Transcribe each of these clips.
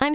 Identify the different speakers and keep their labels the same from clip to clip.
Speaker 1: I'm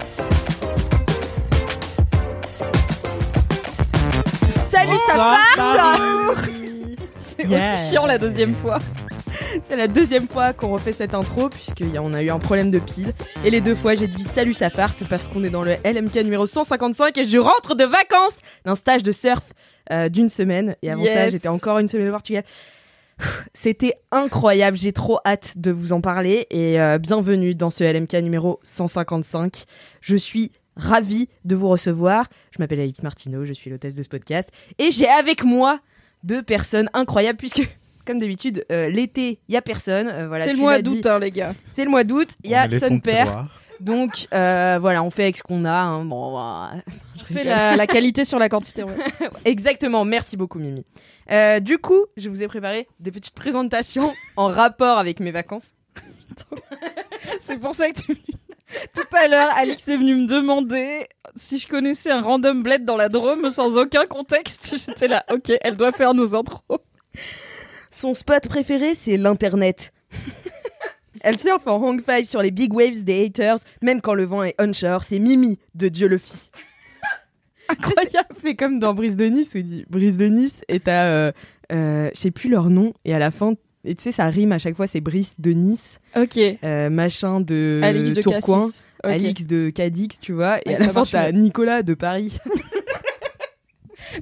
Speaker 2: Oh,
Speaker 3: Salut, ça part C'est
Speaker 2: bah, Yeah.
Speaker 3: aussi chiant la deuxième fois.
Speaker 2: C'est la deuxième fois qu'on refait cette intro puisqu'on a eu un problème de pile. Et les deux fois j'ai dit salut ça part parce qu'on est dans le LMK numéro 155 et je rentre de vacances d'un stage de surf euh, d'une semaine. Et avant ça
Speaker 3: Yes.
Speaker 2: j'étais encore une semaine au Portugal. Pff, C'était incroyable, j'ai trop hâte de vous en parler et euh, bienvenue dans ce LMK numéro 155. Je suis ravie de vous recevoir. Je m'appelle Alix Martineau, je suis l'hôtesse de ce podcast et j'ai avec moi deux personnes incroyables puisque comme d'habitude euh, l'été il y a personne Euh, voilà
Speaker 3: c'est le
Speaker 2: tu
Speaker 3: mois
Speaker 2: l'as dit.
Speaker 3: d'août, hein, les gars.
Speaker 2: c'est le mois d'août il y a
Speaker 4: On les fonds
Speaker 2: son
Speaker 4: de
Speaker 2: père
Speaker 4: tiroir.
Speaker 2: donc euh, voilà on fait avec ce qu'on a hein. bon bah, je
Speaker 3: Je fais
Speaker 2: rigole.
Speaker 3: la, la qualité sur la quantité. ouais.
Speaker 2: exactement merci beaucoup Mimi Euh, du coup je vous ai préparé des petites présentations en rapport avec mes vacances
Speaker 3: C'est pour ça que t'es venu. Tout à l'heure, Alix est venu me demander si je connaissais un random bled dans la Drôme sans aucun contexte. J'étais là, ok, elle doit faire nos intros.
Speaker 2: son spot préféré c'est l'internet Elle surfe en hang five sur les big waves des haters, même quand le vent est onshore, c'est Mimi de Dieu le fit.
Speaker 3: Incroyable.
Speaker 2: C'est comme dans Brise de Nice où il dit Brise de Nice et t'as, euh, euh, je sais plus leur nom, et à la fin, et tu sais, ça rime à chaque fois, c'est Brice de Nice,
Speaker 3: Ok.
Speaker 2: euh, machin de
Speaker 3: Alix de
Speaker 2: Tourcoing,
Speaker 3: Cassis. Ok.
Speaker 2: Alix de Cadix, tu vois, et
Speaker 3: Ouais,
Speaker 2: à
Speaker 3: ça
Speaker 2: la fin,
Speaker 3: marche
Speaker 2: t'as
Speaker 3: mieux.
Speaker 2: Nicolas de Paris.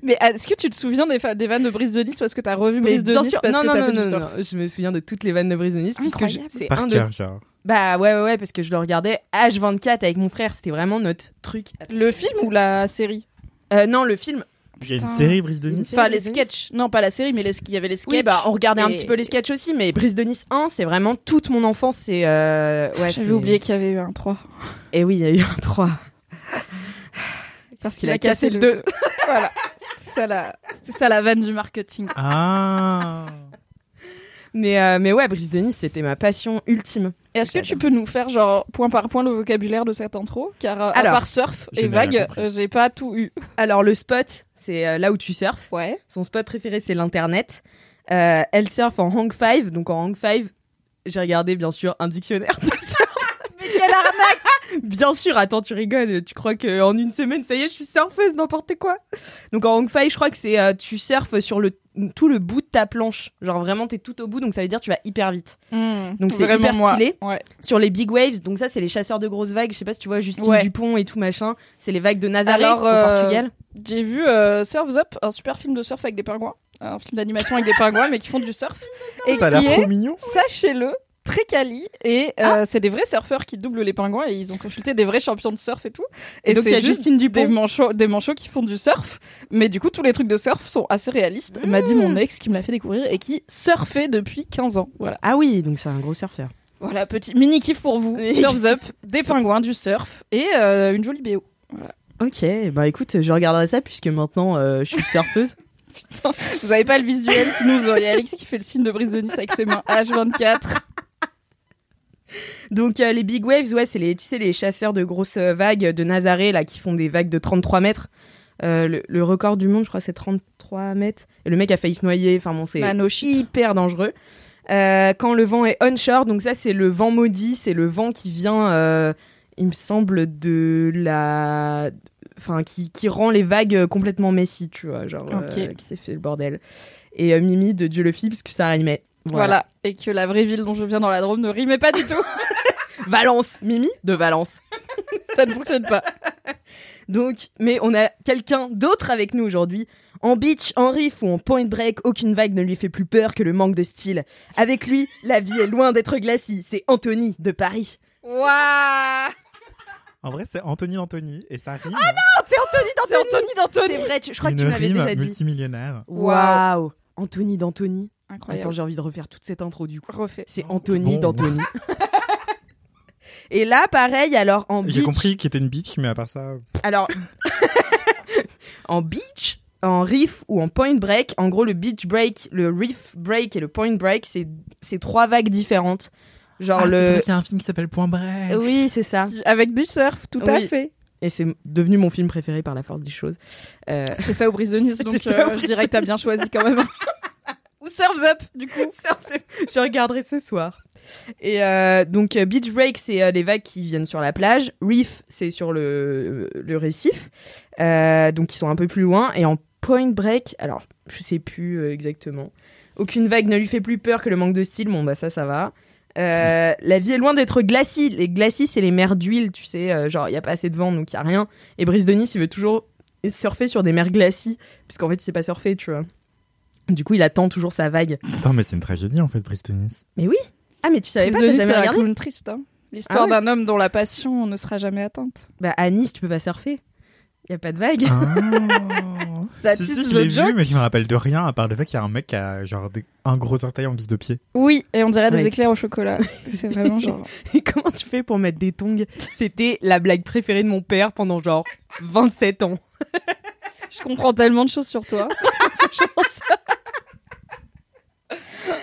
Speaker 3: Mais est-ce que tu te souviens des, fa- des vannes de Brise de Nice ou est-ce que t'as revu Brise de
Speaker 2: bien
Speaker 3: Nice
Speaker 2: sûr-
Speaker 3: parce
Speaker 2: non,
Speaker 3: que
Speaker 2: non,
Speaker 3: t'as
Speaker 2: non,
Speaker 3: fait du
Speaker 2: non,
Speaker 3: surf
Speaker 2: non, je me souviens de toutes les vannes de Brise de Nice, puisque je-
Speaker 3: Incroyable.
Speaker 2: c'est
Speaker 4: Par
Speaker 2: un de.
Speaker 4: cœur, genre.
Speaker 2: Bah ouais, ouais, ouais, parce que je le regardais H24 avec mon frère, c'était vraiment notre truc.
Speaker 3: Le film ou la série
Speaker 2: Euh, non, le film,
Speaker 4: Puis il y a
Speaker 3: Putain.
Speaker 4: une série Brise de
Speaker 2: Une
Speaker 4: Nice.
Speaker 3: Enfin, les
Speaker 2: Brise de Nice
Speaker 3: sketchs. Non, pas la série, mais les- il y avait les sketchs.
Speaker 2: Oui, bah, on regardait un
Speaker 3: Et-
Speaker 2: petit peu les sketchs aussi, mais Brise de Nice 1, c'est vraiment toute mon enfance. C'est. euh, ouais,
Speaker 3: J'avais
Speaker 2: c'est-
Speaker 3: oublié qu'il y avait eu un 3.
Speaker 2: Et oui, il y a eu un 3.
Speaker 3: Parce
Speaker 2: qu'il a cassé le deux.
Speaker 3: voilà. C'était ça, la... c'était ça la vanne du marketing.
Speaker 4: Ah.
Speaker 2: Mais, euh, mais ouais, Brise de Nice, c'était ma passion ultime.
Speaker 3: Est-ce que tu peux nous faire, genre, point par point, le vocabulaire de cette intro Car euh,
Speaker 2: Alors,
Speaker 3: à part surf
Speaker 4: j'ai
Speaker 3: et
Speaker 4: rien
Speaker 3: vague,
Speaker 4: compris.
Speaker 3: euh, j'ai pas tout eu.
Speaker 2: Alors, le spot, c'est euh, là où tu surfes.
Speaker 3: Ouais.
Speaker 2: Son spot préféré, c'est l'internet. Euh, elle surfe en Hang 5. Donc, en Hang 5, j'ai regardé, bien sûr, un dictionnaire de surf. mais quelle arnaque Bien sûr, attends, tu rigoles. Tu crois qu'en une semaine, ça y est, je suis surfeuse, n'importe quoi. Donc, en Hang 5, je crois que c'est euh, tu surfes sur le, tout le bout de ta planche. Genre, vraiment, t'es tout au bout. Donc, ça veut dire tu vas hyper vite. Donc, c'est
Speaker 3: Hmm. Vraiment
Speaker 2: hyper
Speaker 3: moi.
Speaker 2: stylé.
Speaker 3: Ouais.
Speaker 2: sur les big waves. Donc ça, c'est les chasseurs de grosses vagues. Je sais pas si tu vois Justine
Speaker 3: Ouais.
Speaker 2: Dupont et tout machin. C'est les vagues de Nazaré
Speaker 3: Alors,
Speaker 2: au
Speaker 3: euh,
Speaker 2: Portugal.
Speaker 3: J'ai vu euh, Surf's Up, un super film de surf avec des pingouins. Un film d'animation avec des pingouins, mais qui font du surf. Et
Speaker 4: Ça a
Speaker 3: qui
Speaker 4: l'air
Speaker 3: est,
Speaker 4: trop mignon.
Speaker 3: sachez-le, très quali. Et euh, c'est des vrais surfeurs qui doublent les pingouins et ils ont consulté des vrais champions de surf et tout. Et,
Speaker 2: Et donc il y
Speaker 3: c'est
Speaker 2: a
Speaker 3: juste
Speaker 2: Justine Dupont.
Speaker 3: des manchots, des manchots qui font du surf, mais du coup tous les trucs de surf sont assez réalistes. M'a dit mon ex qui me l'a fait découvrir et qui surfait depuis 15 ans. Voilà,
Speaker 2: Ah oui, donc c'est un gros surfeur.
Speaker 3: voilà petit mini kiff pour vous. Surf's up, des pingouins, du surf et euh, une jolie BO.
Speaker 2: Ok, bah écoute, je regarderai ça puisque maintenant euh, je suis surfeuse.
Speaker 3: Vous avez pas le visuel, sinon vous auriez Alex qui fait le signe de brise de Nice avec ses mains H24.
Speaker 2: donc euh, les big waves, ouais, c'est les, tu sais, les chasseurs de grosses euh, vagues de Nazaré là qui font des vagues de 33 mètres. Euh, le, le record du monde, je crois, c'est 33 mètres. Et le mec a failli se noyer. Enfin bon, c'est
Speaker 3: Bah Manoshi.
Speaker 2: hyper dangereux. Euh, quand le vent est onshore, donc ça c'est le vent maudit, c'est le vent qui vient, euh, il me semble, de la... Enfin, qui, qui rend les vagues euh, complètement messy, tu vois, genre, euh,
Speaker 3: Ok.
Speaker 2: qui s'est fait le bordel. Et euh, Mimi de Dieu le fit, parce que ça rimait. Voilà.
Speaker 3: Voilà. et que la vraie ville dont je viens dans la Drôme ne rimait pas du tout.
Speaker 2: Valence, Mimi de Valence.
Speaker 3: Ça ne fonctionne pas.
Speaker 2: Donc, mais on a quelqu'un d'autre avec nous aujourd'hui. En beach, en riff ou en point break, aucune vague ne lui fait plus peur que le manque de style. Avec lui, la vie est loin d'être glacie. C'est Anthony de Paris.
Speaker 3: Waouh
Speaker 4: En vrai, c'est Anthony Anthony et ça rime.
Speaker 2: C'est Anthony
Speaker 3: C'est Anthony d'Anthony.
Speaker 2: C'est vrai, tu- Ah je crois
Speaker 4: une
Speaker 2: que tu m'avais
Speaker 4: rime
Speaker 2: déjà dit.
Speaker 4: multimillionnaire.
Speaker 2: Waouh Anthony d'Anthony. Attends,
Speaker 3: Incroyable.
Speaker 2: j'ai envie de refaire toute cette intro du coup.
Speaker 3: Refait.
Speaker 2: C'est Anthony
Speaker 4: Bon.
Speaker 2: d'Anthony. Et là, pareil, alors en
Speaker 4: J'ai
Speaker 2: beach.
Speaker 4: compris qu'il était une bitch, mais à part ça.
Speaker 2: Alors, en beach, en riff ou en point break, en gros, le beach break, le riff break et le point break, c'est c'est trois vagues différentes. Genre
Speaker 4: Ah,
Speaker 3: Ah,
Speaker 2: le.
Speaker 4: Il y a un film qui s'appelle Point Break.
Speaker 2: Oui, c'est ça.
Speaker 3: Avec du surf, tout à
Speaker 2: Oui.
Speaker 3: fait.
Speaker 2: Et c'est devenu mon film préféré par la force des choses. Euh,
Speaker 3: C'était ça au Brise de Nice, donc
Speaker 2: C'était ça au
Speaker 3: euh, je dirais que t'as bien choisi quand même. Ou Surf's Up, du coup.
Speaker 2: je regarderai ce soir. Et euh, donc euh, beach break, c'est euh, les vagues qui viennent sur la plage. Reef, c'est sur le, le récif, Euh, donc ils sont un peu plus loin. Et en point break, alors je sais plus euh, exactement. Aucune vague ne lui fait plus peur que le manque de style. Bon bah ça, ça va. Euh, la vie est loin d'être glacie. Les glacis, c'est les mers d'huile, tu sais. euh, genre, il n'y a pas assez de vent, donc il n'y a rien. Et Brice Denis, il veut toujours surfer sur des mers glacis, puisqu'en fait, il sait pas surfer, tu vois. Du coup, il attend toujours sa vague.
Speaker 4: Putain, mais c'est une tragédie en fait, Brice Tennis.
Speaker 2: Mais oui Ah, mais tu savais
Speaker 3: Brise
Speaker 2: pas,
Speaker 3: de
Speaker 2: t'as
Speaker 3: Nice,
Speaker 2: jamais
Speaker 3: c'est un
Speaker 2: regardé
Speaker 3: clown triste. hein. L'histoire
Speaker 2: Ah ouais
Speaker 3: d'un homme dont la passion ne sera jamais atteinte.
Speaker 2: Bah, à Nice, tu peux pas surfer. Y a pas de vague.
Speaker 4: Ah.
Speaker 3: Ça
Speaker 4: Si, si,
Speaker 3: tisse
Speaker 4: je
Speaker 3: le
Speaker 4: l'ai vu,
Speaker 3: joke.
Speaker 4: mais je me rappelle de rien, à part le fait qu'il y a un mec qui a genre des- un gros orteil en guise de pied.
Speaker 3: Oui, et on dirait
Speaker 2: des
Speaker 3: des éclairs au chocolat. C'est vraiment genre.
Speaker 2: Et comment tu fais pour mettre des tongs C'était la blague préférée de mon père pendant genre 27 ans.
Speaker 3: Je comprends tellement de choses sur toi. Sachant ça.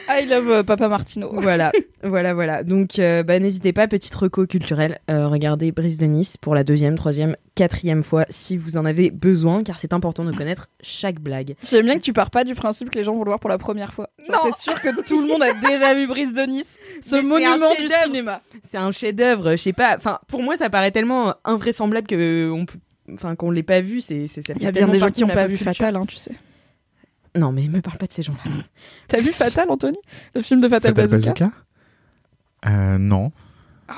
Speaker 3: I love euh, Papa Martino.
Speaker 2: Voilà, voilà, voilà. Donc, euh, bah, n'hésitez pas, petite reco culturelle, euh, regardez Brise de Nice pour la deuxième, troisième, quatrième fois si vous en avez besoin, car c'est important de connaître chaque blague.
Speaker 3: J'aime bien que tu pars pas du principe que les gens vont le voir pour la première fois. Genre,
Speaker 2: Non.
Speaker 3: T'es sûr que tout le monde a déjà vu Brise de Nice, ce
Speaker 2: Mais c'est
Speaker 3: monument
Speaker 2: un
Speaker 3: du
Speaker 2: chef-d'œuvre.
Speaker 3: cinéma.
Speaker 2: C'est un chef-d'œuvre, je sais pas. Enfin, pour moi, ça paraît tellement invraisemblable que euh, on peut. Enfin, qu'on l'ait pas vu, c'est, c'est, ça fait
Speaker 3: Il y a bien
Speaker 2: tellement
Speaker 3: des gens
Speaker 2: partie
Speaker 3: qui
Speaker 2: de
Speaker 3: n'ont
Speaker 2: la
Speaker 3: pas
Speaker 2: pop
Speaker 3: vu
Speaker 2: culture.
Speaker 3: Fatal, hein, tu sais.
Speaker 2: Non, mais me parle pas de ces gens-là.
Speaker 3: T'as vu Fatal, Anthony Le film de Fatal,
Speaker 4: Fatal
Speaker 3: Bazooka,
Speaker 4: Euh, non.
Speaker 3: Oh.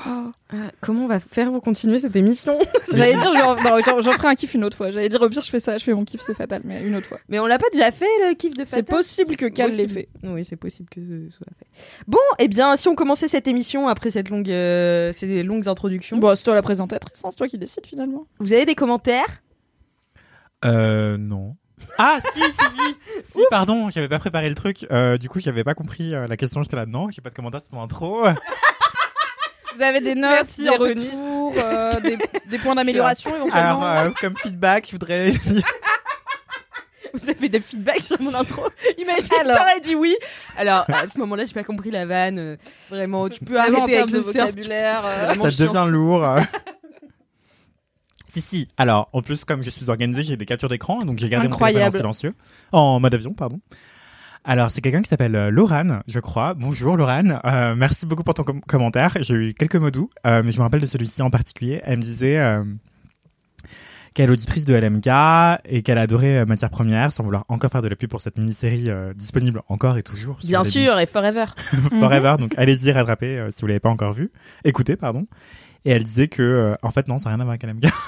Speaker 2: Ah, comment on va faire pour continuer cette émission
Speaker 3: J'allais dire, je vais en- non, j'en j'en ferai un kiff une autre fois. J'allais dire, au pire, je fais ça, je fais mon kiff, c'est Fatal, mais une autre fois.
Speaker 2: Mais on l'a pas déjà fait le kiff de
Speaker 3: C'est
Speaker 2: Fatal
Speaker 3: possible que Cal l'ait fait.
Speaker 2: Oui, c'est possible que ce soit fait. Bon, eh bien, si on commençait cette émission après cette longue, euh, ces longues introductions,
Speaker 3: Bon, c'est toi la présentatrice, hein, c'est toi qui décide finalement.
Speaker 2: vous avez des commentaires
Speaker 4: Euh, non. Ah, si, si, si. si pardon, j'avais pas préparé le truc. Euh, du coup, j'avais pas compris euh, la question. J'étais là, non, j'ai pas de commentaire sur ton intro.
Speaker 3: Vous avez des notes,
Speaker 2: Merci,
Speaker 3: des
Speaker 2: Anthony.
Speaker 3: retours, euh, des, des points d'amélioration éventuellement.
Speaker 4: Alors, euh, comme feedback, je voudrais dire-
Speaker 2: Vous avez des feedbacks sur mon intro Imagine,
Speaker 3: Alors.
Speaker 2: t'aurais dit oui. Alors, à ce moment-là, j'ai pas compris la vanne. euh, Vraiment, tu peux
Speaker 3: Vraiment, en
Speaker 2: arrêter
Speaker 3: termes
Speaker 2: avec
Speaker 3: de
Speaker 2: le surf. tu-
Speaker 3: vocabulaire.
Speaker 2: c'est
Speaker 3: euh,
Speaker 2: vraiment
Speaker 4: ça
Speaker 2: chiant.
Speaker 4: devient lourd. si, si. Alors, en plus, comme je suis organisée, j'ai des captures d'écran, donc j'ai gardé mon
Speaker 3: Incroyable.
Speaker 4: téléphone en silencieux. En mode avion, pardon. Alors, c'est quelqu'un qui s'appelle euh, Laurane, je crois. Bonjour Laurane, Euh, merci beaucoup pour ton com- commentaire. J'ai eu quelques mots doux, euh, mais je me rappelle de celui-ci en particulier. Elle me disait euh, qu'elle est auditrice de LMK et qu'elle adorait euh, Matière Première, sans vouloir encore faire de la pub pour cette mini-série euh, disponible encore et toujours. sur
Speaker 2: Bien
Speaker 4: les
Speaker 2: sûr, et forever.
Speaker 4: Forever, donc allez-y rattraper euh, si vous l'avez pas encore vu. Écoutez, pardon. Et elle disait que, euh, en fait, non, ça n'a rien à voir avec LMK.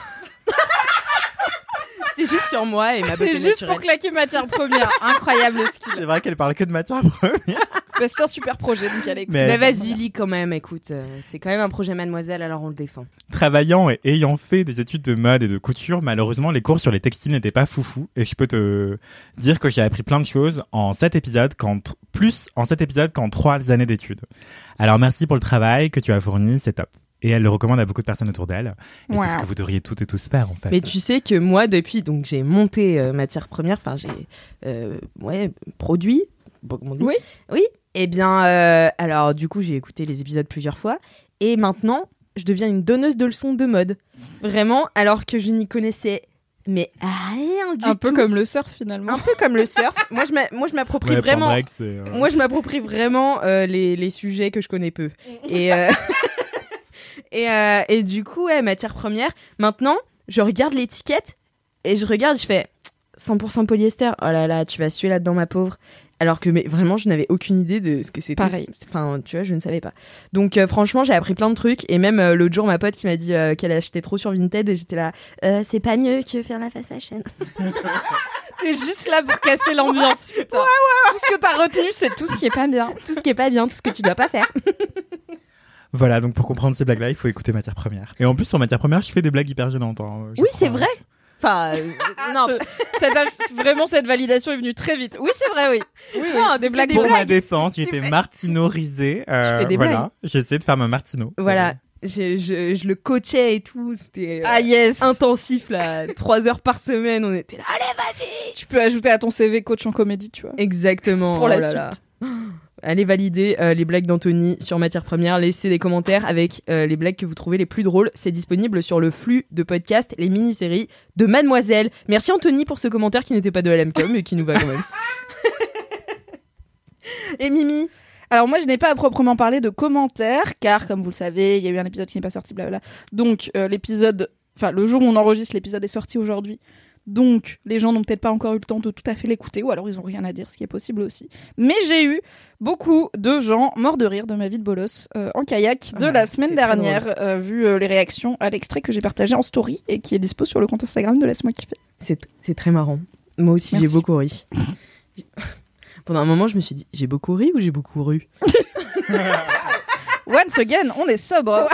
Speaker 2: C'est juste sur moi et ma beauté
Speaker 3: C'est juste pour
Speaker 2: naturelle.
Speaker 3: claquer matière première. Incroyable le skill.
Speaker 4: C'est vrai qu'elle parle que de matière première.
Speaker 3: Bah, c'est un super projet, donc allez.
Speaker 4: Mais-
Speaker 2: Mais Bah, vas-y, lis quand même, écoute. euh, C'est quand même un projet mademoiselle, alors on le défend.
Speaker 4: Travaillant et ayant fait des études de mode et de couture, malheureusement, les cours sur les textiles n'étaient pas foufou. Et je peux te dire que j'ai appris plein de choses en sept épisodes, qu'en t- plus en sept épisodes qu'en trois années d'études. Alors merci pour le travail que tu as fourni, c'est top. Et elle le recommande à beaucoup de personnes autour d'elle. Et c'est ce
Speaker 3: Wow.
Speaker 4: que vous devriez toutes et tous faire, en fait.
Speaker 2: Mais tu sais que moi, depuis, donc j'ai monté euh, matière première, enfin j'ai euh, ouais, produit. bon, comment on dit
Speaker 3: Oui.
Speaker 2: Oui. Eh bien, euh, alors du coup, j'ai écouté les épisodes plusieurs fois. Et maintenant, je deviens une donneuse de leçons de mode. Vraiment, alors que je n'y connaissais mais rien du
Speaker 3: Un peu
Speaker 2: tout.
Speaker 3: comme le surf finalement.
Speaker 2: un peu comme le surf. moi, je m'a- moi, je m'approprie
Speaker 4: Ouais,
Speaker 2: vraiment.
Speaker 4: Pendrec, c'est, euh,
Speaker 2: Moi, je m'approprie vraiment euh, les, les sujets que je connais peu.
Speaker 3: Mm.
Speaker 2: Et, euh, et, euh, et du coup, ouais, matière première. Maintenant, je regarde l'étiquette et je regarde, je fais 100% polyester. Oh là là, tu vas suer là-dedans, ma pauvre. Alors que mais, vraiment, je n'avais aucune idée de ce que c'était.
Speaker 3: Pareil.
Speaker 2: Enfin, tu vois, je ne savais pas. Donc, euh, franchement, j'ai appris plein de trucs. Et même euh, l'autre jour, ma pote qui m'a dit euh, qu'elle achetait trop sur Vinted et j'étais là, Euh, c'est pas mieux que faire la fast fashion.
Speaker 3: T'es juste là pour casser l'ambiance. putain. Tout ce que t'as retenu, c'est tout ce qui est pas bien.
Speaker 2: Tout ce qui est pas bien, tout ce que tu dois pas faire.
Speaker 4: Voilà, donc pour comprendre ces blagues-là, il faut écouter Matière Première. Et en plus, sur Matière Première, je fais des blagues hyper gênantes. hein, je
Speaker 2: Oui,
Speaker 4: crois.
Speaker 2: c'est vrai. Enfin, euh, non,
Speaker 3: Ce- cette aff- vraiment, cette validation est venue très vite. Oui, c'est vrai, oui.
Speaker 2: non,
Speaker 3: des blagues
Speaker 4: Pour ma défense,
Speaker 2: Tu
Speaker 4: j'étais
Speaker 2: fais-
Speaker 4: martinorisée. euh,
Speaker 2: Tu fais des blagues.
Speaker 4: voilà, j'ai essayé de faire ma martino. Euh,
Speaker 2: Voilà, je, je, je le coachais et tout, c'était euh,
Speaker 3: Ah yes.
Speaker 2: intensif là, trois heures par semaine, on était là. Allez,
Speaker 3: Tu peux ajouter à ton CV coach en comédie, tu vois.
Speaker 2: exactement.
Speaker 3: Pour la
Speaker 2: oh là là. Allez valider euh, les blagues d'Anthony sur matière première. Laissez des commentaires avec euh, les blagues que vous trouvez les plus drôles. C'est disponible sur le flux de podcast, les mini-séries de Mademoiselle. Merci Anthony pour ce commentaire qui n'était pas de LMCOM mais qui nous va quand même. et Mimi,
Speaker 3: Alors moi, je n'ai pas à proprement parler de commentaires, car comme vous le savez, il y a eu un épisode qui n'est pas sorti, blabla. Donc euh, l'épisode, enfin le jour où on enregistre, l'épisode est sorti aujourd'hui. Donc les gens n'ont peut-être pas encore eu le temps de tout à fait l'écouter, ou alors ils n'ont rien à dire, ce qui est possible aussi. Mais j'ai eu beaucoup de gens morts de rire de ma vie de bolos euh, en kayak de
Speaker 2: Ah,
Speaker 3: la
Speaker 2: c'est
Speaker 3: semaine
Speaker 2: très
Speaker 3: dernière, euh, vu euh, les réactions à l'extrait que j'ai partagé en story et qui est dispo sur le compte Instagram de Laisse-moi kiffer.
Speaker 2: c'est c'est très marrant. Moi aussi j'ai
Speaker 3: Merci.
Speaker 2: beaucoup ri. Pendant un moment je me suis dit j'ai beaucoup ri ou j'ai beaucoup ru.
Speaker 3: Once again, on est sobre.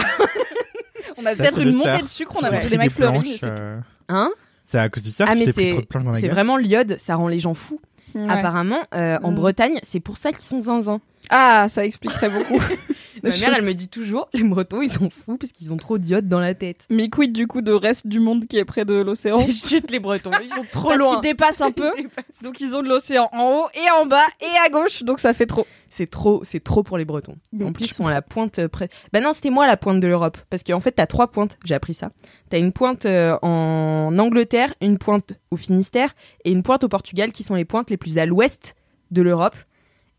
Speaker 3: on a
Speaker 4: Ça,
Speaker 3: peut-être
Speaker 4: c'est
Speaker 3: une
Speaker 4: le
Speaker 3: montée
Speaker 4: surf.
Speaker 3: de sucre, on
Speaker 4: J'ai
Speaker 3: a
Speaker 4: pris
Speaker 3: pris des McFlurry. et
Speaker 4: planches,
Speaker 3: c'est tout.
Speaker 4: euh,
Speaker 2: Hein
Speaker 4: C'est à cause du surf
Speaker 2: Ah,
Speaker 4: que
Speaker 2: mais
Speaker 4: j'ai pris
Speaker 2: c'est-
Speaker 4: trop de planches dans la
Speaker 2: C'est
Speaker 4: gueule.
Speaker 2: vraiment l'iode, ça rend les gens fous.
Speaker 3: Ouais.
Speaker 2: Apparemment, euh, en
Speaker 3: Mm.
Speaker 2: Bretagne, c'est pour ça qu'ils sont zinzins.
Speaker 3: Ah, ça expliquerait beaucoup.
Speaker 2: Ma
Speaker 3: de
Speaker 2: mère,
Speaker 3: choses.
Speaker 2: elle me dit toujours, les Bretons, ils sont fous parce qu'ils ont trop d'iode dans la tête.
Speaker 3: Mais quid du coup de reste du monde qui est près de l'océan
Speaker 2: C'est juste les Bretons, ils sont trop
Speaker 3: Parce
Speaker 2: loin.
Speaker 3: qu'ils dépassent un peu, donc ils ont de l'océan en haut et en bas et à gauche, donc ça fait trop.
Speaker 2: C'est trop, c'est trop pour les Bretons. En
Speaker 3: Donc,
Speaker 2: plus, ils
Speaker 3: je
Speaker 2: sont à la pointe euh, près. Bah non, c'était moi la pointe de l'Europe parce qu'en fait, t'as trois pointes. J'ai appris ça. T'as une pointe euh, en Angleterre, une pointe au Finistère et une pointe au Portugal qui sont les pointes les plus à l'ouest de l'Europe.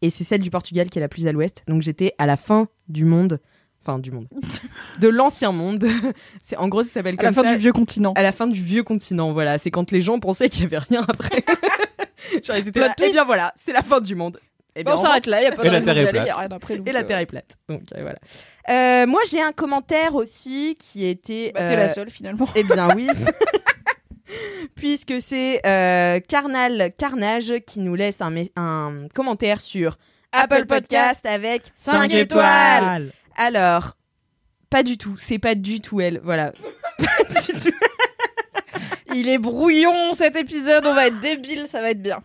Speaker 2: Et c'est celle du Portugal qui est la plus à l'ouest. Donc j'étais à la fin du monde, enfin du monde, de l'ancien monde. C'est en gros, ça s'appelle
Speaker 3: À la
Speaker 2: comme
Speaker 3: fin
Speaker 2: ça.
Speaker 3: du vieux continent.
Speaker 2: à la fin du vieux continent, voilà. C'est quand les gens pensaient qu'il y avait rien après. Genre, ils étaient
Speaker 3: Plot
Speaker 2: là, eh
Speaker 3: twist.
Speaker 2: bien voilà, c'est la fin du monde. Eh bien,
Speaker 3: Bon, on
Speaker 2: au
Speaker 3: s'arrête là, il a pas
Speaker 4: Et
Speaker 3: de
Speaker 4: la
Speaker 3: raison
Speaker 4: Terre
Speaker 3: d'y
Speaker 4: est
Speaker 3: aller, y a
Speaker 4: plate.
Speaker 3: rien après. donc,
Speaker 2: et la
Speaker 3: euh,
Speaker 2: Terre est plate. Donc euh, voilà. Euh, moi j'ai un commentaire aussi qui était.
Speaker 3: bah, T'es la
Speaker 2: euh,
Speaker 3: seule finalement.
Speaker 2: Eh bien oui. Puisque c'est euh, Carnal Carnage qui nous laisse un, mé- un commentaire sur Apple Podcast avec
Speaker 3: Cinq
Speaker 2: 5 étoiles. Alors, pas du tout, c'est pas du tout elle. Voilà. Pas du tout.
Speaker 3: Il est brouillon cet épisode, on va être débile, ça va être bien.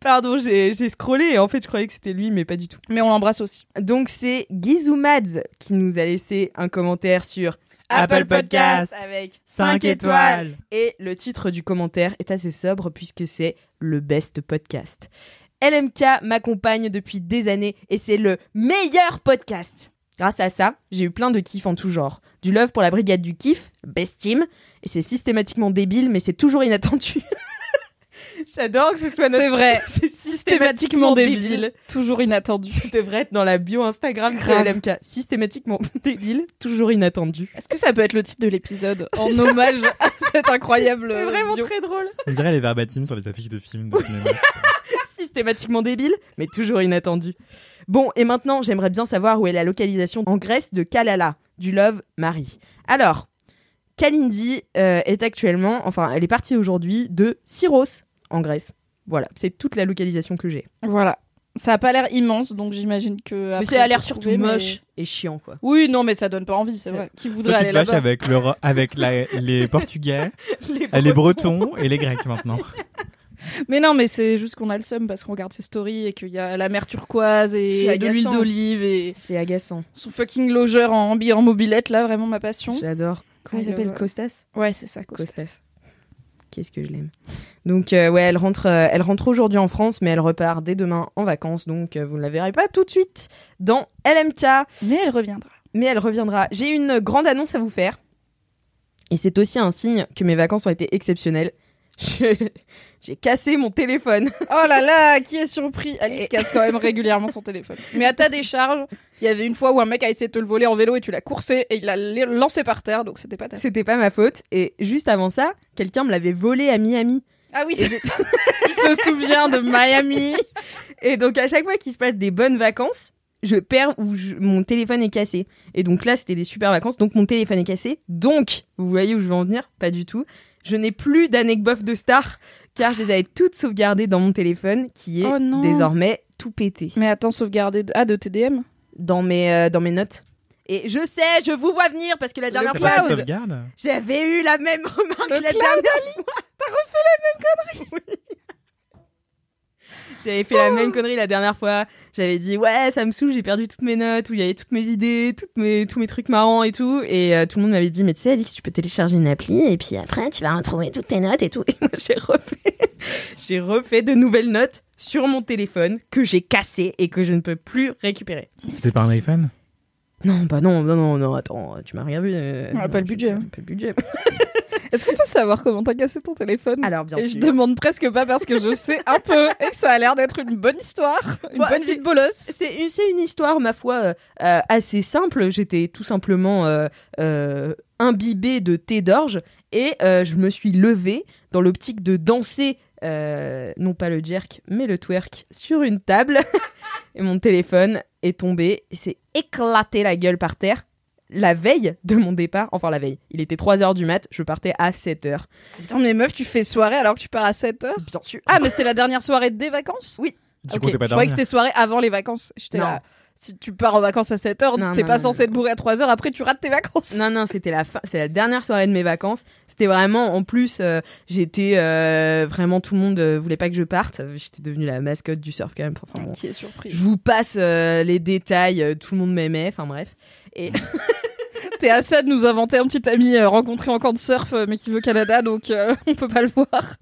Speaker 2: Pardon, j'ai j'ai scrollé et en fait je croyais que c'était lui, mais pas du tout.
Speaker 3: Mais on l'embrasse aussi.
Speaker 2: Donc c'est Gizoumads qui nous a laissé un commentaire sur
Speaker 4: Apple Podcast.
Speaker 2: avec
Speaker 4: Cinq
Speaker 2: cinq étoiles. Et le titre du commentaire est assez sobre puisque c'est le best podcast. LMK m'accompagne depuis des années et c'est le meilleur podcast. Grâce à ça, j'ai eu plein de kiffs en tout genre. Du love pour la brigade du kiff, best team, et c'est systématiquement débile mais c'est toujours inattendu. J'adore que ce soit notre...
Speaker 3: C'est vrai.
Speaker 2: c'est
Speaker 3: Systématiquement débile, toujours inattendu.
Speaker 2: tu devrais être dans la bio Instagram
Speaker 3: Grave.
Speaker 2: de LMK. Systématiquement débile, toujours inattendu.
Speaker 3: Est-ce que ça peut être le titre de l'épisode en hommage à cet incroyable
Speaker 2: C'est vraiment
Speaker 3: bio
Speaker 2: très drôle.
Speaker 4: On dirait les verbatims sur les affiches de films. de cinéma.
Speaker 2: Systématiquement débile, mais toujours inattendu. Bon, et maintenant, j'aimerais bien savoir où est la localisation en Grèce de Kalala, du Love Marie. Alors, Kalindi euh, est actuellement, enfin, elle est partie aujourd'hui de Syros, en Grèce. Voilà, c'est toute la localisation que j'ai.
Speaker 3: Voilà. Ça a pas l'air immense, donc j'imagine que. après,
Speaker 2: mais ça a l'air
Speaker 3: on peut
Speaker 2: surtout
Speaker 3: trouver, mais-
Speaker 2: moche et chiant, quoi.
Speaker 3: Oui, non, mais ça donne pas envie, c'est
Speaker 2: C'est-
Speaker 3: vrai. Qui voudrait
Speaker 4: Toi, tu
Speaker 3: aller
Speaker 4: te lâches
Speaker 3: là-bas
Speaker 4: avec, le, avec la- les Portugais, euh,
Speaker 2: Les
Speaker 4: les Bretons et les Grecs maintenant.
Speaker 3: Mais non, mais c'est juste qu'on a le seum parce qu'on regarde ces stories et qu'il y a la mer turquoise
Speaker 2: C'est
Speaker 3: et de
Speaker 2: agaçant.
Speaker 3: l'huile d'olive et
Speaker 2: C'est agaçant,
Speaker 3: son fucking logeur en ambi en mobilette, là, vraiment ma passion.
Speaker 2: j'adore. Comment il
Speaker 3: I love
Speaker 2: s'appelle
Speaker 3: her.
Speaker 2: Costas
Speaker 3: Ouais, c'est ça, Costas.
Speaker 2: Costas. Qu'est-ce que je l'aime. Donc euh, ouais, elle rentre, euh, elle rentre aujourd'hui en France, mais elle repart dès demain en vacances, donc euh, vous ne la verrez pas tout de suite dans LMK,
Speaker 3: Mais elle reviendra.
Speaker 2: mais elle reviendra. J'ai une grande annonce à vous faire, et c'est aussi un signe que mes vacances ont été exceptionnelles. Je- J'ai cassé mon téléphone.
Speaker 3: Oh là là, qui est surpris Alice casse quand même régulièrement son téléphone. Mais à ta décharge, il y avait une fois où un mec a essayé de te le voler en vélo et tu l'as coursé et il l'a la- lancé par terre, donc c'était pas ta
Speaker 2: C'était pas ma faute. Et juste avant ça, quelqu'un me l'avait volé à Miami.
Speaker 3: Ah oui,
Speaker 2: Et
Speaker 3: c'est- il se souvient de Miami.
Speaker 2: Et donc à chaque fois qu'il se passe des bonnes vacances, je perds ou je- mon téléphone est cassé. Et donc là, c'était des super vacances, donc mon téléphone est cassé. Donc, vous voyez où je veux en venir Pas du tout. Je n'ai plus d'anecdotes de star car je les avais toutes sauvegardées dans mon téléphone qui est
Speaker 3: Oh non.
Speaker 2: désormais tout pété
Speaker 3: Mais attends, sauvegarder. de- Ah, de TDM
Speaker 2: dans mes euh, dans mes notes. Et je sais, je vous vois venir parce que la dernière
Speaker 4: T'as
Speaker 2: fois,
Speaker 4: pas la
Speaker 2: je-
Speaker 4: sauvegarde
Speaker 2: j'avais eu la même remarque
Speaker 3: Le
Speaker 2: la
Speaker 3: cloud
Speaker 2: dernière fois. T'as refait la même connerie J'avais fait la même connerie la dernière fois. J'avais dit ouais, ça me saoule, j'ai perdu toutes mes notes, où il y avait toutes mes idées, toutes mes tous mes trucs marrants et tout. Et euh, tout le monde m'avait dit mais tu sais Alix, tu peux télécharger une appli et puis après tu vas retrouver toutes tes notes et tout. Et moi j'ai refait, j'ai refait de nouvelles notes sur mon téléphone que j'ai cassé et que je ne peux plus récupérer.
Speaker 4: C'était pas un iPhone
Speaker 2: Non bah non non non non attends, tu m'as rien vu. euh,
Speaker 3: On a
Speaker 2: non,
Speaker 3: pas le
Speaker 2: j'ai-
Speaker 3: budget. hein.
Speaker 2: Pas le budget.
Speaker 3: Est-ce qu'on peut savoir comment t'as cassé ton téléphone
Speaker 2: Alors bien
Speaker 3: Et
Speaker 2: sûr.
Speaker 3: je demande presque pas parce que je sais un peu et que ça a l'air d'être une bonne histoire, une
Speaker 2: Bon,
Speaker 3: bonne
Speaker 2: c'est-
Speaker 3: vie de bolosse.
Speaker 2: C'est une, c'est une histoire, ma foi, euh, euh, assez simple. J'étais tout simplement euh, euh, imbibée de thé d'orge et euh, je me suis levée dans l'optique de danser, euh, non pas le jerk, mais le twerk, sur une table. et mon téléphone est tombé et s'est éclaté la gueule par terre. La veille de mon départ, enfin la veille, il était 3h du mat, je partais à 7h.
Speaker 3: Attends, mais meuf, tu fais soirée alors que tu pars à 7 heures
Speaker 2: Bien sûr.
Speaker 3: Ah, mais c'était la dernière soirée des vacances
Speaker 4: Tu
Speaker 3: Ok,
Speaker 4: comptais pas
Speaker 3: Je croyais
Speaker 4: dormir
Speaker 3: que c'était soirée avant les vacances. J'étais
Speaker 2: Non.
Speaker 3: là. Si tu pars en vacances à 7 heures,
Speaker 2: Non,
Speaker 3: t'es
Speaker 2: non,
Speaker 3: pas
Speaker 2: non,
Speaker 3: censé te bourrer à 3 heures, après tu rates tes vacances.
Speaker 2: Non, non, c'était la fin, c'est la dernière soirée de mes vacances. C'était vraiment, en plus, euh, j'étais euh, vraiment tout le monde euh, voulait pas que je parte. J'étais devenue la mascotte du surf quand même. Enfin, bon.
Speaker 3: Qui est
Speaker 2: Je
Speaker 3: surprise.
Speaker 2: vous passe euh, les détails. euh, Tout le monde m'aimait. Enfin bref.
Speaker 3: T'es à ça de nous inventer un petit ami euh, rencontré en camp de surf, euh, mais qui veut au Canada, donc euh, on peut pas le voir.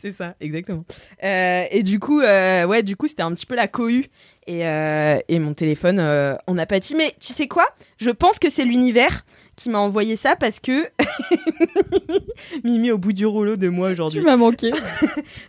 Speaker 2: C'est ça, exactement. Euh, et du coup, euh, ouais, du coup, c'était un petit peu la cohue. Et, euh, et mon téléphone, euh, on a pâti. Mais tu sais quoi Je pense que c'est l'univers qui m'a envoyé ça parce que Mimi au bout du rouleau de moi aujourd'hui.
Speaker 3: Tu m'as manqué.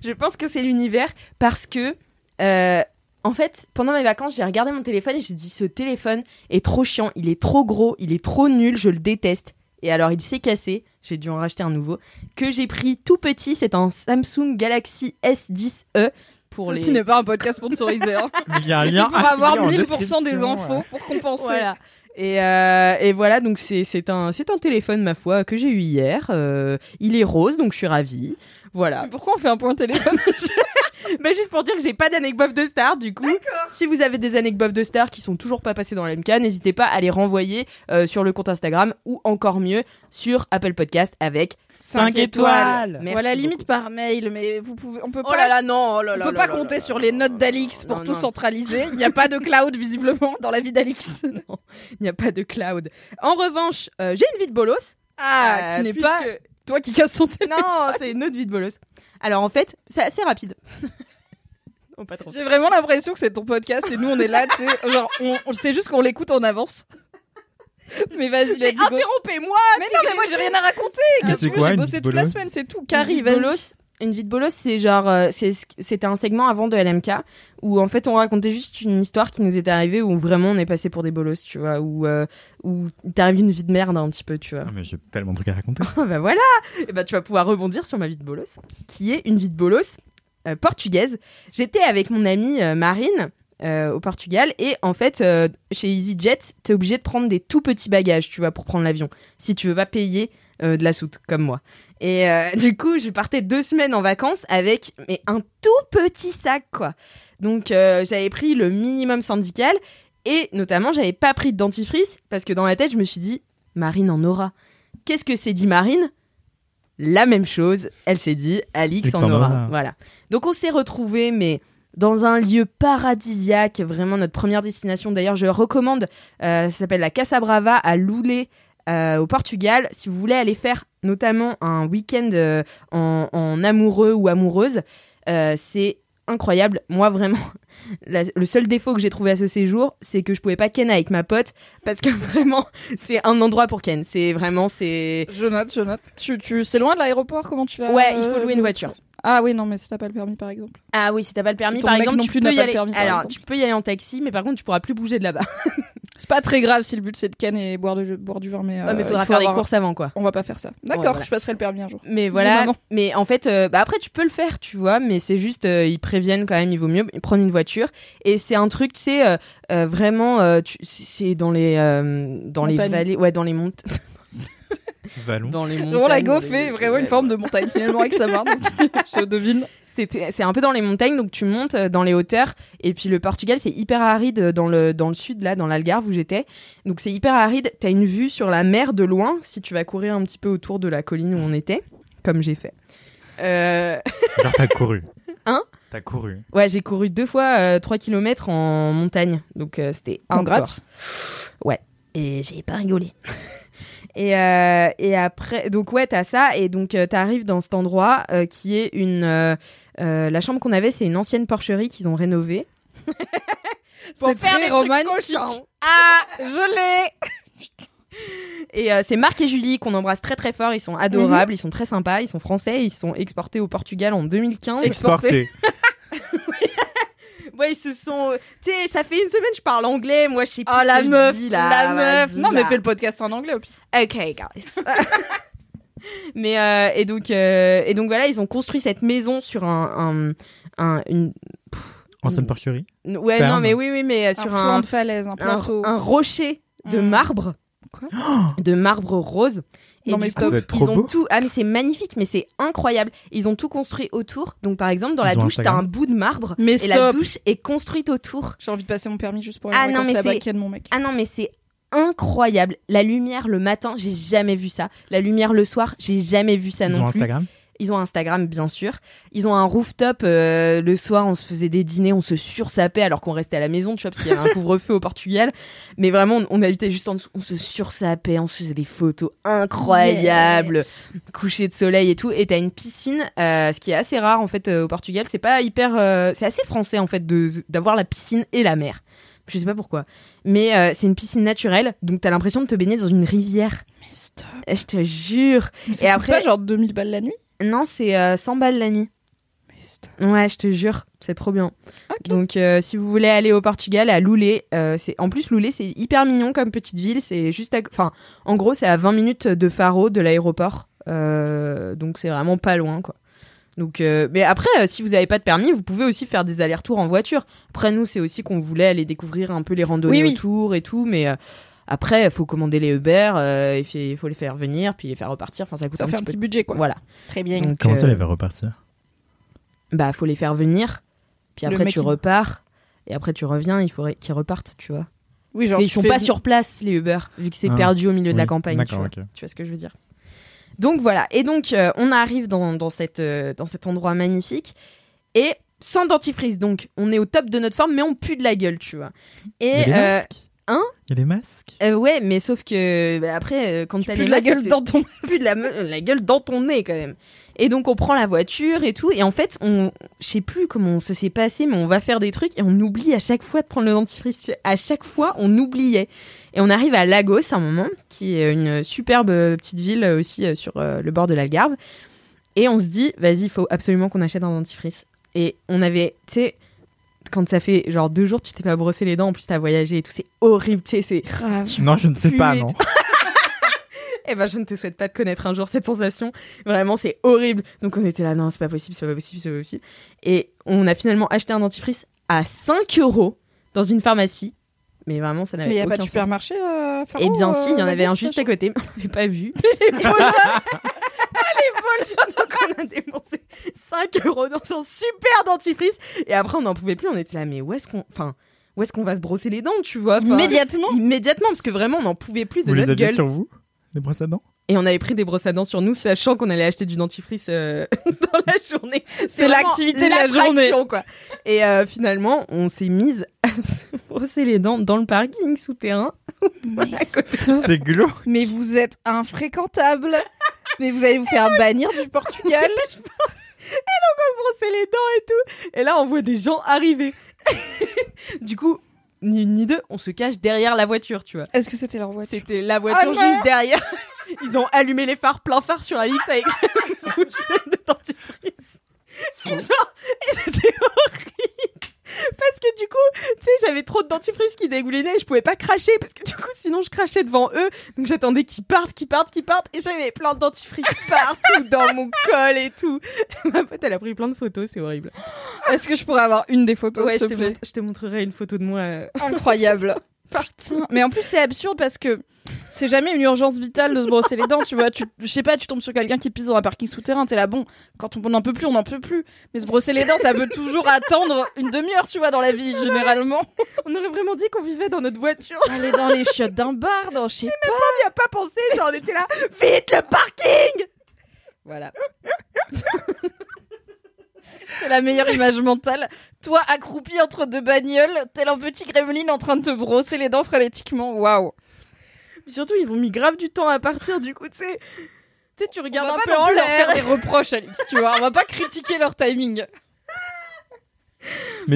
Speaker 2: Je pense que c'est l'univers parce que, euh, en fait, pendant mes vacances, j'ai regardé mon téléphone et j'ai dit ce téléphone est trop chiant, il est trop gros, il est trop nul, je le déteste. Et alors il s'est cassé, j'ai dû en racheter un nouveau, que j'ai pris tout petit, c'est un Samsung Galaxy S10e pour
Speaker 3: Ceci
Speaker 2: les...
Speaker 3: n'est pas un podcast sponsorisé. Hein.
Speaker 4: Il y a un
Speaker 3: C'est
Speaker 4: lien
Speaker 3: pour avoir
Speaker 4: affilié en
Speaker 3: 1000% des
Speaker 4: description, euh.
Speaker 3: infos pour compenser.
Speaker 2: Voilà. Et, euh, et voilà, donc c'est c'est un, c'est un téléphone, ma foi, que j'ai eu hier. Euh, il est rose, donc je suis ravie. Voilà.
Speaker 3: Mais Pourquoi on fait un point téléphone
Speaker 2: Bah juste pour dire que j'ai pas d'anecdote de star du coup. Si vous avez des anecdotes de star qui sont toujours pas passées dans l'MK, n'hésitez pas à les renvoyer euh, sur le compte Instagram ou encore mieux sur Apple Podcast avec
Speaker 4: Cinq
Speaker 2: cinq étoiles.
Speaker 4: étoiles.
Speaker 2: Merci
Speaker 3: Voilà,
Speaker 2: beaucoup.
Speaker 3: limite par mail, mais vous pouvez, on peut
Speaker 2: Oh
Speaker 3: pas,
Speaker 2: là là non, oh là
Speaker 3: on
Speaker 2: là
Speaker 3: peut
Speaker 2: là
Speaker 3: pas
Speaker 2: là
Speaker 3: compter
Speaker 2: là
Speaker 3: sur
Speaker 2: là
Speaker 3: les
Speaker 2: là
Speaker 3: notes
Speaker 2: là
Speaker 3: d'Alix
Speaker 2: là
Speaker 3: pour
Speaker 2: là.
Speaker 3: tout
Speaker 2: Non, non.
Speaker 3: centraliser. Il n'y a pas de cloud visiblement dans la vie d'Alix.
Speaker 2: Il n'y a pas de cloud. En revanche, euh, j'ai une vie de bolos.
Speaker 3: Ah,
Speaker 2: Euh,
Speaker 3: qui n'est
Speaker 2: puisque-
Speaker 3: pas toi qui casse son téléphone.
Speaker 2: Non, c'est une autre vie de bolos. Alors en fait, c'est assez rapide. non, pas trop.
Speaker 3: J'ai vraiment l'impression que c'est ton podcast et nous on est là, tu sais, genre on, on- c'est juste qu'on l'écoute en avance. Mais vas-y,
Speaker 2: Mais
Speaker 3: let's go.
Speaker 2: interrompez-moi
Speaker 3: Mais non, mais moi j'ai rien à raconter.
Speaker 4: Mais
Speaker 3: Qu'est-ce
Speaker 4: c'est
Speaker 3: que tu veux,
Speaker 4: quoi,
Speaker 3: J'ai
Speaker 4: une
Speaker 3: bossé
Speaker 4: petite
Speaker 3: toute la
Speaker 4: bolosse
Speaker 3: semaine, c'est tout.
Speaker 2: Une
Speaker 3: Carrie,
Speaker 2: vie de
Speaker 3: vas-y.
Speaker 2: bolos- Une vie de bolos, c'est genre, euh, c'est ce- c'était un segment avant de LMK où en fait on racontait juste une histoire qui nous était arrivée où vraiment on est passé pour des bolos, tu vois, où euh, où t'arrives une vie de merde un petit peu, tu vois.
Speaker 4: Ah, mais j'ai tellement de trucs à raconter.
Speaker 2: Ah bah voilà, et bah tu vas pouvoir rebondir sur ma vie de bolos, qui est une vie de bolos euh, portugaise. J'étais avec mon amie euh, Marine. euh, au Portugal et en fait euh, chez EasyJet t'es obligé de prendre des tout petits bagages tu vois pour prendre l'avion si tu veux pas payer euh, de la soute comme moi et euh, du coup je partais deux semaines en vacances avec mais un tout petit sac quoi donc euh, j'avais pris le minimum syndical et notamment j'avais pas pris de dentifrice parce que dans la tête je me suis dit Marine en aura Qu'est-ce que s'est dit Marine La même chose, elle s'est dit Alix en
Speaker 4: Alexandra.
Speaker 2: aura. Voilà. Donc on s'est retrouvés, mais dans un lieu paradisiaque, vraiment notre première destination. D'ailleurs, je recommande, euh, ça s'appelle la Casa Brava à Loulé. euh, au Portugal, si vous voulez aller faire notamment un week-end euh, en, en amoureux ou amoureuse, euh, c'est incroyable. Moi, vraiment, la- le seul défaut que j'ai trouvé à ce séjour, c'est que je pouvais pas ken avec ma pote parce que vraiment, c'est un endroit pour ken. C'est vraiment, c'est.
Speaker 3: Je note, je note. Tu, tu, c'est loin de l'aéroport, comment tu vas
Speaker 2: Ouais,
Speaker 3: euh,
Speaker 2: il faut louer une voiture.
Speaker 3: Ah oui, non, mais si t'as pas le permis par exemple.
Speaker 2: Ah oui, si t'as pas le permis,
Speaker 3: ton
Speaker 2: par
Speaker 3: mec
Speaker 2: exemple,
Speaker 3: non
Speaker 2: tu
Speaker 3: plus
Speaker 2: peux
Speaker 3: n'a
Speaker 2: y
Speaker 3: pas le
Speaker 2: aller.
Speaker 3: permis, par
Speaker 2: Alors,
Speaker 3: exemple.
Speaker 2: tu peux y aller en taxi, mais par contre, tu pourras plus bouger de là-bas.
Speaker 3: C'est pas très grave si le but c'est de ken et boire, de, boire du vin, mais.
Speaker 2: Ouais, mais
Speaker 3: euh,
Speaker 2: faudra
Speaker 3: il faut
Speaker 2: faire les
Speaker 3: avoir-
Speaker 2: courses avant, quoi.
Speaker 3: On va pas faire ça. D'accord,
Speaker 2: voilà.
Speaker 3: je passerai le permis un jour.
Speaker 2: Mais voilà.
Speaker 3: maman.
Speaker 2: Mais en fait, euh, bah après, tu peux le faire, tu vois. Mais c'est juste, euh, ils préviennent quand même. Il vaut mieux prendre une voiture. Et c'est un truc, tu sais, euh, euh, vraiment, euh, tu- c'est dans les, euh, dans les
Speaker 3: Montagnes.
Speaker 2: vallées, ouais, dans les montes.
Speaker 4: Vallon.
Speaker 2: dans les montagnes.
Speaker 3: Laurent Lago
Speaker 2: dans les-
Speaker 3: fait vraiment une forme de montagne finalement avec sa main, donc je devine.
Speaker 2: C'était- C'est un peu dans les montagnes, donc tu montes euh, dans les hauteurs. Et puis le Portugal, c'est hyper aride euh, dans le, dans le sud, là, dans l'Algarve où j'étais. Donc c'est hyper aride. T'as une vue sur la mer de loin si tu vas courir un petit peu autour de la colline où on était, comme j'ai fait. Euh,
Speaker 4: Genre, t'as couru.
Speaker 2: Hein
Speaker 4: T'as couru.
Speaker 2: ouais, j'ai couru deux fois 3 km en montagne. Donc euh, c'était
Speaker 3: En
Speaker 2: hardcore.
Speaker 3: gratte.
Speaker 2: et j'ai pas rigolé. et, euh, et après, donc ouais, t'as ça, et donc euh, t'arrives dans cet endroit euh, qui est une. euh, euh, la chambre qu'on avait, c'est une ancienne porcherie qu'ils ont rénovée.
Speaker 3: C'est très romantique.
Speaker 2: Ah
Speaker 3: Je l'ai
Speaker 2: Et euh, c'est Marc et Julie qu'on embrasse très très fort, ils sont adorables, ils sont très sympas, ils sont français, ils se sont exportés au Portugal en 2015.
Speaker 3: Exporté.
Speaker 4: Exporté.
Speaker 2: ouais, ils se sont. Tu sais, ça fait une semaine je parle anglais, moi je sais plus.
Speaker 3: Oh
Speaker 2: ce
Speaker 3: la
Speaker 2: que je
Speaker 3: meuf,
Speaker 2: dis,
Speaker 3: la
Speaker 2: là,
Speaker 3: meuf.
Speaker 2: vas-y,
Speaker 3: Non mais
Speaker 2: là.
Speaker 3: fais le podcast en anglais au pire.
Speaker 2: Ok, guys. Mais euh, et donc euh, et donc voilà, ils ont construit cette maison sur un, un, un- une
Speaker 4: Ancienne
Speaker 2: Mm.
Speaker 4: porcherie.
Speaker 2: une- ouais
Speaker 4: Ferme.
Speaker 2: non mais oui oui mais euh, sur un
Speaker 3: de falaise, un
Speaker 2: un, un rocher de
Speaker 3: Mm.
Speaker 2: marbre
Speaker 3: Quoi
Speaker 2: de marbre rose. Et
Speaker 3: Non,
Speaker 2: du
Speaker 3: mais
Speaker 2: coup,
Speaker 3: stop. Ça
Speaker 4: doit être
Speaker 2: ils
Speaker 4: trop
Speaker 2: ont
Speaker 4: beau.
Speaker 2: tout. Ah mais c'est magnifique, mais c'est incroyable. Ils ont tout construit autour. Donc par exemple dans la
Speaker 4: Ils ont
Speaker 2: douche, t'as
Speaker 4: Instagram.
Speaker 2: un bout de marbre
Speaker 3: Mais
Speaker 2: et la
Speaker 3: stop.
Speaker 2: douche est construite autour.
Speaker 3: J'ai envie de passer mon permis juste pour
Speaker 2: Ah
Speaker 3: aller
Speaker 2: non,
Speaker 3: ah,
Speaker 2: mais
Speaker 3: la
Speaker 2: c'est-
Speaker 3: baquette de mon mec.
Speaker 2: Ah non, mais c'est incroyable. La lumière le matin, j'ai jamais vu ça. La lumière le soir, j'ai jamais vu ça
Speaker 4: Ils
Speaker 2: non
Speaker 4: ont
Speaker 2: plus.
Speaker 4: Instagram.
Speaker 2: Ils ont Instagram, bien sûr. Ils ont un rooftop. euh, le soir, on se faisait des dîners, on se sursapait alors qu'on restait à la maison, tu vois, parce qu'il y avait un couvre-feu au Portugal. Mais vraiment, on, on habitait juste en dessous. On se sursapait, on se faisait des photos incroyables,
Speaker 3: Yes.
Speaker 2: coucher de soleil et tout. Et t'as une piscine, euh, ce qui est assez rare en fait euh, au Portugal. C'est pas hyper. euh, c'est assez français en fait de- d'avoir la piscine et la mer. Je sais pas pourquoi. Mais euh, c'est une piscine naturelle, donc t'as l'impression de te baigner dans une rivière.
Speaker 3: Mais stop.
Speaker 2: Eh, Je te jure.
Speaker 3: et
Speaker 2: après-
Speaker 3: après pas genre 2000 balles la nuit.
Speaker 2: Non, c'est euh, 100 balles la nuit.
Speaker 3: Mais stop.
Speaker 2: Ouais, je te jure, c'est trop bien.
Speaker 3: Ok.
Speaker 2: Donc, euh, si vous voulez aller au Portugal, à Loulé, euh, c'est en plus Loulé, c'est hyper mignon comme petite ville. C'est juste, à... enfin, en gros, c'est à 20 minutes de Faro, de l'aéroport. Euh, donc, c'est vraiment pas loin, quoi. Donc, euh, mais après, euh, si vous n'avez pas de permis, vous pouvez aussi faire des allers-retours en voiture. Après, nous, c'est aussi qu'on voulait aller découvrir un peu les randonnées
Speaker 3: Oui, oui.
Speaker 2: autour et tout, mais. euh, après, il faut commander les Uber, euh, il fait- il faut les faire venir, puis les faire repartir. Enfin, ça coûte
Speaker 3: Ça
Speaker 2: un petit
Speaker 3: fait un
Speaker 2: peu.
Speaker 3: petit budget quoi.
Speaker 2: Voilà.
Speaker 3: Très bien.
Speaker 2: Donc,
Speaker 4: Comment ça,
Speaker 2: euh,
Speaker 4: elle va repartir
Speaker 2: bah faut les faire venir puis
Speaker 3: Le
Speaker 2: après
Speaker 3: mec,
Speaker 2: tu
Speaker 3: il-
Speaker 2: repars et après tu reviens il faudrait qu'ils repartent tu vois
Speaker 3: Oui,
Speaker 2: parce
Speaker 3: genre
Speaker 2: qu'ils
Speaker 3: tu
Speaker 2: sont
Speaker 3: fais-
Speaker 2: pas sur place les Uber vu que c'est
Speaker 4: Ah,
Speaker 2: perdu au milieu de la
Speaker 4: oui,
Speaker 2: campagne tu
Speaker 4: d'accord,
Speaker 2: vois.
Speaker 4: ok.
Speaker 2: Tu vois ce que je veux dire donc voilà et donc euh, on arrive dans, dans cette euh, dans cet endroit magnifique et sans dentifrice donc on est au top de notre forme mais on pue de la gueule tu vois
Speaker 4: Il y a
Speaker 2: et
Speaker 4: des
Speaker 2: euh,
Speaker 4: masques
Speaker 2: hein
Speaker 4: Il y a des masques
Speaker 2: euh, ouais mais sauf que bah, après euh, quand t'as
Speaker 3: plus
Speaker 2: les
Speaker 3: de la
Speaker 2: masques,
Speaker 3: gueule
Speaker 2: c'est-
Speaker 3: dans ton
Speaker 2: plus de la, me- euh, la gueule dans ton nez quand même. Et donc on prend la voiture et tout. Et en fait, on, je sais plus comment ça s'est passé, mais on va faire des trucs et on oublie à chaque fois de prendre le dentifrice. À chaque fois, on oubliait. Et on arrive à Lagos à un moment, qui est une superbe petite ville euh, aussi euh, sur euh, le bord de l'Algarve. Et on se dit, vas-y, il faut absolument qu'on achète un dentifrice. Et on avait, tu sais, quand ça fait genre deux jours, tu t'es pas brossé les dents, en plus t'as voyagé et tout, c'est horrible, tu sais, c'est
Speaker 3: grave.
Speaker 4: Non, je ne sais pas,
Speaker 2: puer,
Speaker 4: non.
Speaker 2: eh ben, je ne te souhaite pas de connaître un jour cette sensation. Vraiment, c'est horrible. Donc, on était là, non, c'est pas possible, c'est pas possible, c'est pas possible. Et on a finalement acheté un dentifrice à 5 euros dans une pharmacie. Mais vraiment, ça n'avait
Speaker 3: Mais y a
Speaker 2: aucun
Speaker 3: pas de
Speaker 2: sens.
Speaker 3: supermarché euh, Faro,
Speaker 2: Eh bien, si, il y en
Speaker 3: euh,
Speaker 2: avait un
Speaker 3: là-bas,
Speaker 2: juste
Speaker 3: ça,
Speaker 2: à côté, mais on l'avait pas vu.
Speaker 3: Ah,
Speaker 2: Donc, on a dépensé 5 euros dans un super dentifrice. Et après, on n'en pouvait plus. On était là, mais où est-ce qu'on. Enfin, où est-ce qu'on va se brosser les dents, tu vois
Speaker 3: je-
Speaker 2: Enfin,
Speaker 3: Immédiatement.
Speaker 2: Immédiatement, parce que vraiment, on n'en pouvait plus de
Speaker 4: Vous les
Speaker 2: notre
Speaker 4: aviez
Speaker 2: gueule.
Speaker 4: sur vous Les brosses à dents
Speaker 2: Et on avait pris des brosses à dents sur nous, sachant qu'on allait acheter du dentifrice euh, dans la journée.
Speaker 3: C'est
Speaker 2: vraiment
Speaker 3: l'activité de la journée.
Speaker 2: l'attraction, quoi. Et euh, finalement, on s'est mise à se brosser les dents dans le parking souterrain.
Speaker 3: Mais
Speaker 2: à côté.
Speaker 3: stop.
Speaker 4: C'est glauque.
Speaker 3: Mais vous êtes infréquentable. Mais vous allez vous faire bannir du Portugal.
Speaker 2: brosser les dents et tout. Et là, on voit des gens arriver. du coup, ni une ni deux, on se cache derrière la voiture, tu vois.
Speaker 3: Est-ce que c'était leur voiture
Speaker 2: C'était la voiture
Speaker 3: Oh non
Speaker 2: juste derrière. Ils ont allumé les phares plein phare sur Alix avec la bouche de dentifrice. Et genre, et c'était horrible. Parce que du coup, tu sais, j'avais trop de dentifrice qui dégoulinait et je pouvais pas cracher parce que du coup, sinon je crachais devant eux. Donc j'attendais qu'ils partent, qu'ils partent, qu'ils partent et j'avais plein de dentifrice partout dans mon col et tout. Ma pote, elle a pris plein de photos, c'est horrible.
Speaker 3: Est-ce que je pourrais avoir une des photos
Speaker 2: Ouais, je
Speaker 3: s'il
Speaker 2: te,
Speaker 3: te plaît
Speaker 2: montre- je te montrerai une photo de moi. euh,
Speaker 3: Incroyable. Putain. Mais en plus, c'est absurde parce que c'est jamais une urgence vitale de se brosser les dents, tu vois. Tu, je sais pas, tu tombes sur quelqu'un qui pisse dans un parking souterrain, t'es là, bon, quand on n'en peut plus, on n'en peut plus. Mais se brosser les dents, ça peut toujours attendre une demi-heure, tu vois, dans la vie, généralement.
Speaker 2: On aurait vraiment dit qu'on vivait dans notre voiture.
Speaker 3: Aller dans les chiottes d'un bar, dans je sais pas.
Speaker 2: On n'y a pas pensé. Genre, on était là. Vite, le parking Voilà.
Speaker 3: C'est la meilleure image mentale. Toi, accroupi entre deux bagnoles, tel un petit gremlin en train de te brosser les dents frénétiquement. Waouh.
Speaker 2: Puis surtout, ils ont mis grave du temps à partir. Du coup, tu sais, tu sais, tu
Speaker 3: On
Speaker 2: regardes
Speaker 3: va
Speaker 2: un
Speaker 3: pas
Speaker 2: peu
Speaker 3: non
Speaker 2: en
Speaker 3: plus leur
Speaker 2: l'air.
Speaker 3: faire des reproches, Alix, tu vois. On va pas critiquer leur timing.
Speaker 4: Mais,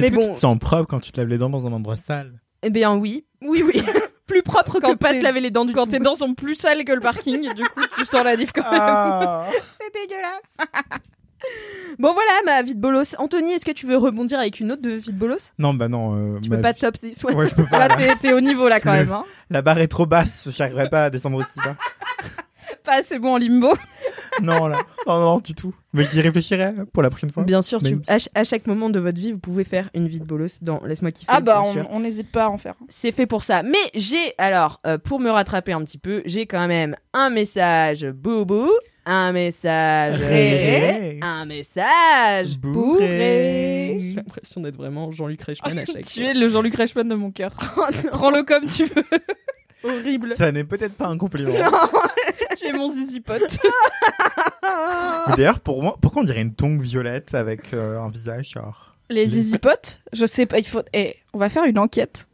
Speaker 2: Mais
Speaker 4: est-ce que
Speaker 2: bon.
Speaker 4: tu te sens propre quand tu te laves les dents dans un endroit sale.
Speaker 2: Eh bien, oui. Oui, oui. Plus propre
Speaker 3: Quand
Speaker 2: que pas
Speaker 3: t'es-
Speaker 2: se laver les dents du
Speaker 3: Quand
Speaker 2: tout.
Speaker 3: tes dents sont plus sales que le parking, du coup, tu sens la diff quand même.
Speaker 2: C'est dégueulasse. bon, voilà ma vie de bolos. Anthony, est-ce que tu veux rebondir avec une autre de vie de bolos
Speaker 4: non, bah non. euh,
Speaker 2: Tu
Speaker 4: ma
Speaker 2: peux pas
Speaker 4: vie-
Speaker 2: top this one.
Speaker 4: Ouais, je peux pas.
Speaker 3: Là, t'es- t'es au niveau, là, quand
Speaker 4: Le-
Speaker 3: même. Hein.
Speaker 4: La barre est trop basse, j'arriverai pas à descendre aussi bas.
Speaker 3: Pas assez bon en limbo.
Speaker 4: Non, là. Non, non, du tout. Mais j'y réfléchirai pour la prochaine fois.
Speaker 2: Bien sûr, tu-
Speaker 4: Mais-
Speaker 2: à, ch- à chaque moment de votre vie, vous pouvez faire une vie de bolos dans Laisse-moi kiffer.
Speaker 3: Ah bah,
Speaker 2: bien
Speaker 3: on
Speaker 2: sûr.
Speaker 3: on n'hésite pas à en faire.
Speaker 2: C'est fait pour ça. Mais j'ai, alors, euh, pour me rattraper un petit peu, j'ai quand même un message boubou, un message réré,
Speaker 4: Ré-
Speaker 2: un message
Speaker 4: Bourré.
Speaker 2: bourré. Oh, J'ai l'impression d'être vraiment Jean-Luc Reichmann à chaque
Speaker 3: Tu es le Jean-Luc Reichmann de mon cœur. Prends-le comme tu veux.
Speaker 2: Horrible.
Speaker 4: Ça n'est peut-être pas un compliment.
Speaker 3: tu es mon zizi pote.
Speaker 4: Mais D'ailleurs, pour moi, pourquoi on dirait une tongue violette avec euh, un visage genre
Speaker 3: Les zizi potes, je sais pas, il faut. Eh, on va faire une enquête.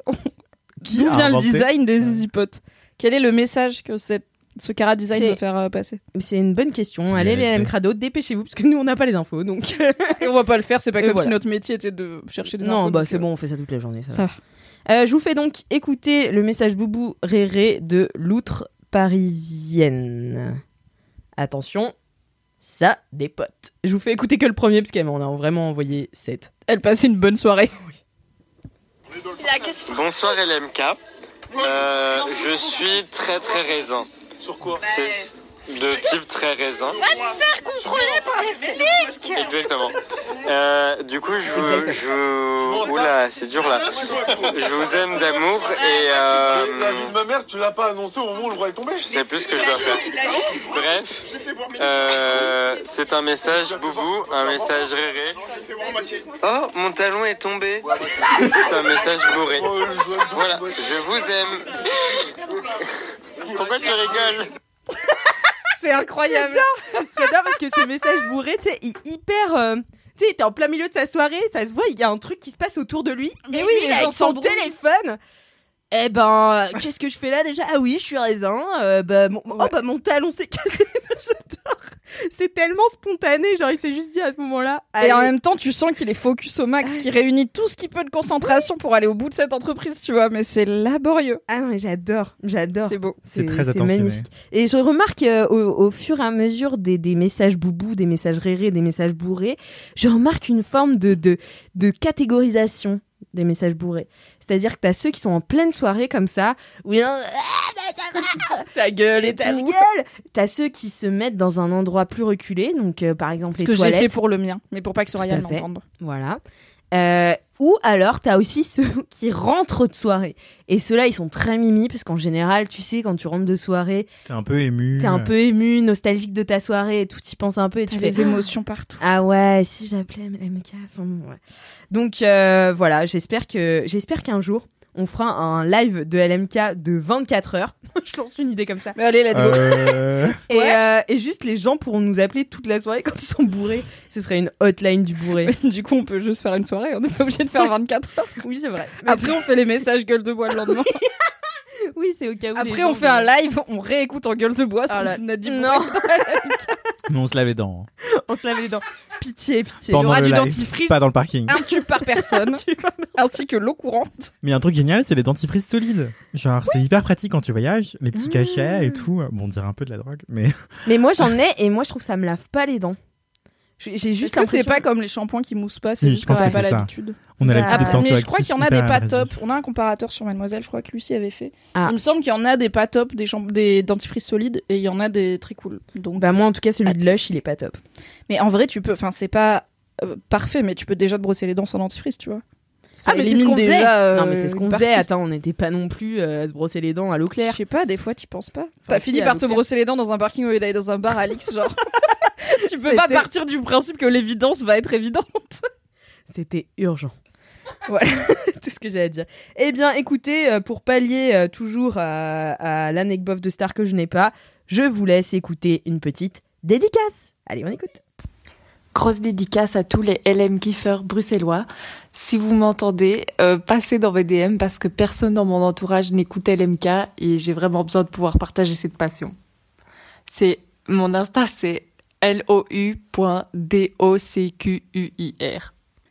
Speaker 3: D'où
Speaker 4: a
Speaker 3: vient le
Speaker 4: inventé
Speaker 3: design des zizi potes Quel est le message que cette- ce cara design
Speaker 2: C'est-
Speaker 3: veut faire euh, passer
Speaker 2: C'est une bonne question.
Speaker 4: C'est
Speaker 2: Allez,
Speaker 4: le
Speaker 2: les
Speaker 4: LSD.
Speaker 2: LM Crado, dépêchez-vous, parce que nous, on n'a pas les infos. Donc,
Speaker 3: Et on va pas le faire, c'est pas
Speaker 2: Et
Speaker 3: comme si
Speaker 2: voilà.
Speaker 3: notre métier était de chercher des infos.
Speaker 2: non, bah
Speaker 3: donc,
Speaker 2: c'est
Speaker 3: euh,
Speaker 2: bon, on fait ça toute la journée. Ça va.
Speaker 3: Ça va.
Speaker 2: Euh, je vous fais donc écouter le message boubou réré de l'outre parisienne. Attention, ça des potes. Je vous fais écouter que le premier parce qu'elle m'en a vraiment envoyé 7.
Speaker 3: Elle passe une bonne soirée.
Speaker 5: Bonsoir LMK. Euh, je suis très très raisin. Sur quoi C'est de type très raisin. Exactement. Euh, du coup, je vous. Je... vous- Euh, Oula, c'est dur là. Je vous aime d'amour et. euh,
Speaker 6: La vie de ma mère, tu l'as pas annoncé au moment où le roi est tombé.
Speaker 5: je sais plus ce que je dois faire. Bref, euh, c'est un message boubou, un message réré. Oh, mon talon est tombé. C'est un message bourré.
Speaker 6: Euh, je-
Speaker 5: Voilà, je vous aime. Pourquoi tu rigoles
Speaker 3: C'est incroyable.
Speaker 2: J'adore parce que ce message bourré, tu sais, il est hyper. euh, Tu sais, il était en plein milieu de sa soirée, ça se voit, il y a un truc qui se passe autour de lui.
Speaker 3: Mais
Speaker 2: et
Speaker 3: oui,
Speaker 2: oui,
Speaker 3: les
Speaker 2: il
Speaker 3: gens
Speaker 2: avec son
Speaker 3: s'embrouillent.
Speaker 2: téléphone. Eh ben, euh, qu'est-ce que je fais là déjà Ah oui, je suis raisin. euh, bah, mon... Oh bah mon talon s'est cassé. J'adore. C'est tellement spontané, genre il s'est juste dit à ce moment-là.
Speaker 3: Et en
Speaker 2: allez,
Speaker 3: même temps, tu sens qu'il est focus au max, qu'il réunit tout ce qu'il peut de concentration pour aller au bout de cette entreprise, tu vois. Mais c'est laborieux.
Speaker 2: Ah non, mais j'adore, j'adore.
Speaker 3: C'est beau.
Speaker 4: C'est très attentionné.
Speaker 2: magnifique. Et je remarque euh, au, au fur et à mesure des, des messages boubou, des messages rérés, des messages bourrés, je remarque une forme de, de, de catégorisation des messages bourrés. C'est-à-dire que t'as ceux qui sont en pleine soirée comme ça, euh, où ils
Speaker 3: Sa gueule
Speaker 2: et ta gueule. T'as ceux qui se mettent dans un endroit plus reculé, donc euh, par exemple
Speaker 3: Ce
Speaker 2: les
Speaker 3: que j'ai
Speaker 2: toilettes.
Speaker 3: fait pour le mien, mais pour pas que
Speaker 2: Tout à
Speaker 3: Soraya
Speaker 2: fait.
Speaker 3: l'entende.
Speaker 2: Voilà. Euh, ou alors, t'as aussi ceux qui rentrent de soirée. Et ceux-là, ils sont très mimi, parce qu'en général, tu sais, quand tu rentres de soirée,
Speaker 4: T'es un peu ému.
Speaker 2: t'es un peu ému, nostalgique de ta soirée, et tout, t'y penses un peu, et tu
Speaker 3: T'as
Speaker 2: fais...
Speaker 3: les émotions partout.
Speaker 2: Ah ouais, si j'appelais MK, enfin bon, ouais. Donc euh, voilà, j'espère que j'espère qu'un jour on fera un live de LMK de 24 heures. Je lance une idée comme ça.
Speaker 3: Mais allez, let's go.
Speaker 2: Ah
Speaker 4: Euh,
Speaker 2: Et, euh, et juste les gens pourront nous appeler toute la soirée quand ils sont bourrés. Ce serait une hotline du bourré.
Speaker 3: Du coup, on peut juste faire une soirée, on n'est pas obligé de faire 24 heures.
Speaker 2: oui, c'est vrai. Mais
Speaker 3: Après, on fait les messages gueule de bois le lendemain.
Speaker 2: c'est- oui, c'est au cas où les
Speaker 3: Après,
Speaker 2: gens
Speaker 3: on fait un
Speaker 2: vont-
Speaker 3: live, on réécoute en gueule de bois ce
Speaker 2: Ah
Speaker 3: qu'on
Speaker 2: là-
Speaker 3: s'en a dit.
Speaker 2: Non.
Speaker 3: pour la-
Speaker 4: mais on se lave les dents. hein.
Speaker 2: on se lave les dents. Pitié, pitié.
Speaker 4: Pendant
Speaker 3: aura
Speaker 4: le
Speaker 3: du
Speaker 4: live,
Speaker 3: dentifrice. Ah.
Speaker 4: Pas dans le parking.
Speaker 3: Un tube par personne,
Speaker 2: Tu vois,
Speaker 3: ainsi que l'eau courante.
Speaker 4: Mais un truc génial, c'est les dentifrices solides. Genre, c'est hyper pratique quand tu voyages, les petits cachets et tout. Bon, on dirait un peu de la drogue, mais
Speaker 2: Mais moi j'en ai et moi je trouve que ça me lave pas les dents. J'ai j'ai juste
Speaker 3: Juste que c'est
Speaker 2: l'impression
Speaker 3: pas comme les shampoings qui moussent pas, c'est
Speaker 4: Oui,
Speaker 3: juste
Speaker 4: je pense
Speaker 3: qu'on n'a
Speaker 4: que
Speaker 3: pas
Speaker 4: c'est ça.
Speaker 3: l'habitude.
Speaker 4: on a
Speaker 2: Bah,
Speaker 4: l'habitude des temps
Speaker 3: Ah, mais je crois qu'il y en a des pas top. On a un comparateur sur Mademoiselle, je crois que Lucie avait fait.
Speaker 2: Ah.
Speaker 3: Il me semble qu'il y en a des pas top, des, champ- des dentifrices solides, et il y en a des très cool. Donc,
Speaker 2: Bah moi en tout cas celui de Lush, il est pas top.
Speaker 3: Mais en vrai, tu peux. Enfin, c'est pas euh, parfait, mais tu peux déjà te brosser les dents sans dentifrice, tu vois.
Speaker 2: Ah,
Speaker 3: ça
Speaker 2: mais c'est ce
Speaker 3: élimine
Speaker 2: qu'on faisait.
Speaker 3: déjà. euh,
Speaker 2: non, mais c'est ce qu'on
Speaker 3: une
Speaker 2: faisait.
Speaker 3: partie.
Speaker 2: Attends, on n'était pas non plus euh, à se brosser les dents à l'eau
Speaker 3: Je
Speaker 2: claire.
Speaker 3: sais pas, des fois tu penses pas. T'as
Speaker 2: si,
Speaker 3: fini
Speaker 2: à
Speaker 3: par
Speaker 2: l'eau
Speaker 3: te
Speaker 2: claire.
Speaker 3: brosser les dents dans un parking au lieu d'aller dans un bar, Alix, genre. tu peux pas
Speaker 2: C'était-
Speaker 3: partir du principe que l'évidence va être évidente.
Speaker 2: C'était urgent.
Speaker 3: Voilà.
Speaker 2: tout ce que j'ai à dire. Eh bien, écoutez, euh, pour pallier euh, toujours à, à l'anecdote de star que je n'ai pas, je vous laisse écouter une petite dédicace. Allez, on écoute.
Speaker 7: Grosse dédicace à tous les LM kiffeurs bruxellois. Si vous m'entendez, euh, passez dans mes DM parce que personne dans mon entourage n'écoute LMK et j'ai vraiment besoin de pouvoir partager cette passion. C'est mon Insta, c'est lou.docqir.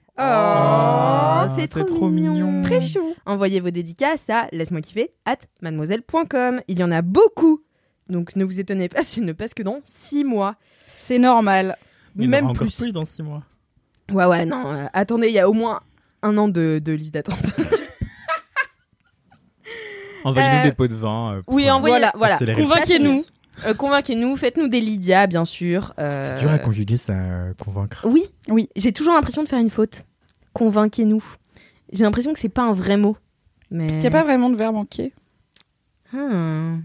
Speaker 2: Oh,
Speaker 4: Ah, c'est trop mignon.
Speaker 2: Très chou. Envoyez vos dédicaces à laisse-moi kiffer at mademoiselle.com. Il y en a beaucoup. Donc ne vous étonnez pas si elles ne passe que dans 6 mois.
Speaker 3: C'est normal.
Speaker 4: Mais il y en aura
Speaker 2: même
Speaker 4: encore
Speaker 2: plus.
Speaker 4: plus dans six mois.
Speaker 2: Ouais, ouais, non. euh, attendez, il y a au moins un an de, de liste d'attente.
Speaker 4: Envoyez-nous
Speaker 2: Euh,
Speaker 4: des pots de vin. euh, pour,
Speaker 2: Oui,
Speaker 4: euh,
Speaker 2: envoyez.
Speaker 3: Voilà.
Speaker 2: Voilà.
Speaker 4: accélérer le
Speaker 3: Convainquez-nous.
Speaker 4: processus.
Speaker 2: Euh, Convainquez-nous. Faites-nous des Lydia, bien sûr. euh,
Speaker 4: C'est dur à conjuguer, ça euh, convaincre.
Speaker 2: Oui, oui. J'ai toujours l'impression de faire une faute. Convainquez-nous. J'ai l'impression que c'est pas un vrai mot. Mais.
Speaker 3: Parce qu'il n'y a pas vraiment de verbe manqué.
Speaker 2: Hmm.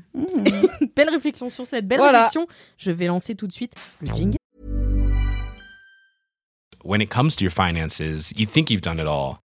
Speaker 2: Belle réflexion sur cette belle
Speaker 3: Voilà.
Speaker 2: réflexion. Je vais lancer tout de suite le jingle.
Speaker 8: When it comes to your finances, you think you've done it all.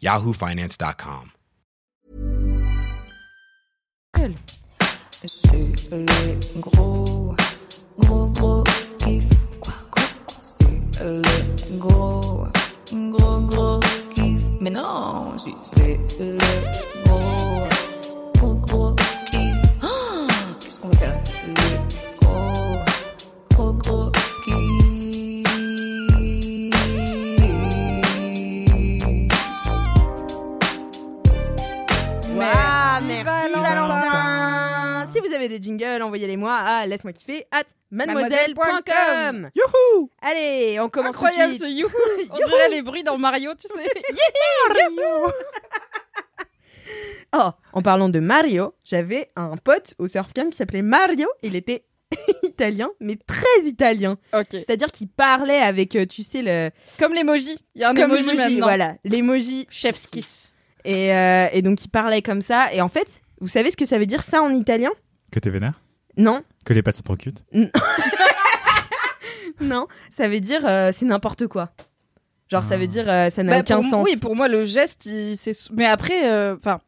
Speaker 8: yahoofinance.com.
Speaker 2: Waouh, merci Valentin. Si vous avez des jingles, envoyez-les moi à laisse-moi kiffer at mademoiselle.com.
Speaker 4: Youhou
Speaker 2: Allez, on commence tout de
Speaker 3: Incroyable
Speaker 2: suite.
Speaker 3: ce youhou On dirait les bruits dans Mario, tu sais.
Speaker 2: Oh, en parlant de Mario, j'avais un pote au surf camp qui s'appelait Mario. Il était italien, mais très italien.
Speaker 3: ok.
Speaker 2: C'est-à-dire qu'il parlait avec, euh, tu sais, le
Speaker 3: Comme l'emoji. Il y a un
Speaker 2: comme
Speaker 3: emoji,
Speaker 2: l'emoji,
Speaker 3: maintenant.
Speaker 2: voilà, l'emoji.
Speaker 3: Chef's kiss.
Speaker 2: Et, euh, et donc il parlait comme ça. Et en fait, vous savez ce que ça veut dire ça en italien
Speaker 4: Que t'es vénère
Speaker 2: Non,
Speaker 4: Que les pattes sont trop cutes
Speaker 2: non. Ça veut dire euh, c'est n'importe quoi. Genre ça
Speaker 4: Ah.
Speaker 2: veut dire euh, ça n'a
Speaker 3: Bah,
Speaker 2: aucun
Speaker 3: pour-
Speaker 2: sens.
Speaker 3: Oui, pour moi, le geste, il- c'est. Mais après, euh, enfin.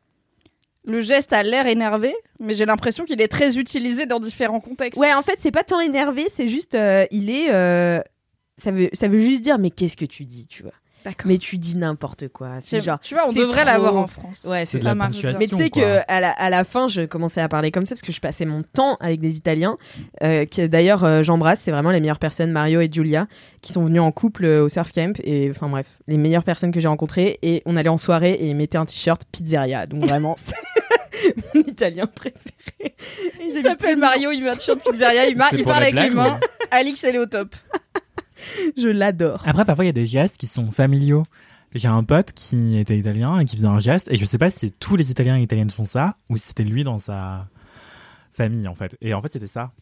Speaker 3: le geste a l'air énervé, mais j'ai l'impression qu'il est très utilisé dans différents contextes.
Speaker 2: Ouais, en fait, c'est pas tant énervé, c'est juste euh, il est. euh, ça veut ça veut juste dire mais qu'est-ce que tu dis, tu vois
Speaker 3: D'accord.
Speaker 2: Mais tu dis n'importe quoi. C'est genre.
Speaker 3: tu vois, on
Speaker 2: c'est
Speaker 3: devrait
Speaker 2: trop-
Speaker 3: l'avoir en France.
Speaker 2: Ouais,
Speaker 4: c'est de
Speaker 3: ça
Speaker 4: la
Speaker 3: marche bien.
Speaker 4: ponctuation.
Speaker 2: Mais tu sais
Speaker 4: quoi.
Speaker 2: que à la, à la fin, je commençais à parler comme ça parce que je passais mon temps avec des Italiens. euh, que d'ailleurs, euh, j'embrasse. C'est vraiment les meilleures personnes, Mario et Giulia, qui sont venus en couple euh, au surf camp. Et enfin bref, les meilleures personnes que j'ai rencontrées. Et on allait en soirée et ils mettaient un t-shirt pizzeria. Donc vraiment, c'est mon Italien préféré. Et
Speaker 3: Il
Speaker 2: j'ai-
Speaker 3: s'appelle Mario, il met un t-shirt pizzeria,
Speaker 2: Ah,
Speaker 3: il, mar-
Speaker 4: C'était
Speaker 3: il
Speaker 4: pour
Speaker 3: parle
Speaker 4: la
Speaker 3: avec les
Speaker 4: blague,
Speaker 3: mains.
Speaker 4: ou-
Speaker 3: Alix, elle est au top.
Speaker 2: je l'adore.
Speaker 4: Après, parfois, il y a des gestes qui sont familiaux. J'ai un pote qui était italien et qui faisait un geste, et je sais pas si tous les Italiens et Italiennes font ça, ou si c'était lui dans sa famille, en fait. Et en fait, c'était ça.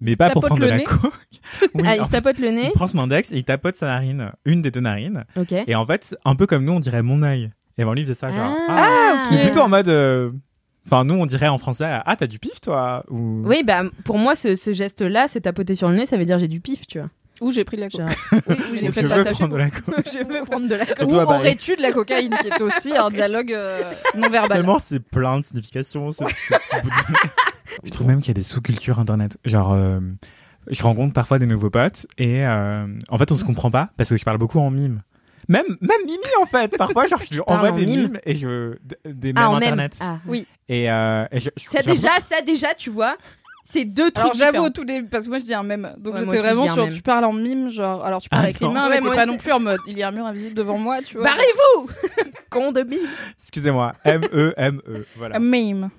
Speaker 4: Mais pas pour prendre
Speaker 3: tapote
Speaker 4: de
Speaker 3: le
Speaker 4: la
Speaker 3: nez
Speaker 4: coke. Oui,
Speaker 2: ah, il
Speaker 4: en
Speaker 2: se
Speaker 4: fait,
Speaker 2: tapote le
Speaker 4: il
Speaker 2: nez.
Speaker 4: prend son index et il tapote sa narine, une des deux narines.
Speaker 2: Ok.
Speaker 4: Et en fait, un peu comme nous, on dirait mon œil. Et ben lui, il faisait ça, genre. Ah,
Speaker 2: Ah,
Speaker 4: Mais plutôt en mode. euh, Enfin, nous, on dirait en français, ah, t'as du pif, toi ou...
Speaker 2: Oui, bah pour moi, ce, ce geste-là, se tapoter sur le nez, ça veut dire j'ai du pif, tu vois.
Speaker 3: Où j'ai pris de la
Speaker 2: Genre,
Speaker 3: cocaïne. Oui, où
Speaker 4: Ou
Speaker 3: j'ai fait
Speaker 4: je
Speaker 3: le
Speaker 4: veux
Speaker 3: passage.
Speaker 4: prendre de la bah, coke.
Speaker 2: je veux prendre de la
Speaker 4: Surtout à
Speaker 3: Où
Speaker 4: Paris.
Speaker 3: aurais-tu de la cocaïne, qui est aussi un dialogue euh, non verbal.
Speaker 4: Finalement, c'est plein de significations. ce- ce petit bout de- je trouve même qu'il y a des sous-cultures internet. Genre, euh, je rencontre parfois des nouveaux potes et euh, en fait, on se comprend pas parce que je parle beaucoup en mime. Même, même Mimi, en fait. Parfois, genre, je lui
Speaker 2: Parle
Speaker 4: envoie
Speaker 2: en
Speaker 4: des
Speaker 2: mime.
Speaker 4: mimes et je, d- des mèmes
Speaker 2: Ah, on aime.
Speaker 4: internet.
Speaker 2: Ah,
Speaker 3: Oui.
Speaker 4: Et, euh, et je- je-
Speaker 2: Ça
Speaker 4: j'avoue-
Speaker 2: déjà, ça déjà, tu vois. C'est deux trucs
Speaker 3: Alors j'avoue
Speaker 2: différents.
Speaker 3: au tout début, parce que moi je dis un mème, donc
Speaker 2: Ouais, moi
Speaker 3: j'étais
Speaker 2: aussi, je
Speaker 3: vraiment
Speaker 2: dis un
Speaker 3: sur
Speaker 2: mème.
Speaker 3: tu parles en mime, genre alors tu
Speaker 4: Ah,
Speaker 3: parles avec les
Speaker 4: non.
Speaker 3: mains,
Speaker 2: Ouais,
Speaker 3: mais
Speaker 2: moi
Speaker 3: t'es pas
Speaker 2: aussi.
Speaker 3: non plus en mode il y a un mur invisible devant moi, tu vois.
Speaker 2: Barrez-vous Con de bille.
Speaker 4: Excusez-moi. M-E-M-E. E, Voilà.
Speaker 3: Un mime.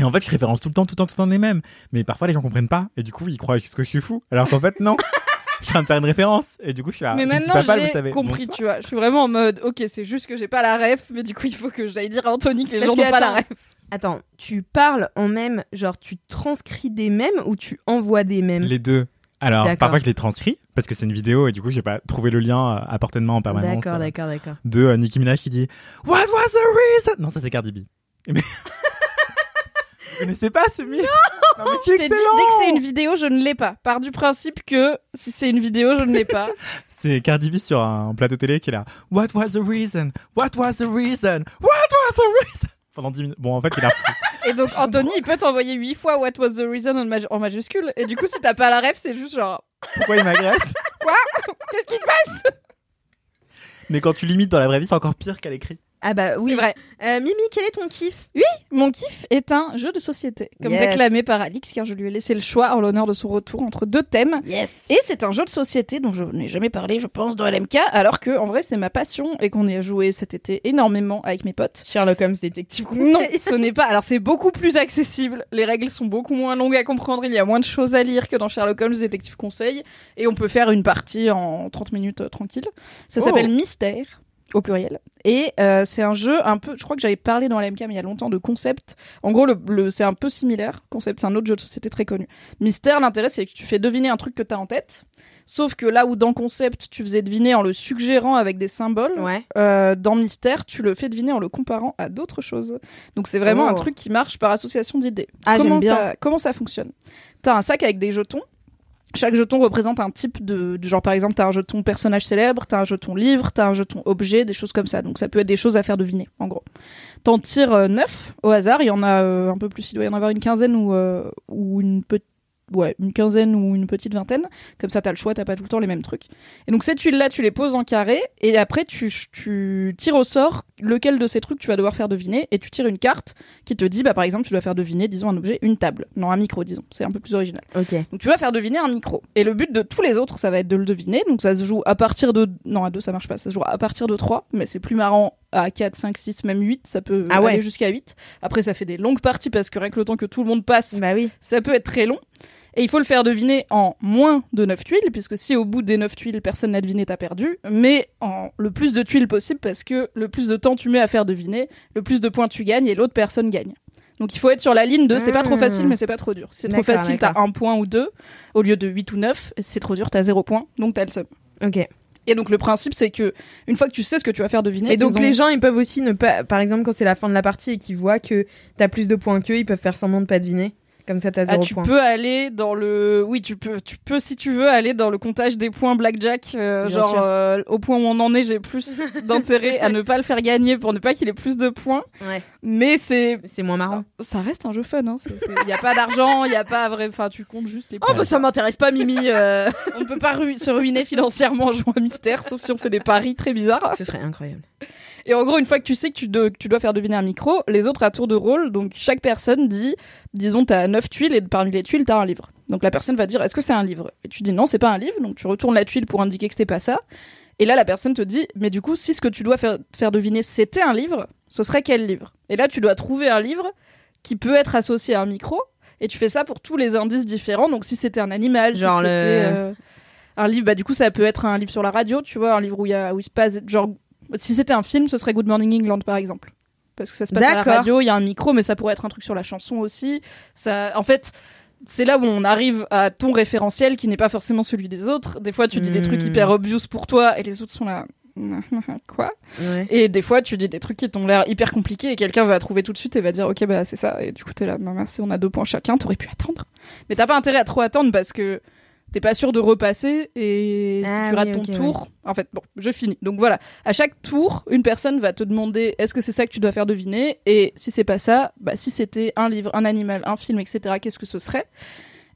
Speaker 4: Et en fait, je référence tout le temps, tout le temps, tout le temps les mêmes. Mais parfois, les gens comprennent pas. Et du coup, ils croient juste que je suis fou. Alors qu'en fait, non. je suis en train de faire une référence. Et du coup, je
Speaker 2: Ah,
Speaker 4: suis là.
Speaker 3: Mais
Speaker 4: je ne suis
Speaker 3: maintenant
Speaker 4: pas pâle, vous
Speaker 3: j'ai
Speaker 4: savez.
Speaker 3: compris,
Speaker 4: Bonsoir.
Speaker 3: tu vois. Je suis vraiment en mode ok, c'est juste que j'ai pas la ref, mais du coup il faut que j'aille dire à Anthony que les
Speaker 2: Parce
Speaker 3: gens
Speaker 2: que,
Speaker 3: n'ont pas la
Speaker 2: attends,
Speaker 3: ref.
Speaker 2: Attends, tu parles en mème, genre tu transcris des mèmes ou tu envoies des mèmes
Speaker 4: Les deux. Alors,
Speaker 2: D'accord.
Speaker 4: parfois, je les transcris parce que c'est une vidéo. Et du coup, j'ai pas trouvé le lien euh, à portée de main en permanence.
Speaker 2: D'accord,
Speaker 4: euh,
Speaker 2: d'accord, d'accord.
Speaker 4: De euh, Nicki Minaj qui dit What was the reason? Non, ça, c'est Cardi B. Mais. vous connaissez pas ce mythe? Non, mais c'est
Speaker 3: Je t'ai dit,
Speaker 4: excellent!
Speaker 3: dès que c'est une vidéo, je ne l'ai pas. Par du principe que si c'est une vidéo, je ne l'ai pas.
Speaker 4: C'est Cardi B sur un plateau télé qui est là. What was the reason? What was the reason? What was the reason? Pendant 10 minutes. Bon, en fait, il a fou.
Speaker 3: Et donc Anthony, il peut t'envoyer huit fois What was the reason en, maj- en majuscule. Et du coup, si t'as pas la ref, c'est juste genre
Speaker 4: Pourquoi il m'agresse?
Speaker 3: qu'est-ce qui te passe
Speaker 4: Mais quand tu limites dans la vraie vie, c'est encore pire qu'à l'écrit.
Speaker 2: Ah bah oui.
Speaker 3: C'est vrai.
Speaker 2: Euh, Mimi, quel est ton kiff
Speaker 3: Mon kiff est un jeu de société, comme
Speaker 2: Yes.
Speaker 3: réclamé par Alix, car je lui ai laissé le choix en l'honneur de son retour entre deux thèmes.
Speaker 2: Yes.
Speaker 3: Et c'est un jeu de société dont je n'ai jamais parlé, je pense, dans LMK, alors que en vrai c'est ma passion et qu'on y a joué cet été énormément avec mes potes.
Speaker 2: Sherlock Holmes, détective conseil.
Speaker 3: Non, ce n'est pas. Alors c'est beaucoup plus accessible. Les règles sont beaucoup moins longues à comprendre. Il y a moins de choses à lire que dans Sherlock Holmes Détective Conseil. Et on peut faire une partie en 30 minutes euh, tranquille. Ça
Speaker 2: Oh.
Speaker 3: s'appelle Mystère au pluriel. Et euh, c'est un jeu un peu. Je crois que j'avais parlé dans la MK mais il y a longtemps de concept. En gros, le, le- c'est un peu similaire. Concept, c'est un autre jeu de société très connu. Mystère, l'intérêt c'est que tu fais deviner un truc que t'as en tête. Sauf que là où dans concept tu faisais deviner en le suggérant avec des symboles,
Speaker 2: Ouais.
Speaker 3: euh, dans Mystère, tu le fais deviner en le comparant à d'autres choses. Donc c'est vraiment
Speaker 2: Oh.
Speaker 3: un truc qui marche par association d'idées.
Speaker 2: Ah, j'aime
Speaker 3: comment,
Speaker 2: bien.
Speaker 3: ça, comment ça fonctionne T'as un sac avec des jetons. Chaque jeton représente un type de, de- genre par exemple t'as un jeton personnage célèbre, t'as un jeton livre, t'as un jeton objet, des choses comme ça. Donc ça peut être des choses à faire deviner en gros. T'en tires euh, neuf au hasard, il y en a euh, un peu plus, il doit y en avoir une quinzaine ou euh, ou une petite ouais, une quinzaine ou une petite vingtaine. Comme ça, t'as le choix, t'as pas tout le temps les mêmes trucs. Et donc, ces tuiles-là, tu les poses en carré, et après, tu, tu tires au sort lequel de ces trucs tu vas devoir faire deviner, et tu tires une carte qui te dit, bah, par exemple, tu dois faire deviner, disons, un objet, une table. Non, un micro, disons. C'est un peu plus original.
Speaker 2: Ok.
Speaker 3: Donc, tu vas faire deviner un micro. Et le but de tous les autres, ça va être de le deviner. Donc, ça se joue à partir de. Non, à deux, ça marche pas. Ça se joue à partir de 3, mais c'est plus marrant à 4, 5, 6, même 8. Ça peut
Speaker 2: Ah ouais.
Speaker 3: aller jusqu'à 8. Après, ça fait des longues parties parce que rien que le temps que tout le monde passe,
Speaker 2: Bah oui.
Speaker 3: ça peut être très long. Et il faut le faire deviner en moins de 9 tuiles, puisque si au bout des 9 tuiles, personne n'a deviné, t'as perdu. Mais en le plus de tuiles possible, parce que le plus de temps tu mets à faire deviner, le plus de points tu gagnes et l'autre personne gagne. Donc il faut être sur la ligne de c'est pas trop
Speaker 2: Mmh.
Speaker 3: facile, mais c'est pas trop dur. Si c'est trop
Speaker 2: D'accord,
Speaker 3: facile, t'as
Speaker 2: d'accord.
Speaker 3: un point ou deux, au lieu de 8 ou 9. Si c'est trop dur, t'as 0 point, donc t'as le seum.
Speaker 2: Ok.
Speaker 3: Et donc le principe, c'est que une fois que tu sais ce que tu vas faire deviner,
Speaker 2: Et donc
Speaker 3: disons-
Speaker 2: les gens, ils peuvent aussi ne pas. Par exemple, quand c'est la fin de la partie et qu'ils voient que t'as plus de points qu'eux, ils peuvent faire semblant de pas deviner. Comme ça, t'as
Speaker 3: Ah,
Speaker 2: zéro
Speaker 3: tu
Speaker 2: point.
Speaker 3: peux aller dans le oui tu peux tu peux si tu veux aller dans le comptage des points blackjack euh,
Speaker 2: Bien
Speaker 3: genre
Speaker 2: sûr.
Speaker 3: euh, au point où on en est j'ai plus d'intérêt à ne pas le faire gagner pour ne pas qu'il ait plus de points
Speaker 2: Ouais.
Speaker 3: mais c'est
Speaker 2: C'est moins marrant.
Speaker 3: ça reste un jeu fun hein c'est- c'est- il y a pas d'argent il y a pas vrai enfin tu comptes juste les points
Speaker 2: Oh, bah ça m'intéresse pas, Mimi. euh.
Speaker 3: on ne peut pas ru- se ruiner financièrement en jouant à mystère sauf si on fait des paris très bizarres
Speaker 2: Ce serait incroyable.
Speaker 3: et en gros, une fois que tu sais que tu, de- que tu dois faire deviner un micro, les autres à tour de rôle, donc chaque personne dit, disons, t'as neuf tuiles et parmi les tuiles, t'as un livre. Donc la personne va dire, est-ce que c'est un livre Et tu dis non, c'est pas un livre, donc tu retournes la tuile pour indiquer que c'était pas ça. Et là, la personne te dit, mais du coup, si ce que tu dois faire, faire deviner c'était un livre, ce serait quel livre Et là, tu dois trouver un livre qui peut être associé à un micro, et tu fais ça pour tous les indices différents. Donc si c'était un animal,
Speaker 2: Genre
Speaker 3: si
Speaker 2: le-
Speaker 3: c'était euh, un livre, bah du coup, ça peut être un livre sur la radio, tu vois, un livre où il y a où il se passe genre si c'était un film, ce serait Good Morning England, par exemple. Parce que ça se passe à la
Speaker 2: D'accord.
Speaker 3: radio, il y a un micro, mais ça pourrait être un truc sur la chanson aussi. Ça, en fait, c'est là où on arrive à ton référentiel qui n'est pas forcément celui des autres. Des fois, tu dis des
Speaker 2: Hmm.
Speaker 3: trucs hyper obvious pour toi et les autres sont là. Quoi
Speaker 2: Ouais.
Speaker 3: Et des fois, tu dis des trucs qui t'ont l'air hyper compliqués et quelqu'un va trouver tout de suite et va dire Ok, bah c'est ça. Et du coup, t'es là, bah, merci, on a deux points chacun, t'aurais pu attendre. Mais t'as pas intérêt à trop attendre parce que t'es pas sûr de repasser et
Speaker 2: Ah
Speaker 3: si tu rates
Speaker 2: oui,
Speaker 3: ton
Speaker 2: ok,
Speaker 3: tour, en fait, bon, je finis. Donc voilà, à chaque tour, une personne va te demander est-ce que c'est ça que tu dois faire deviner et si c'est pas ça, bah si c'était un livre, un animal, un film, etc., qu'est-ce que ce serait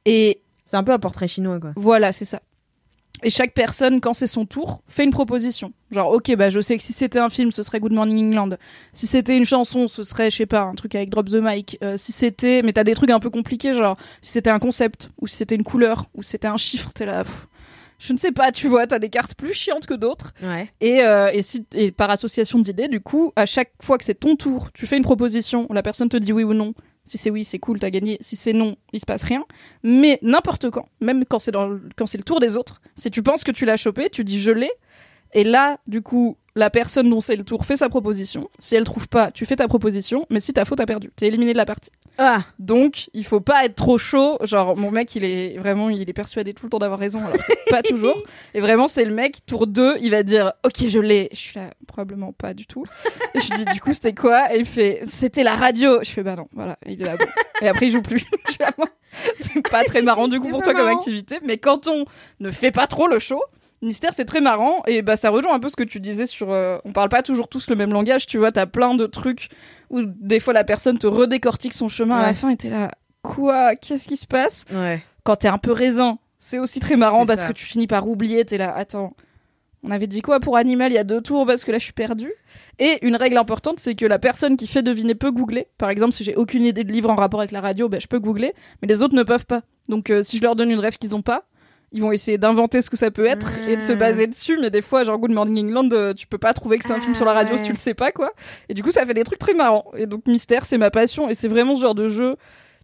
Speaker 3: Et
Speaker 2: C'est un peu un portrait chinois, quoi.
Speaker 3: voilà, c'est ça. Et chaque personne, quand c'est son tour, fait une proposition. Genre, ok, bah je sais que si c'était un film, ce serait Good Morning England. Si c'était une chanson, ce serait, je sais pas, un truc avec Drop the Mic. Euh, si c'était, mais t'as des trucs un peu compliqués, genre si c'était un concept, ou si c'était une couleur, ou si c'était un chiffre, t'es là. pff, je ne sais pas, tu vois, t'as des cartes plus chiantes que d'autres.
Speaker 2: Ouais.
Speaker 3: Et, euh, et, si, et par association d'idées, du coup, à chaque fois que c'est ton tour, tu fais une proposition, la personne te dit oui ou non. Si c'est oui, c'est cool, t'as gagné. Si c'est non, il se passe rien. Mais n'importe quand, même quand c'est dans le- quand c'est le tour des autres, si tu penses que tu l'as chopé, tu dis je l'ai. Et là, du coup, la personne dont c'est le tour fait sa proposition. Si elle trouve pas, tu fais ta proposition. Mais si t'as faux, t'as perdu. T'es éliminé de la partie.
Speaker 2: Ah,
Speaker 3: Donc, il faut pas être trop chaud. Genre, mon mec, il est vraiment, il est persuadé tout le temps d'avoir raison, alors que pas toujours. Et vraiment, c'est le mec, tour 2, il va dire Ok, je l'ai. Je suis là, probablement pas du tout. Et je lui dis Du coup, c'était quoi Et il fait C'était la radio. Je fais Bah non, voilà, il est là. bon. Et après, il joue plus. Je fais, Ah, moi, c'est pas très marrant du coup
Speaker 2: C'est
Speaker 3: pour
Speaker 2: pas
Speaker 3: toi comme
Speaker 2: marrant.
Speaker 3: activité. Mais quand on ne fait pas trop le show, Mystère, c'est très marrant et bah ça rejoint un peu ce que tu disais sur. euh, on parle pas toujours tous le même langage, tu vois. T'as plein de trucs où des fois la personne te redécortique son chemin à la
Speaker 2: Ouais.
Speaker 3: fin et t'es là. Quoi Qu'est-ce qui se passe
Speaker 2: ouais.
Speaker 3: Quand t'es un peu raisin, c'est aussi très marrant
Speaker 2: C'est
Speaker 3: parce
Speaker 2: ça.
Speaker 3: que tu finis par oublier. T'es là. Attends, on avait dit quoi pour animal il y a deux tours parce que là je suis perdue. Et une règle importante, c'est que la personne qui fait deviner peut googler. Par exemple, si j'ai aucune idée de livre en rapport avec la radio, bah, je peux googler, mais les autres ne peuvent pas. Donc euh, si je leur donne une rêve qu'ils ont pas, ils vont essayer d'inventer ce que ça peut être et de se
Speaker 2: Ah.
Speaker 3: baser dessus. Mais des fois, genre Good Morning England, euh, tu peux pas trouver que c'est un film sur la radio si tu le sais pas, quoi. Et du coup, ça fait des trucs très marrants. Et donc Mystère, c'est ma passion et c'est vraiment ce genre de jeu.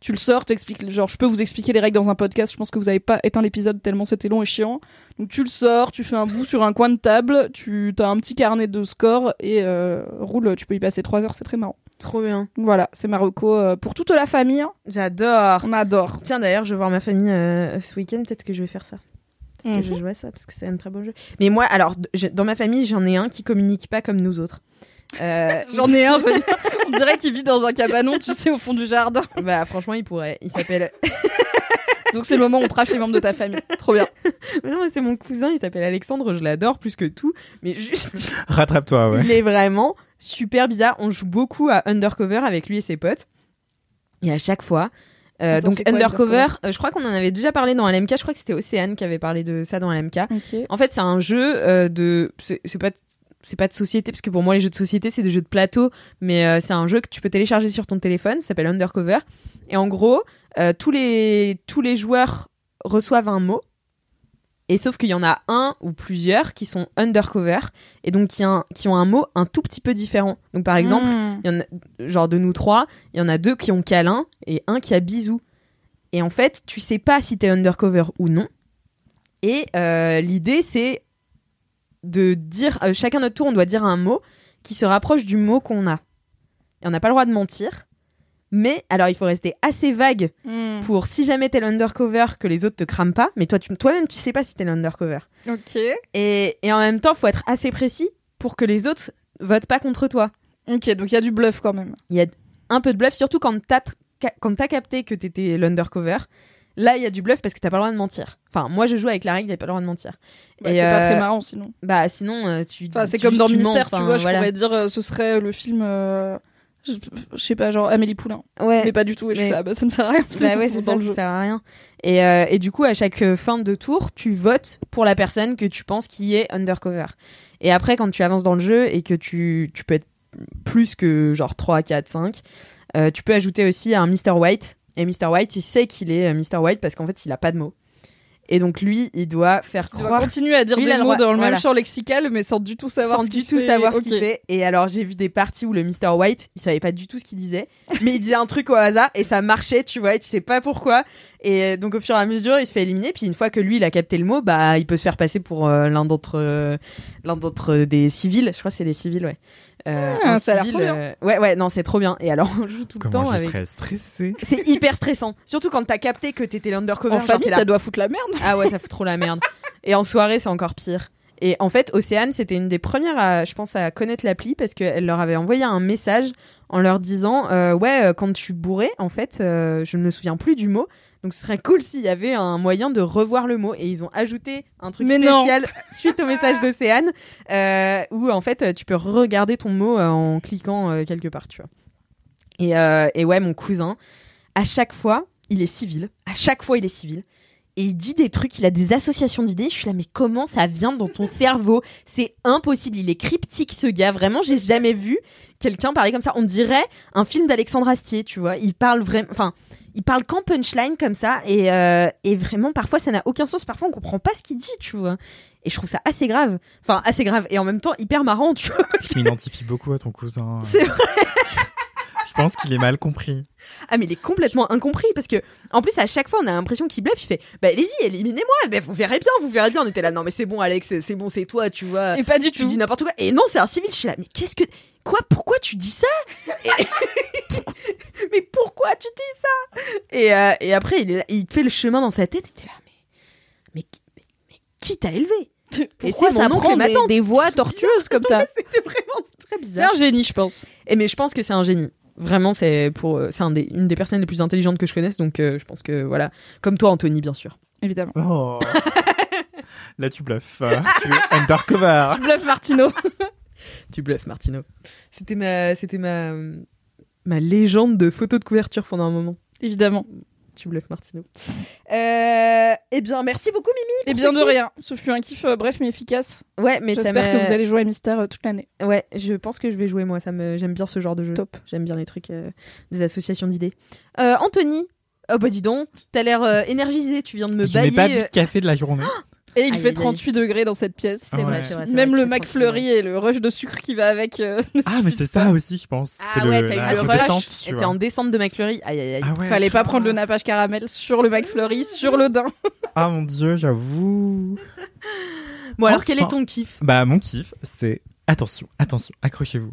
Speaker 3: Tu le sors, t'expliques, genre je peux vous expliquer les règles dans un podcast. Je pense que vous avez pas éteint l'épisode tellement c'était long et chiant. Donc tu le sors, tu fais un bout sur un coin de table, tu as un petit carnet de score et euh, roule, tu peux y passer 3 heures, c'est très marrant.
Speaker 2: Trop bien.
Speaker 3: Voilà, c'est Marocco euh, pour toute la famille,
Speaker 2: J'adore.
Speaker 3: on adore.
Speaker 2: Tiens, d'ailleurs, je vais voir ma famille euh, ce week-end. Peut-être que je vais faire ça. Peut-être
Speaker 3: Mm.
Speaker 2: que je
Speaker 3: Mhm.
Speaker 2: vais jouer à ça parce que c'est un très beau jeu. Mais moi, alors, d- je- dans ma famille, j'en ai un qui communique pas comme nous autres. Euh,
Speaker 3: J'en ai un, j'en ai- on dirait qu'il vit dans un cabanon, tu sais, au fond du jardin.
Speaker 2: Bah, franchement, il pourrait. Il s'appelle.
Speaker 3: Donc c'est le moment où on trash les membres de ta famille. Trop bien.
Speaker 2: Mais non, mais c'est mon cousin. Il s'appelle Alexandre. Je l'adore plus que tout. Mais juste,
Speaker 4: Rattrape-toi, ouais.
Speaker 2: il est vraiment super bizarre. On joue beaucoup à Undercover avec lui et ses potes. Et à chaque fois. euh,
Speaker 3: Attends,
Speaker 2: donc,
Speaker 3: c'est quoi
Speaker 2: Undercover,
Speaker 3: Undercover
Speaker 2: euh, je crois qu'on en avait déjà parlé dans LMK. Je crois que c'était Océane qui avait parlé de ça dans LMK.
Speaker 3: Ok.
Speaker 2: En fait, c'est un jeu euh, de. C'est c'est pas. C'est pas de société, parce que pour moi, les jeux de société, c'est des jeux de plateau, mais euh, c'est un jeu que tu peux télécharger sur ton téléphone, ça s'appelle Undercover. Et en gros, euh, tous, les, tous les joueurs reçoivent un mot, et sauf qu'il y en a un ou plusieurs qui sont undercover, et donc qui, un- qui ont un mot un tout petit peu différent. Donc par exemple, il y en a, genre de nous trois, il y en a deux qui ont câlin et un qui a bisou. Et en fait, tu sais pas si t'es undercover ou non. Et euh, l'idée, c'est de dire, euh, chacun notre tour, on doit dire un mot qui se rapproche du mot qu'on a. Et on n'a pas le droit de mentir. Mais alors, il faut rester assez vague
Speaker 3: Hmm.
Speaker 2: pour si jamais t'es l'undercover, que les autres te crament pas. Mais toi, tu- toi-même, tu sais pas si t'es l'undercover.
Speaker 3: Ok.
Speaker 2: Et, et en même temps, faut être assez précis pour que les autres votent pas contre toi
Speaker 3: Ok, donc il y a du bluff quand même.
Speaker 2: il y a un peu de bluff, surtout quand t'as tr- ca- quand t'as capté que t'étais l'undercover. Là, il y a du bluff parce que t'as pas le droit de mentir. Enfin, moi, je joue avec la règle, t'as pas le droit de mentir.
Speaker 3: Bah,
Speaker 2: Et,
Speaker 3: c'est pas
Speaker 2: euh,
Speaker 3: très marrant sinon.
Speaker 2: Bah, sinon, euh, tu.
Speaker 3: Enfin, c'est
Speaker 2: tu-
Speaker 3: comme dans
Speaker 2: tu mens,
Speaker 3: Mystère, tu
Speaker 2: enfin,
Speaker 3: vois, je
Speaker 2: voilà.
Speaker 3: pourrais dire euh, ce serait le film, euh, je, je sais pas, genre Amélie Poulain.
Speaker 2: Ouais.
Speaker 3: Mais pas du tout, et je
Speaker 2: Mais-
Speaker 3: fais, ah bah ça ne sert à rien.
Speaker 2: Bah ouais, c'est
Speaker 3: dans
Speaker 2: ça,
Speaker 3: le
Speaker 2: ça
Speaker 3: jeu.
Speaker 2: sert à rien. Et, euh, et du coup, à chaque euh, fin de tour, tu votes pour la personne que tu penses qui est undercover. Et après, quand tu avances dans le jeu et que tu, tu peux être plus que genre 3, 4, 5, euh, tu peux ajouter aussi un Mr. White. Et Mr. White, il sait qu'il est euh, Mr. White parce qu'en fait, il a pas de mots. Et donc, lui, il doit faire
Speaker 3: Il doit
Speaker 2: croire
Speaker 3: continuer à dire
Speaker 2: Lui, il
Speaker 3: des
Speaker 2: a le
Speaker 3: mots
Speaker 2: droit-
Speaker 3: dans le
Speaker 2: voilà.
Speaker 3: même champ lexical, mais sans du tout savoir
Speaker 2: sans
Speaker 3: ce
Speaker 2: du
Speaker 3: qu'il
Speaker 2: tout
Speaker 3: fait.
Speaker 2: savoir ce
Speaker 3: Ok.
Speaker 2: qu'il fait. Et alors, j'ai vu des parties où le Mr. White, il savait pas du tout ce qu'il disait, mais il disait un truc au hasard et ça marchait, tu vois, et tu sais pas pourquoi. Et euh, donc, au fur et à mesure, il se fait éliminer. Puis, une fois que lui, il a capté le mot, bah, il peut se faire passer pour euh, l'un d'entre euh, l'un d'entre euh, des civils. Je crois que c'est des civils, ouais. Euh,
Speaker 3: Ah,
Speaker 2: un
Speaker 3: ça a l'air trop bien.
Speaker 2: euh, Ouais, ouais, non, c'est trop bien. Et alors, on joue tout le temps
Speaker 4: Comment je
Speaker 2: avec.
Speaker 4: serais stressée.
Speaker 2: C'est hyper stressant. Surtout quand t'as capté que t'étais l'undercover.
Speaker 3: En
Speaker 2: genre,
Speaker 3: famille,
Speaker 2: t'es là,
Speaker 3: ça doit foutre la merde.
Speaker 2: ah ouais, ça fout trop la merde. Et en soirée, c'est encore pire. Et en fait, Océane, c'était une des premières, à, je pense, à connaître l'appli parce qu'elle leur avait envoyé un message en leur disant euh, Ouais, euh, quand tu bourrais, en fait, euh, je ne me souviens plus du mot. Donc ce serait cool s'il y avait un moyen de revoir le mot. Et ils ont ajouté un truc
Speaker 3: Mais non.
Speaker 2: spécial suite au message d'Océane euh, où, en fait, euh, tu peux regarder ton mot euh, en cliquant euh, quelque part, tu vois. Et, euh, et ouais, mon cousin, à chaque fois, il est civil. À chaque fois, il est civil. et il dit des trucs, il a des associations d'idées. Je suis là, mais comment ça vient dans ton cerveau C'est impossible. Il est cryptique, ce gars. Vraiment, j'ai jamais vu quelqu'un parler comme ça. On dirait un film d'Alexandre Astier, tu vois. Il parle vraiment. Enfin, il parle qu'en punchline comme ça. Et, euh, et vraiment, parfois, ça n'a aucun sens. Parfois, on comprend pas ce qu'il dit, tu vois. Et je trouve ça assez grave. Enfin, assez grave. Et en même temps, hyper marrant, tu vois.
Speaker 4: Je m'identifie beaucoup à ton cousin.
Speaker 2: C'est
Speaker 4: vrai. Je pense qu'il est mal compris.
Speaker 2: Ah mais il est complètement incompris parce que en plus à chaque fois on a l'impression qu'il bluffe, il fait bah allez-y éliminez-moi, bah, vous verrez bien, vous verrez bien. On était là non mais c'est bon Alex, c'est- c'est bon c'est toi tu vois.
Speaker 3: Et pas du
Speaker 2: tu
Speaker 3: tout.
Speaker 2: dis n'importe quoi et non c'est un civil. Je suis là mais qu'est-ce que quoi pourquoi tu dis ça Et- Mais pourquoi tu dis ça et, euh, et après il, est là- il fait le chemin dans sa tête. Et t'es là mais mais, qui- mais- mais qui t'a élevé Et
Speaker 3: Pourquoi
Speaker 2: c'est mon
Speaker 3: ça
Speaker 2: oncle
Speaker 3: prend
Speaker 2: et ma
Speaker 3: des-
Speaker 2: tante.
Speaker 3: des voix tortueuses comme ça
Speaker 2: C'était vraiment très
Speaker 3: C'est un génie, je pense.
Speaker 2: Et mais je pense que c'est un génie. Vraiment, c'est pour euh, c'est un des- une des personnes les plus intelligentes que je connaisse, donc euh, je pense que voilà, comme toi, Anthony, bien sûr.
Speaker 3: Évidemment.
Speaker 4: Oh. Là, tu bluffes. Euh, tu es undercover.
Speaker 3: Je bluffe Martino.
Speaker 2: Tu bluffes, Martino. C'était ma c'était ma ma légende de photo de couverture pendant un moment.
Speaker 3: Évidemment.
Speaker 2: Tu bluffes, Martino. Euh, eh bien, merci beaucoup, Mimi.
Speaker 3: Et bien de rien. Ce fut un kiff euh, bref mais efficace.
Speaker 2: Ouais, mais ça
Speaker 3: J'espère
Speaker 2: m'a-
Speaker 3: que vous allez jouer à Mystère euh, toute l'année.
Speaker 2: Ouais, je pense que je vais jouer moi. Ça me j'aime bien ce genre de jeu.
Speaker 3: Top.
Speaker 2: J'aime bien les trucs euh, des associations d'idées. Euh, Anthony. Oh bah dis donc, t'as l'air euh, énergisé. Tu viens de me
Speaker 4: Je n'ai
Speaker 2: bailler.
Speaker 4: pas bu
Speaker 2: euh,
Speaker 4: de café de la journée.
Speaker 3: Et il
Speaker 2: Aïe, aïe,
Speaker 3: fait
Speaker 2: aïe.
Speaker 3: 38 degrés dans cette pièce.
Speaker 4: Ah ouais.
Speaker 3: Même le
Speaker 2: Mac
Speaker 3: McFlurry et le rush de sucre qui va avec. euh, ne
Speaker 4: Ah, mais
Speaker 3: suffisent
Speaker 4: c'est
Speaker 3: pas.
Speaker 4: ça aussi, je pense.
Speaker 2: Ah
Speaker 4: c'est le,
Speaker 2: ouais, t'as eu
Speaker 4: la
Speaker 2: le rush,
Speaker 4: descente, tu
Speaker 2: Et
Speaker 4: vois.
Speaker 2: t'es en descente de McFlurry. Aïe aïe aïe.
Speaker 4: Ah ouais,
Speaker 3: Fallait pas prendre le
Speaker 4: grave.
Speaker 3: nappage caramel sur le McFlurry, sur le daim.
Speaker 4: Ah mon dieu, j'avoue.
Speaker 2: Bon alors
Speaker 4: Enfin.
Speaker 2: quel est ton kiff
Speaker 4: Bah, mon kiff, c'est. Attention, attention, accrochez-vous.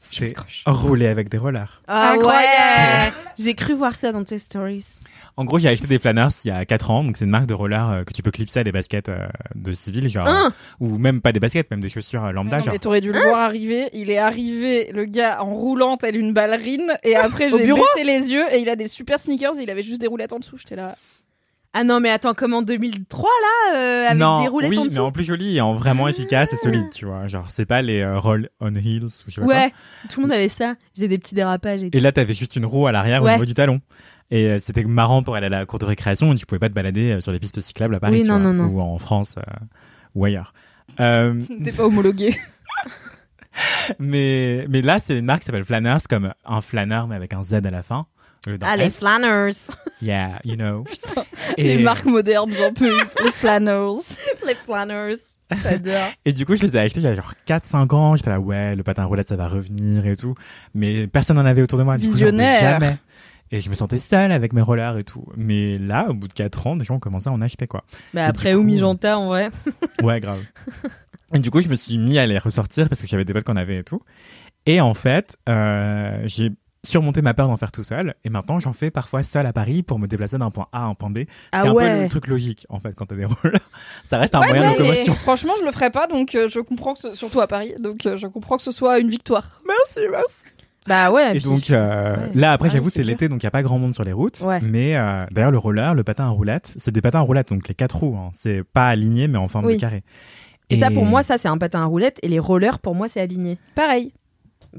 Speaker 4: C'est rouler avec des rollers.
Speaker 2: Ah
Speaker 3: Incroyable.
Speaker 2: ouais J'ai cru voir ça dans tes stories.
Speaker 4: En gros, j'ai acheté des Flanners il y a 4 ans. Donc, c'est une marque de rollers euh, que tu peux clipser à des baskets euh, de civil, genre.
Speaker 2: Hein
Speaker 4: ou même pas des baskets, même des chaussures euh, lambda,
Speaker 3: Non,
Speaker 4: genre.
Speaker 3: mais t'aurais dû le voir arriver. Il est arrivé, le gars, en roulant telle une ballerine. Et
Speaker 4: Ah,
Speaker 3: après,
Speaker 2: Au
Speaker 3: j'ai
Speaker 2: bureau
Speaker 3: baissé les yeux et il a des super sneakers. Et il avait juste des roulettes en dessous. J'étais là.
Speaker 2: Ah non mais attends comme en 2003 là euh, avec
Speaker 4: non,
Speaker 2: des roulettes
Speaker 4: oui,
Speaker 2: en
Speaker 4: mais
Speaker 2: dessous. Ah.
Speaker 4: en plus joli et en vraiment efficace et solide, tu vois. Genre, c'est pas les euh, roll on heels ou je sais pas quoi.
Speaker 2: Ouais, tout le monde avait ça. J'ai des petits dérapages et tout.
Speaker 4: Et là, t'avais juste une roue à l'arrière
Speaker 2: Ouais.
Speaker 4: au niveau du talon. Et euh, c'était marrant pour aller à la cour de récréation. Tu pouvais pas te balader euh, sur les pistes cyclables à Paris,
Speaker 2: Oui,
Speaker 4: tu
Speaker 2: non, non,
Speaker 4: vois,
Speaker 2: non.
Speaker 4: ou en France euh, ou ailleurs. Euh,
Speaker 3: T'es pas homologué.
Speaker 4: mais mais là, c'est une marque qui s'appelle Flanners, comme un flâneur mais avec un Z à la fin. au lieu d'un
Speaker 2: Ah les
Speaker 4: S.
Speaker 2: flanners
Speaker 4: Yeah, you know.
Speaker 3: Les marques modernes, j'en peux. plus. Les flannels.
Speaker 2: Les flanners Bah, J'adore.
Speaker 4: Et du coup, je les ai achetés il y a genre 4-5 ans. J'étais là, ouais, le patin roulette, ça va revenir et tout. Mais personne n'en avait autour de moi. Du coup, j'en faisais
Speaker 3: Visionnaire.
Speaker 4: jamais. Et je me sentais seule avec mes rollers et tout. Mais là, au bout de 4 ans, des gens ont commencé à en acheter, quoi.
Speaker 2: Mais
Speaker 4: Et
Speaker 2: après
Speaker 4: du coup-
Speaker 2: Oumi Janta en vrai.
Speaker 4: Ouais, grave. et du coup, je me suis mis à les ressortir parce que j'avais des potes qu'on avait et tout. Et en fait, euh, j'ai surmonté ma peur d'en faire tout seul. Et maintenant, j'en fais parfois seul à Paris pour me déplacer d'un point A à un point B. C'est
Speaker 2: Ah
Speaker 4: un peu
Speaker 2: ouais.
Speaker 4: le truc logique, en fait, quand t'as des rollers. Ça reste un
Speaker 3: Ouais,
Speaker 4: moyen
Speaker 3: ouais,
Speaker 4: de locomotion.
Speaker 3: Ah, mais Franchement, je le ferais pas. Donc, euh, je comprends que ce- surtout à Paris. Donc, euh, je comprends que ce soit une victoire.
Speaker 4: Merci, merci.
Speaker 2: Bah ouais.
Speaker 4: Et
Speaker 2: puis-
Speaker 4: donc euh,
Speaker 2: ouais.
Speaker 4: là après
Speaker 2: Ah oui,
Speaker 4: j'avoue
Speaker 2: c'est
Speaker 4: c'est
Speaker 2: clair.
Speaker 4: l'été donc il y a pas grand monde sur les routes
Speaker 2: Ouais.
Speaker 4: mais euh, d'ailleurs le roller le patin à roulettes c'est des patins à roulettes donc les quatre roues hein. c'est pas aligné mais en forme
Speaker 2: Oui.
Speaker 4: de carré
Speaker 2: Et ça pour moi ça c'est un patin à roulettes et les rollers pour moi c'est aligné.
Speaker 3: Pareil.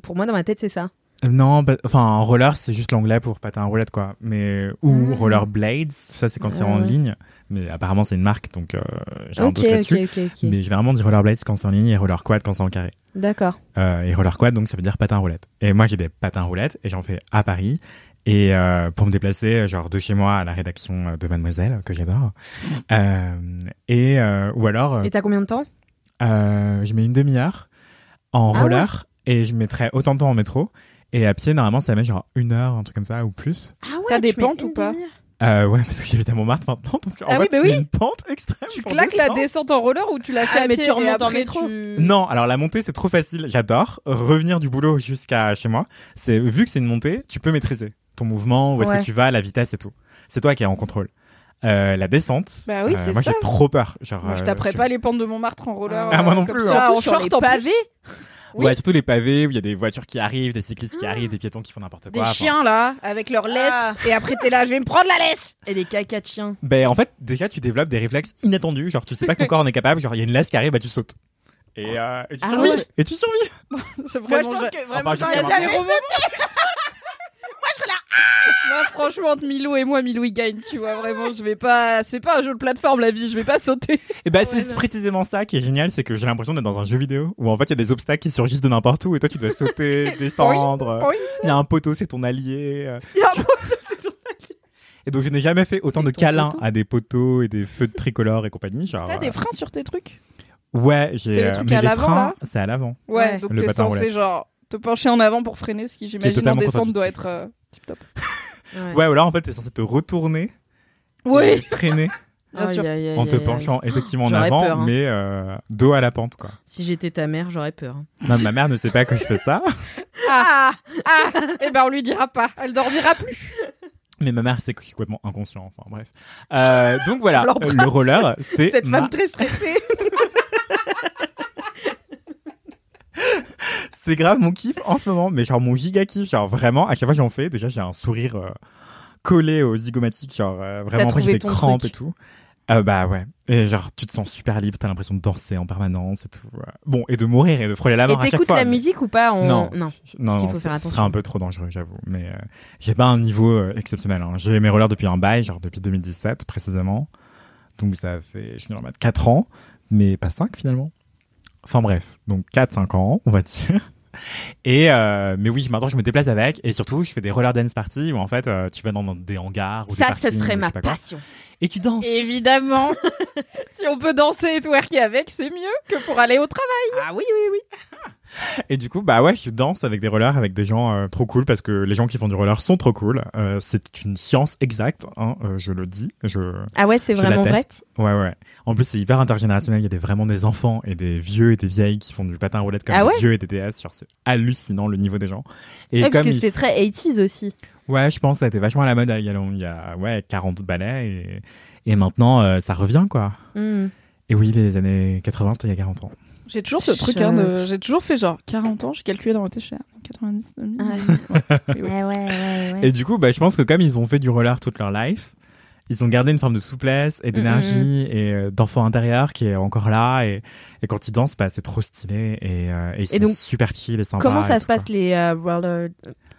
Speaker 2: Pour moi dans ma tête c'est ça.
Speaker 4: non bah, enfin un roller c'est juste l'anglais pour patin à roulettes quoi mais ou roller blades ça c'est quand c'est en
Speaker 2: Ah. Ouais.
Speaker 4: ligne mais apparemment c'est une marque donc euh, j'ai un
Speaker 2: Ok
Speaker 4: doute
Speaker 2: ok
Speaker 4: là-dessus
Speaker 2: ok ok.
Speaker 4: mais généralement dit roller blades quand c'est en ligne et roller quad quand c'est en carré
Speaker 2: D'accord.
Speaker 4: Euh, et roller quad, donc ça veut dire patin roulette. Et moi, j'ai des patins roulettes et j'en fais à Paris. Et euh, pour me déplacer, euh, genre de chez moi à la rédaction euh, de Mademoiselle, que j'adore. Euh, et euh, ou alors, euh,
Speaker 2: Et t'as combien de temps
Speaker 4: euh, je mets une demi-heure en
Speaker 2: Ah
Speaker 4: roller et je mettrais autant de temps en métro. Et à pied, normalement, ça met genre une heure, un truc comme ça, ou plus.
Speaker 2: Ah ouais.
Speaker 3: T'as des
Speaker 2: tu mets
Speaker 3: pentes
Speaker 2: une
Speaker 3: ou pas
Speaker 2: demi-heure.
Speaker 4: Euh, ouais, parce que j'habite à Montmartre maintenant, donc en
Speaker 3: Ah oui,
Speaker 4: fait,
Speaker 3: bah
Speaker 4: c'est
Speaker 3: oui.
Speaker 4: une pente extrême.
Speaker 3: Tu
Speaker 4: pour
Speaker 3: claques la
Speaker 4: descendre.
Speaker 3: descente en roller ou tu la fais
Speaker 2: Ah,
Speaker 3: à
Speaker 2: mais
Speaker 3: pied
Speaker 2: tu remontes
Speaker 3: et
Speaker 2: en
Speaker 3: après
Speaker 2: métro.
Speaker 3: tu-
Speaker 4: Non, alors la montée c'est trop facile, j'adore. Revenir du boulot jusqu'à chez moi, c'est vu que c'est une montée, tu peux maîtriser ton mouvement, où est-ce
Speaker 2: Ouais.
Speaker 4: que tu vas, la vitesse et tout. C'est toi qui es en contrôle. Euh, la descente,
Speaker 3: Bah oui,
Speaker 4: euh,
Speaker 3: c'est
Speaker 4: moi
Speaker 3: ça.
Speaker 4: j'ai trop peur. Genre,
Speaker 3: Moi, je
Speaker 4: euh,
Speaker 3: taperais
Speaker 4: tu-
Speaker 3: pas les pentes de Montmartre en roller.
Speaker 4: Ah, moi
Speaker 3: euh,
Speaker 4: non
Speaker 3: comme
Speaker 4: plus,
Speaker 3: ça,
Speaker 4: hein.
Speaker 2: Surtout
Speaker 3: en
Speaker 2: sur
Speaker 3: short,
Speaker 2: les
Speaker 3: en plus.
Speaker 2: pavés.
Speaker 4: Ouais, surtout les pavés où il y a des voitures qui arrivent, des cyclistes qui arrivent, des piétons qui font n'importe
Speaker 3: Ah. Des
Speaker 4: quoi. enfin.
Speaker 3: chiens là, avec leur laisse.
Speaker 2: Ah.
Speaker 3: Et après, t'es là, je vais me prendre la laisse.
Speaker 2: Et des caca de chiens.
Speaker 4: Ben en fait, déjà tu développes des réflexes inattendus, genre tu sais pas que ton corps en est capable, genre il y a une laisse qui arrive, bah tu sautes. Et, euh, et tu
Speaker 2: Ah
Speaker 4: survis.
Speaker 2: ouais.
Speaker 4: Et tu survis.
Speaker 3: C'est
Speaker 2: Moi, je
Speaker 3: vraiment.
Speaker 2: pense
Speaker 3: ja-
Speaker 2: que
Speaker 4: Enfin,
Speaker 2: vraiment,
Speaker 4: je
Speaker 2: j'aurais
Speaker 4: sais pas.
Speaker 2: jamais
Speaker 3: Zéro
Speaker 2: fait.
Speaker 3: moment.
Speaker 2: Moi, je serais là.
Speaker 3: Moi, franchement, entre Milou et moi, Milou, il gagne, tu vois, vraiment, je vais pas, c'est pas un jeu de plateforme, la vie, je vais pas sauter.
Speaker 4: Et ben c'est précisément ça qui est génial, c'est que j'ai l'impression d'être dans un jeu vidéo où en fait il y a des obstacles qui surgissent de n'importe où et toi tu dois sauter, descendre.
Speaker 3: oui.
Speaker 4: Il y a un poteau, c'est ton allié. euh,
Speaker 2: Il y a un poteau, c'est ton allié.
Speaker 4: Et donc je n'ai jamais fait autant
Speaker 2: C'est
Speaker 4: de
Speaker 2: ton
Speaker 4: câlins
Speaker 2: poteau.
Speaker 4: à des poteaux et des feux de tricolore et compagnie. Genre,
Speaker 3: T'as
Speaker 4: euh,
Speaker 3: des freins sur tes trucs?
Speaker 4: Ouais, j'ai.
Speaker 3: C'est le
Speaker 4: euh,
Speaker 3: truc
Speaker 4: mais
Speaker 3: à
Speaker 4: les
Speaker 3: l'avant,
Speaker 4: freins,
Speaker 3: là
Speaker 4: c'est à l'avant.
Speaker 3: Ouais, donc
Speaker 4: Le
Speaker 3: t'es
Speaker 4: patin en
Speaker 3: censé,
Speaker 4: roulette.
Speaker 3: genre, te pencher en avant pour freiner, ce qui, j'imagine, en
Speaker 4: totalement
Speaker 3: descente doit
Speaker 4: contre-intuitif.
Speaker 3: être euh, tip-top.
Speaker 4: Ouais, ou là en fait t'es censé te retourner, et
Speaker 3: Oui,
Speaker 4: freiner
Speaker 3: bien sûr.
Speaker 2: Aïe, aïe, aïe,
Speaker 4: en
Speaker 2: aïe,
Speaker 4: te
Speaker 2: aïe.
Speaker 4: penchant effectivement en
Speaker 2: J'aurais
Speaker 4: avant,
Speaker 2: peur, hein.
Speaker 4: mais euh, dos à la pente quoi.
Speaker 2: Si j'étais ta mère, j'aurais peur.
Speaker 4: Non, ma mère ne sait pas que je fais ça.
Speaker 3: Ah! Ah! Eh ben, on lui dira pas. Elle dormira plus.
Speaker 4: Mais ma mère sait que je suis complètement inconscient, enfin bref. Euh, donc voilà,
Speaker 2: Alors,
Speaker 4: euh, le roller, c'est
Speaker 2: Cette
Speaker 4: ma-
Speaker 2: femme très stressée.
Speaker 4: c'est grave mon kiff en ce moment, mais genre mon giga kiff, genre vraiment, à chaque fois que j'en fais, déjà j'ai un sourire euh, collé aux zygomatiques, genre euh, vraiment, après
Speaker 2: trouvé
Speaker 4: j'ai des
Speaker 2: ton
Speaker 4: crampes
Speaker 2: truc.
Speaker 4: et tout. Euh, bah ouais, et genre tu te sens super libre, t'as l'impression de danser en permanence et tout. ouais. Bon, et de mourir et de frôler la
Speaker 2: Et
Speaker 4: mort à chaque
Speaker 2: t'écoutes
Speaker 4: fois.
Speaker 2: la
Speaker 4: mais-
Speaker 2: musique ou pas on-
Speaker 4: Non,
Speaker 2: Euh, non.
Speaker 4: je- non,
Speaker 2: Parce qu'il faut faire
Speaker 4: non, ça- ce
Speaker 2: attention.
Speaker 4: serait un peu trop dangereux, j'avoue. Mais euh, j'ai pas un niveau euh, exceptionnel. hein. J'ai mes rollers depuis un bail, genre depuis 2017 précisément. Donc ça fait, je suis dans 4 ans, mais pas 5 finalement. Enfin bref, donc 4-5 ans, on va dire. Et euh, mais oui, maintenant je me déplace avec et surtout je fais des roller dance parties où en fait euh, tu vas dans des hangars ou
Speaker 2: Ça,
Speaker 4: des
Speaker 2: ce
Speaker 4: parkings,
Speaker 2: serait
Speaker 4: ou je
Speaker 2: ma
Speaker 4: sais pas quoi.
Speaker 2: passion.
Speaker 4: Et tu danses.
Speaker 3: Évidemment. si on peut danser et twerker avec, c'est mieux que pour aller au travail.
Speaker 2: Ah oui, oui, oui.
Speaker 4: Et du coup, bah ouais, je danse avec des rollers, avec des gens euh, trop cool, parce que les gens qui font du roller sont trop cool. Euh, c'est une science exacte, hein, euh, je le dis. Je,
Speaker 2: Ah ouais, c'est
Speaker 4: je
Speaker 2: vraiment vrai.
Speaker 4: l'atteste. Ouais, ouais. En plus, c'est hyper intergénérationnel. Il y a des, vraiment des enfants et des vieux et des vieilles qui font du patin à roulette comme
Speaker 2: Ah
Speaker 4: des
Speaker 2: ouais
Speaker 4: vieux et des DS. Genre, c'est hallucinant le niveau des gens. Et
Speaker 2: Ouais, parce
Speaker 4: comme
Speaker 2: que
Speaker 4: ils-
Speaker 2: c'était très 80s aussi.
Speaker 4: Ouais, je pense que ça a été vachement à la mode euh, il y a, long- il y a ouais, 40 ballets et, et maintenant, euh, ça revient, quoi.
Speaker 2: Hmm.
Speaker 4: Et oui, les années 80, c'était il y a 40 ans.
Speaker 3: J'ai toujours ce truc, hein, de- j'ai toujours fait genre 40 ans, j'ai calculé dans ma tête, je ah, suis là, 90, 2000.
Speaker 2: Ouais, ouais, ouais, ouais.
Speaker 4: Et du coup, bah, je pense que comme ils ont fait du roller toute leur life, ils ont gardé une forme de souplesse et
Speaker 2: Mm,
Speaker 4: d'énergie et euh, d'enfant intérieur qui est encore là. Et, et quand ils dansent, bah, c'est trop stylé et, euh, et ils
Speaker 2: Et
Speaker 4: sont
Speaker 2: donc,
Speaker 4: super chill et sympas.
Speaker 2: Comment ça
Speaker 4: et
Speaker 2: se
Speaker 4: bah, tout, quoi.
Speaker 2: passe les euh, roller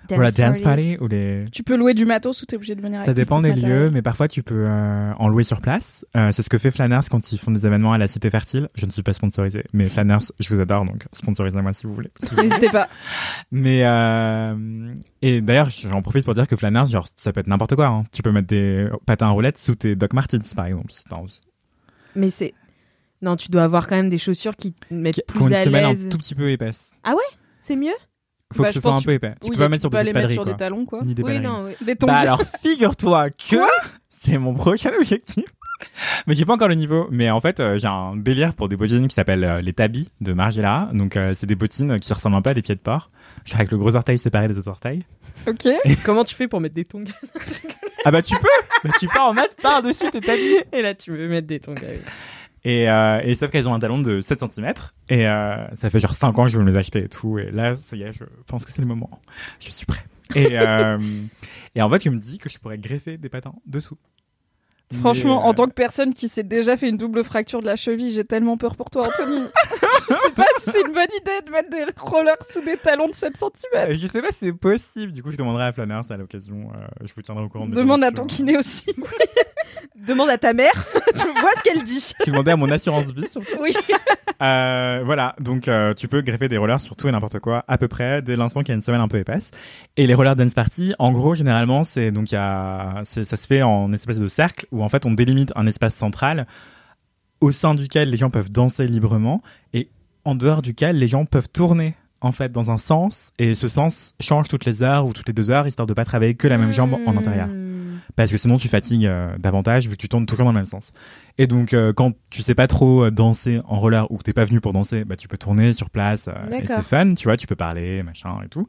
Speaker 2: dance,
Speaker 4: Roller dance
Speaker 2: parties
Speaker 4: party ou les...
Speaker 3: Tu peux louer du matos ou t'es obligé de venir avec
Speaker 4: Ça dépend des
Speaker 3: matériel.
Speaker 4: lieux, mais parfois tu peux euh, en louer sur place. Euh, c'est ce que fait Flanners quand ils font des événements à la Cité Fertile. Je ne suis pas sponsorisé, mais Flanners, je vous adore, donc sponsorisez-moi si vous voulez. Si vous
Speaker 3: N'hésitez pas.
Speaker 4: Mais euh, et d'ailleurs, j'en profite pour dire que Flanners, genre ça peut être n'importe quoi. hein. Tu peux mettre des patins à roulettes sous tes Doc Martens, par exemple, si t'as envie.
Speaker 2: Mais c'est. Non, tu dois avoir quand même des chaussures qui te
Speaker 4: Qui
Speaker 2: mettent
Speaker 4: qui ont
Speaker 2: plus
Speaker 4: une
Speaker 2: à
Speaker 4: semelle un
Speaker 2: l'aise.
Speaker 4: tout petit peu épaisse.
Speaker 2: C'est mieux
Speaker 4: Faut
Speaker 3: Bah,
Speaker 4: que ce
Speaker 3: je
Speaker 4: soit
Speaker 3: pense
Speaker 4: un
Speaker 3: que
Speaker 4: peu épais. Tu
Speaker 3: Oui,
Speaker 4: peux pas mettre sur des
Speaker 3: les mettre
Speaker 4: espadrilles,
Speaker 3: sur
Speaker 4: quoi.
Speaker 3: des talons, quoi.
Speaker 4: Ni des
Speaker 2: Oui,
Speaker 4: ballerines.
Speaker 2: non. oui.
Speaker 3: Des
Speaker 4: Bah
Speaker 3: tongs.
Speaker 4: alors, figure-toi que c'est mon prochain objectif. Mais j'ai pas encore le niveau. Mais en fait, euh, j'ai un délire pour des bottines qui s'appellent euh, les tabis de Margiela. Donc, euh, c'est des bottines qui ressemblent un peu à des pieds de porc. Genre avec le gros orteil séparé des autres orteils.
Speaker 3: Ok.
Speaker 2: Comment tu fais pour mettre des tongs
Speaker 4: Ah bah tu peux Bah, Tu peux en mettre par-dessus tes tabis
Speaker 2: Et là, tu veux mettre des tongs. ah oui.
Speaker 4: Et, euh, et sauf qu'elles ont un talon de 7 cm. Et euh, ça fait genre 5 ans que je veux me les acheter et tout. Et là, ça y est, je pense que c'est le moment. Je suis prêt. Et, euh, et en fait, je me dis que je pourrais greffer des patins dessous.
Speaker 3: Franchement,
Speaker 4: Mais, euh,
Speaker 3: en tant que personne qui s'est déjà fait une double fracture de la cheville, j'ai tellement peur pour toi, Anthony. je sais pas si c'est une bonne idée de mettre des rollers sous des talons de 7 cm.
Speaker 4: euh, Je sais pas si c'est possible. Du coup, je demanderai à Flanners à l'occasion. Euh, je vous tiendrai au courant. de mes
Speaker 3: Demande à
Speaker 4: aventures.
Speaker 3: ton kiné aussi.
Speaker 2: Demande à ta mère, tu vois ce qu'elle dit.
Speaker 4: Je vais demander à mon assurance vie surtout.
Speaker 3: oui.
Speaker 4: Euh, voilà, donc euh, tu peux greffer des rollers sur tout et n'importe quoi à peu près dès l'instant qu'il y a une semaine un peu épaisse. Et les rollers dance party, en gros, généralement, c'est donc il y a, c'est- ça se fait en espèce de cercle où en fait on délimite un espace central au sein duquel les gens peuvent danser librement et en dehors duquel les gens peuvent tourner en fait dans un sens et ce sens change toutes les heures ou toutes les deux heures histoire de pas travailler que la même jambe en intérieur parce que sinon tu fatigues euh, davantage vu que tu tournes toujours dans le même sens. Et donc euh, quand tu sais pas trop euh, danser en roller ou que t'es pas venu pour danser, bah tu peux tourner sur place euh, et
Speaker 2: D'accord.
Speaker 4: c'est fun, tu vois, tu peux parler, machin et tout.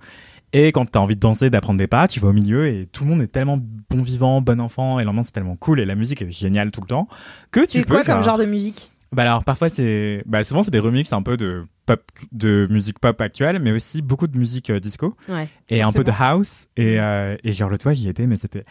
Speaker 4: Et quand t'as envie de danser, d'apprendre des pas, tu vas au milieu et tout le monde est tellement bon vivant, bon enfant et l'ambiance est tellement cool et la musique est géniale tout le temps que tu
Speaker 2: C'est
Speaker 4: peux
Speaker 2: quoi comme genre de musique
Speaker 4: bah alors parfois c'est bah souvent c'est des remixes un peu de pop de musique pop actuelle mais aussi beaucoup de musique euh, disco
Speaker 2: Ouais.
Speaker 4: et un peu de house et euh, et genre le toit j'y étais mais c'était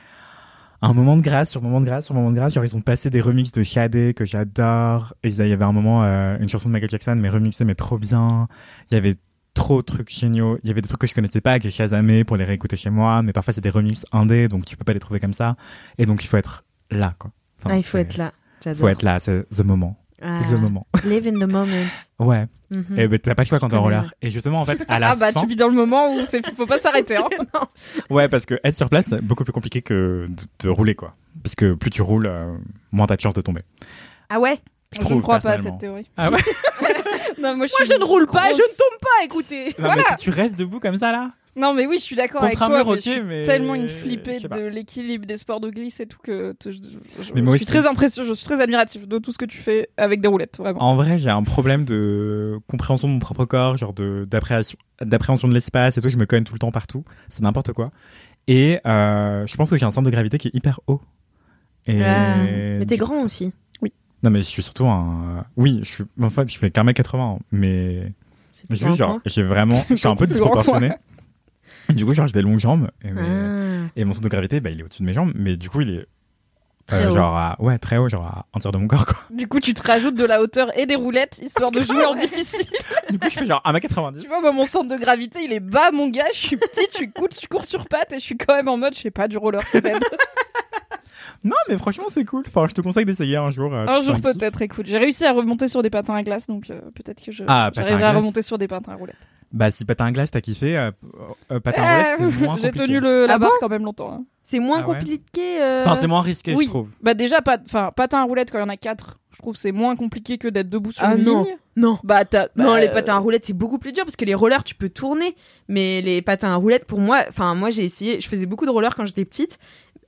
Speaker 4: un moment de grâce sur moment de grâce sur moment de grâce genre ils ont passé des remixes de Shadé que j'adore et il y avait un moment euh, une chanson de Michael Jackson mais remixée mais trop bien il y avait trop de trucs géniaux. Il y avait des trucs que je connaissais pas, que j'ai shazamé pour les réécouter chez moi, mais parfois c'est des remixes indés, donc tu peux pas les trouver comme ça. Et donc il faut être là, quoi. Enfin,
Speaker 2: Ah, il faut
Speaker 4: c'est-
Speaker 2: être là. J'adore.
Speaker 4: faut être là, c'est the moment.
Speaker 2: Ah.
Speaker 4: The moment.
Speaker 2: Live in the moment.
Speaker 4: Ouais.
Speaker 2: Mhm.
Speaker 4: Et ben, t'as pas le choix quand t'es en
Speaker 2: Ouais,
Speaker 4: roller. Et justement, en fait, à la
Speaker 3: Mm-hmm. Ah bah
Speaker 4: fin.
Speaker 3: tu vis dans le moment où c'est faut pas s'arrêter. hein.
Speaker 4: Ouais, parce que être sur place, c'est beaucoup plus compliqué que de, de rouler, quoi. Parce que plus tu roules, euh, moins t'as de chances de tomber.
Speaker 2: Ah ouais
Speaker 4: Je,
Speaker 3: Je
Speaker 4: trouve,
Speaker 3: ne crois pas à
Speaker 4: personnellement.
Speaker 3: cette théorie.
Speaker 4: Ah ouais
Speaker 3: Non, moi,
Speaker 2: Moi,
Speaker 3: suis
Speaker 2: je ne roule pas,
Speaker 3: grosse-
Speaker 2: je ne tombe pas, écoutez.
Speaker 4: Non, mais si tu restes debout comme ça, là.
Speaker 3: Non, mais oui, je suis d'accord avec
Speaker 4: Contre
Speaker 3: toi.
Speaker 4: un mur,
Speaker 3: mais
Speaker 4: ok,
Speaker 3: je suis
Speaker 4: mais-
Speaker 3: tellement une
Speaker 4: je
Speaker 3: flippée
Speaker 4: sais pas.
Speaker 3: de l'équilibre des sports de glisse et tout que te- je, je-
Speaker 4: Mais moi
Speaker 3: je suis
Speaker 4: aussi.
Speaker 3: très impressionnée, je suis très admirative de tout ce que tu fais avec des roulettes, vraiment.
Speaker 4: En vrai, j'ai un problème de compréhension de mon propre corps, genre de d'appréhension d'appréhension de l'espace et tout. Je me cogne tout le temps partout. C'est n'importe quoi. Et euh, je pense que j'ai un centre de gravité qui est hyper haut. Et
Speaker 3: Ah,
Speaker 2: Mais t'es grand aussi.
Speaker 4: Non, mais je suis surtout un. Oui, je suis. En fait, je fais qu'un mètre 80, mais.
Speaker 2: C'est
Speaker 4: Je
Speaker 2: pas
Speaker 4: suis genre, j'ai vraiment, je suis un peu
Speaker 3: Beaucoup plus grand,
Speaker 4: disproportionné. Du coup, genre, j'ai des longues jambes. Et,
Speaker 2: grand.
Speaker 4: mes-
Speaker 2: Ah.
Speaker 4: et mon centre de gravité, bah, il est au-dessus de mes jambes. Mais du coup, il est. euh,
Speaker 2: Très haut.
Speaker 4: Genre, à- ouais, très haut, genre à un tiers de mon corps, quoi.
Speaker 3: Du coup, tu te rajoutes de la hauteur et des roulettes histoire de jouer en difficile.
Speaker 4: Du coup, je fais genre 1m90.
Speaker 3: tu vois, moi, mon centre de gravité, il est bas, mon gars. Je suis petite, je suis courte, je cours sur pattes et je suis quand même en mode, je fais pas du roller, c'est dead.
Speaker 4: Non, mais franchement, c'est cool. Enfin, je te conseille d'essayer un jour. euh,
Speaker 3: Un
Speaker 4: tu
Speaker 3: jour
Speaker 4: fais kiff.
Speaker 3: peut-être, écoute. J'ai réussi à remonter sur des patins à glace, donc euh, peut-être que je
Speaker 4: Ah, patins à
Speaker 3: j'arriverai à,
Speaker 4: glace.
Speaker 3: remonter sur des patins à roulettes.
Speaker 4: Bah, si patin à glace, t'as kiffé. Euh, euh, patin à roulette, c'est moins
Speaker 3: Eh, J'ai
Speaker 4: compliqué.
Speaker 3: tenu le, la
Speaker 2: Ah
Speaker 3: barre
Speaker 2: bon
Speaker 3: quand même longtemps. hein.
Speaker 2: C'est moins
Speaker 4: Ah ouais.
Speaker 2: compliqué. euh,
Speaker 4: Enfin, c'est moins risqué,
Speaker 3: oui.
Speaker 4: je trouve.
Speaker 3: Bah déjà, pas, enfin, patin à roulette quand il y en a quatre, je trouve que c'est moins compliqué que d'être debout sur
Speaker 2: Ah
Speaker 3: une
Speaker 2: non.
Speaker 3: ligne.
Speaker 2: Non.
Speaker 3: Bah, t'as- bah,
Speaker 2: non, les
Speaker 3: euh,
Speaker 2: patins à roulettes, c'est beaucoup plus dur parce que les rollers, tu peux tourner. Mais les patins à roulettes, pour moi, enfin, moi, j'ai essayé, je faisais beaucoup de rollers quand j'étais petite.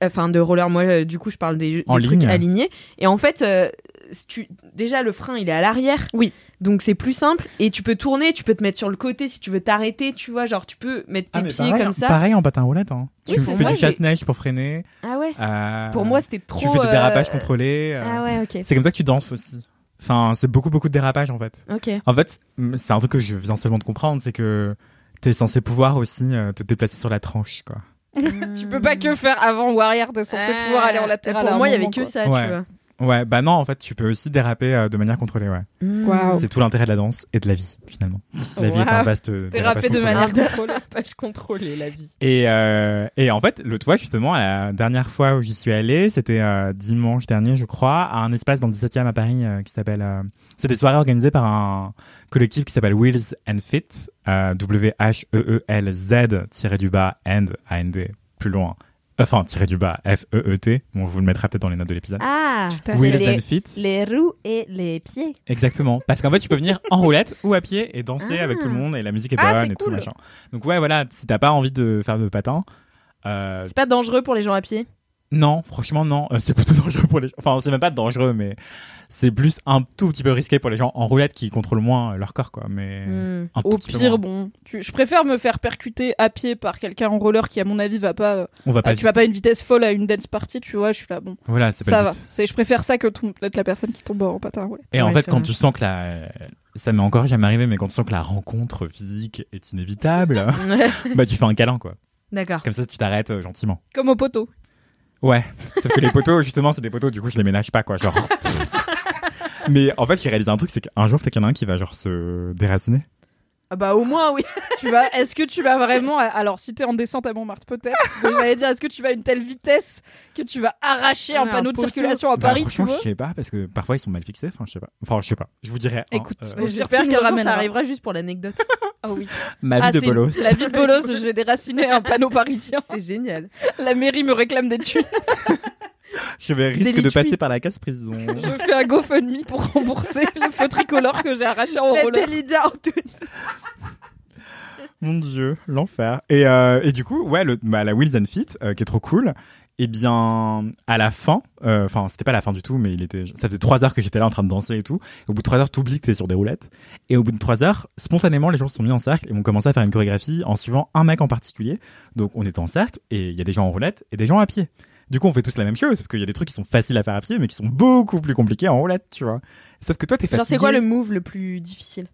Speaker 2: Enfin, de rollers, moi, euh, du coup, je parle des,
Speaker 4: En
Speaker 2: des
Speaker 4: ligne.
Speaker 2: trucs alignés. Et en fait, euh, si tu, déjà, le frein, il est à l'arrière.
Speaker 3: Oui.
Speaker 2: Donc, c'est plus simple. Et tu peux tourner, tu peux te mettre sur le côté si tu veux t'arrêter, tu vois. Genre, tu peux mettre tes
Speaker 4: Ah, mais
Speaker 2: pieds
Speaker 4: pareil,
Speaker 2: comme ça.
Speaker 4: pareil en patin à roulette. Hein.
Speaker 2: Oui,
Speaker 4: tu
Speaker 2: c'est
Speaker 4: fais
Speaker 2: vrai,
Speaker 4: du
Speaker 2: j'ai-
Speaker 4: chasse-neige pour freiner.
Speaker 2: Ah ouais.
Speaker 4: euh,
Speaker 2: Pour moi, c'était trop.
Speaker 4: tu fais des
Speaker 2: euh,
Speaker 4: dérapages contrôlés. euh,
Speaker 2: Ah ouais, ok.
Speaker 4: C'est comme ça que tu danses aussi. Enfin, c'est beaucoup, beaucoup de dérapages en fait.
Speaker 2: Ok.
Speaker 4: En fait, m- c'est un truc que je viens seulement de comprendre, c'est que t'es censé pouvoir aussi euh, te déplacer sur la tranche, quoi.
Speaker 3: Tu peux pas que faire avant ou arrière, t'es censé
Speaker 2: Ah.
Speaker 3: pouvoir aller en latéral. à
Speaker 2: Pour
Speaker 3: un
Speaker 2: moi, il y avait
Speaker 3: moment,
Speaker 2: que
Speaker 3: quoi.
Speaker 2: ça,
Speaker 4: Ouais.
Speaker 2: tu vois.
Speaker 4: Ouais, bah non, en fait, tu peux aussi déraper euh, de manière contrôlée, ouais.
Speaker 2: Mmh. Oh.
Speaker 3: Waouh.
Speaker 4: C'est tout l'intérêt de la danse et de la vie, finalement. La vie est un
Speaker 3: Waouh.
Speaker 4: vaste euh, dérapage
Speaker 3: Déraper de
Speaker 4: contrôlé.
Speaker 3: manière contrôlée.
Speaker 2: Page contrôlée, la vie.
Speaker 4: Et, euh, et en fait, l'autre fois, justement, la dernière fois où j'y suis allé, c'était euh, dimanche dernier, je crois, à un espace dans le 17e à Paris euh, qui s'appelle... euh, c'est des soirées organisées par un collectif qui s'appelle Wheels and Fit, euh, E W-H-E-E-L-Z-du-bas and, A-N-D, plus loin, enfin, tiré du bas, F-E-E-T, bon, je vous le mettrai peut-être dans les notes de l'épisode.
Speaker 2: Ah,
Speaker 4: Wheels and Fit,
Speaker 2: les roues et les pieds.
Speaker 4: exactement. Parce qu'en fait, tu peux venir en roulette ou à pied et danser
Speaker 2: Ah.
Speaker 4: avec tout le monde et la musique est bonne
Speaker 3: Ah, c'est
Speaker 4: et tout
Speaker 3: cool.
Speaker 4: machin. Donc ouais, voilà, si t'as pas envie de faire de patin, euh,
Speaker 2: C'est pas dangereux pour les gens à pied.
Speaker 4: Non, franchement, non. Euh, c'est plutôt dangereux pour les gens. Enfin, c'est même pas dangereux, mais c'est plus un tout petit peu risqué pour les gens en roulette qui contrôlent moins euh, leur corps, quoi. Mais
Speaker 2: Hmm.
Speaker 4: un tout
Speaker 3: Au
Speaker 4: petit peu
Speaker 3: pire,
Speaker 4: moins.
Speaker 3: bon, tu- je préfère me faire percuter à pied par quelqu'un en roller qui, à mon avis, va pas. euh,
Speaker 4: on va Ah, pas.
Speaker 3: tu vas pas à une vitesse folle à une dance party, tu vois. Je suis là, bon,
Speaker 4: Voilà, c'est pas
Speaker 3: ça
Speaker 4: le
Speaker 3: va.
Speaker 4: but.
Speaker 3: C'est, je préfère ça que tout- être la personne qui tombe en patin à roulette.
Speaker 4: Et en
Speaker 2: Ouais,
Speaker 4: fait,
Speaker 2: c'est
Speaker 4: quand
Speaker 2: vrai.
Speaker 4: tu sens que la, ça m'est encore jamais arrivé, mais quand tu sens que la rencontre physique est inévitable, bah tu fais un câlin, quoi.
Speaker 2: D'accord.
Speaker 4: Comme ça, tu t'arrêtes euh, gentiment.
Speaker 3: Comme au poteau.
Speaker 4: Ouais. Sauf que les poteaux, justement, c'est des poteaux. Du coup, je les ménage pas, quoi. Genre. mais en fait, j'ai réalisé un truc, c'est qu'un jour, peut-être qu'il y en a un qui va genre se déraciner.
Speaker 2: Ah bah au moins oui.
Speaker 3: tu vas, est-ce que tu vas vraiment, à- alors si t'es en descente à Montmartre peut-être, mais j'allais dire, est-ce que tu vas à une telle vitesse que tu vas arracher un
Speaker 2: Ouais, un
Speaker 3: panneau de
Speaker 2: poteau.
Speaker 3: circulation à
Speaker 4: Bah,
Speaker 3: Oh, Paris, tu
Speaker 4: franchement,
Speaker 3: vois
Speaker 4: je sais pas, parce que parfois ils sont mal fixés. Enfin, je sais pas. Enfin, je sais pas. Je vous dirais. hein,
Speaker 3: Écoute,
Speaker 4: euh,
Speaker 3: bah, Bon,
Speaker 2: J'espère
Speaker 3: tu
Speaker 2: qu'un
Speaker 3: nous
Speaker 2: jour ça
Speaker 3: ramèneras.
Speaker 2: arrivera juste pour l'anecdote.
Speaker 3: Ah oui.
Speaker 4: ma vie
Speaker 3: Ah,
Speaker 4: de
Speaker 3: c'est une-
Speaker 4: bolos.
Speaker 3: La vie de bolos, j'ai déraciné un panneau parisien.
Speaker 2: C'est génial.
Speaker 3: La mairie me réclame des thunes.
Speaker 4: Je vais risque
Speaker 2: Délit
Speaker 4: de passer
Speaker 2: tweet.
Speaker 4: par la case prison.
Speaker 3: Je fais un GoFundMe pour rembourser le feu tricolore que j'ai arraché en
Speaker 2: Faites des
Speaker 3: roller.
Speaker 2: Lydia Anthony.
Speaker 4: Mon dieu, l'enfer. Et, euh, et du coup, ouais, le, bah, la Wheels and Fit, euh, qui est trop cool. Et bien, à la fin, euh, enfin, c'était pas la fin du tout, mais il était, ça faisait trois heures que j'étais là en train de danser et tout. au bout de trois heures, t'oublies que t'es sur des roulettes. Et au bout de trois heures, spontanément, les gens se sont mis en cercle et ont commencé à faire une chorégraphie en suivant un mec en particulier. Donc, on était en cercle et il y a des gens en roulette et des gens à pied. Du coup, on fait tous la même chose, sauf qu'il y a des trucs qui sont faciles à faire à pied, mais qui sont beaucoup plus compliqués en roulette, tu vois. Sauf que toi, t'es fatigué.
Speaker 2: Genre c'est quoi le move le plus difficile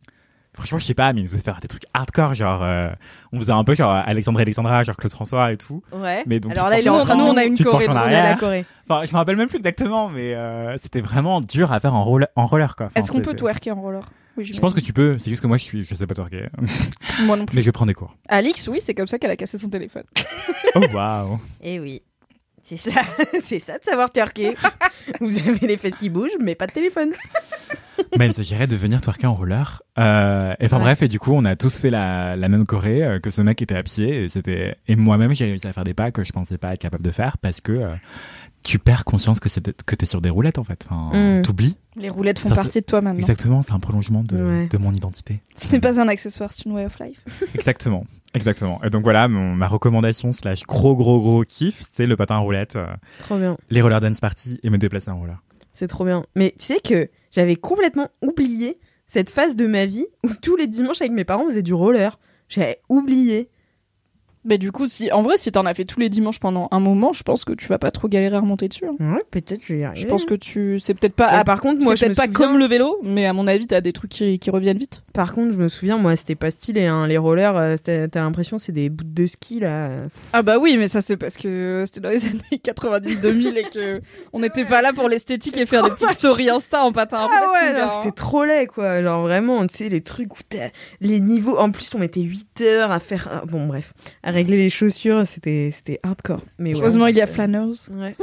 Speaker 4: Franchement, je sais pas, mais ils nous faisaient faire des trucs hardcore, genre, euh, on faisait un peu genre Alexandre et Alexandra, genre Claude François et tout.
Speaker 2: Ouais.
Speaker 4: Mais donc,
Speaker 2: Alors
Speaker 4: tu
Speaker 2: là,
Speaker 4: te
Speaker 2: il est en
Speaker 4: penches-
Speaker 2: train de
Speaker 3: Nous,
Speaker 2: nous.
Speaker 3: on a une
Speaker 4: tu te penches
Speaker 3: Corée,
Speaker 4: en
Speaker 2: on
Speaker 3: nous,
Speaker 2: est
Speaker 4: arrière.
Speaker 2: la Corée.
Speaker 4: Enfin, je me rappelle même plus exactement, mais euh, c'était vraiment dur à faire en roller, en roller quoi. Enfin,
Speaker 3: Est-ce qu'on peut
Speaker 4: c'était-
Speaker 3: twerker en roller oui,
Speaker 4: Je pense que tu peux, c'est juste que moi je suis, je sais pas twerker.
Speaker 3: j'imagine. Moi non plus.
Speaker 4: mais je prends des cours.
Speaker 3: Alix, oui, c'est comme ça qu'elle a cassé son téléphone.
Speaker 4: Oh waouh.
Speaker 2: Eh oui. C'est ça, c'est ça de savoir twerker. Vous avez les fesses qui bougent, mais pas de téléphone.
Speaker 4: mais il s'agirait de venir twerker en roller. Euh, et enfin
Speaker 2: Ouais.
Speaker 4: bref, et du coup, on a tous fait la, la même Corée euh, que ce mec était à pied. Et, c'était- et moi-même, j'ai réussi à faire des pas que je pensais pas être capable de faire parce que euh, tu perds conscience que, c'est- que t'es sur des roulettes en fait. Enfin,
Speaker 2: Mm.
Speaker 4: T'oublies.
Speaker 3: Les roulettes font
Speaker 4: Ça, c'est-
Speaker 3: partie de toi maintenant.
Speaker 4: Exactement, c'est un prolongement de,
Speaker 2: Ouais.
Speaker 4: de mon identité.
Speaker 3: Ce n'est pas un accessoire, c'est une way of life.
Speaker 4: Exactement. Exactement. Et donc voilà, mon- ma recommandation slash gros gros gros kiff, c'est le patin à roulettes, euh,
Speaker 2: Trop bien.
Speaker 4: les roller dance party et me déplacer en roller.
Speaker 2: C'est trop bien. Mais tu sais que j'avais complètement oublié cette phase de ma vie où tous les dimanches avec mes parents on faisait du roller. J'avais oublié.
Speaker 3: Mais du coup, si en vrai, si t'en as fait tous les dimanches pendant un moment, je pense que tu vas pas trop galérer à remonter dessus. hein.
Speaker 2: Ouais, peut-être je vais y
Speaker 3: Je pense que tu, c'est peut-être pas, à-
Speaker 2: par contre, moi,
Speaker 3: c'est
Speaker 2: je me
Speaker 3: peut-être pas
Speaker 2: souviens-
Speaker 3: comme le vélo, mais à mon avis, t'as des trucs qui, qui reviennent vite.
Speaker 2: Par contre, je me souviens, moi, c'était pas stylé. hein. Les rollers, euh, c'était- t'as l'impression que c'est des bouts de ski là.
Speaker 3: Ah bah oui, mais ça c'est parce que euh, c'était dans les années 90-2000 et que on n'était pas là pour l'esthétique et faire des petites stories Insta en patin. à
Speaker 2: Ah
Speaker 3: roulettes,
Speaker 2: ouais,
Speaker 3: mon gars,
Speaker 2: non,
Speaker 3: hein.
Speaker 2: c'était trop laid, quoi. Genre vraiment, tu sais, les trucs où t'as les niveaux. En plus, on mettait 8 heures à faire. ah, Bon, bref, à régler les chaussures, c'était c'était hardcore. Mais ouais.
Speaker 3: Heureusement, il y a Flanners.
Speaker 2: Ouais.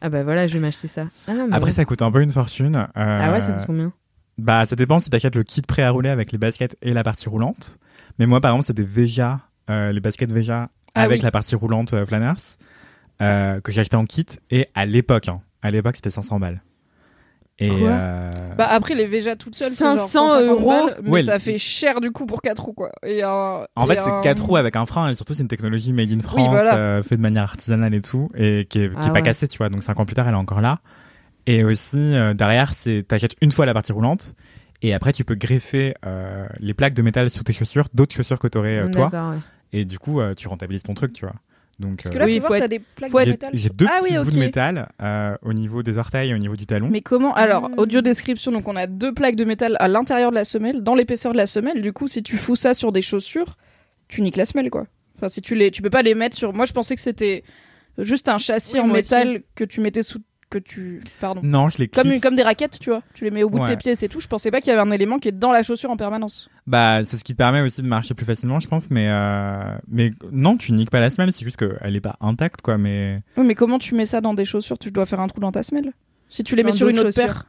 Speaker 2: Ah bah voilà, je vais m'acheter ça. Ah, non, mais
Speaker 4: Après,
Speaker 2: ouais.
Speaker 4: ça coûte un peu une fortune. euh,
Speaker 2: ah ouais, ça coûte combien
Speaker 4: Bah, ça dépend si t'achètes le kit prêt à rouler avec les baskets et la partie roulante. Mais moi, par exemple, c'était Veja, euh, les baskets Veja
Speaker 3: Ah
Speaker 4: avec
Speaker 3: oui.
Speaker 4: la partie roulante euh, Flanners, euh, que j'ai acheté en kit. Et à l'époque, hein, à l'époque, c'était 500 balles. Et
Speaker 3: Quoi
Speaker 4: euh,
Speaker 3: Bah après les Véja toutes seules, c'est genre
Speaker 2: 500
Speaker 3: 150
Speaker 2: euros.
Speaker 3: balles, mais
Speaker 4: Ouais,
Speaker 3: ça
Speaker 4: le-
Speaker 3: fait cher du coup pour 4 roues quoi. Et un-
Speaker 4: en
Speaker 3: et
Speaker 4: fait, c'est
Speaker 3: un-
Speaker 4: 4 roues avec un frein, et surtout, c'est une technologie made in France,
Speaker 3: voilà.
Speaker 4: euh, faite de manière artisanale et tout, et qui est, qui
Speaker 2: Ah
Speaker 4: est pas
Speaker 2: ouais.
Speaker 4: cassée, tu vois. Donc, 5 ans plus tard, elle est encore là. Et aussi, euh, derrière, c'est t'achètes une fois la partie roulante, et après, tu peux greffer euh, les plaques de métal sur tes chaussures, d'autres chaussures que t'aurais euh, toi.
Speaker 2: D'accord, ouais.
Speaker 4: et du coup euh, tu rentabilises ton truc tu vois donc
Speaker 3: Parce que
Speaker 4: euh,
Speaker 3: là,
Speaker 2: Oui,
Speaker 3: faut
Speaker 2: faut
Speaker 3: voir,
Speaker 2: être-
Speaker 3: t'as des plaques
Speaker 2: faut
Speaker 3: de
Speaker 2: être-
Speaker 4: j'ai
Speaker 3: métal.
Speaker 4: j'ai deux
Speaker 3: Ah
Speaker 4: petits
Speaker 3: oui,
Speaker 4: bouts
Speaker 3: ok.
Speaker 4: de métal euh, au niveau des orteils et au niveau du talon
Speaker 3: Mais comment Alors,
Speaker 2: Mm.
Speaker 3: audio description, donc on a deux plaques de métal à l'intérieur de la semelle, dans l'épaisseur de la semelle. Du coup, si tu fous ça sur des chaussures, tu niques la semelle, quoi. Enfin, si tu les, tu peux pas les mettre sur. Moi, je pensais que c'était juste un châssis
Speaker 2: Oui,
Speaker 3: en
Speaker 2: moi
Speaker 3: métal que tu mettais sous, que tu, pardon.
Speaker 4: non je les
Speaker 3: Comme,
Speaker 4: clipse.
Speaker 3: comme des raquettes, tu vois. Tu les mets au bout
Speaker 4: Ouais.
Speaker 3: de tes pieds, c'est tout. Je pensais pas qu'il y avait un élément qui est dans la chaussure en permanence.
Speaker 4: bah c'est ce qui te permet aussi de marcher plus facilement je pense mais euh, mais non tu niques pas la semelle c'est juste qu'elle est pas intacte quoi mais
Speaker 3: Oui, mais comment tu mets ça dans des chaussures Tu dois faire un trou dans ta semelle. Si tu les
Speaker 2: Dans
Speaker 3: mets sur une
Speaker 2: d'autres
Speaker 3: autre
Speaker 2: chaussures.
Speaker 3: paire.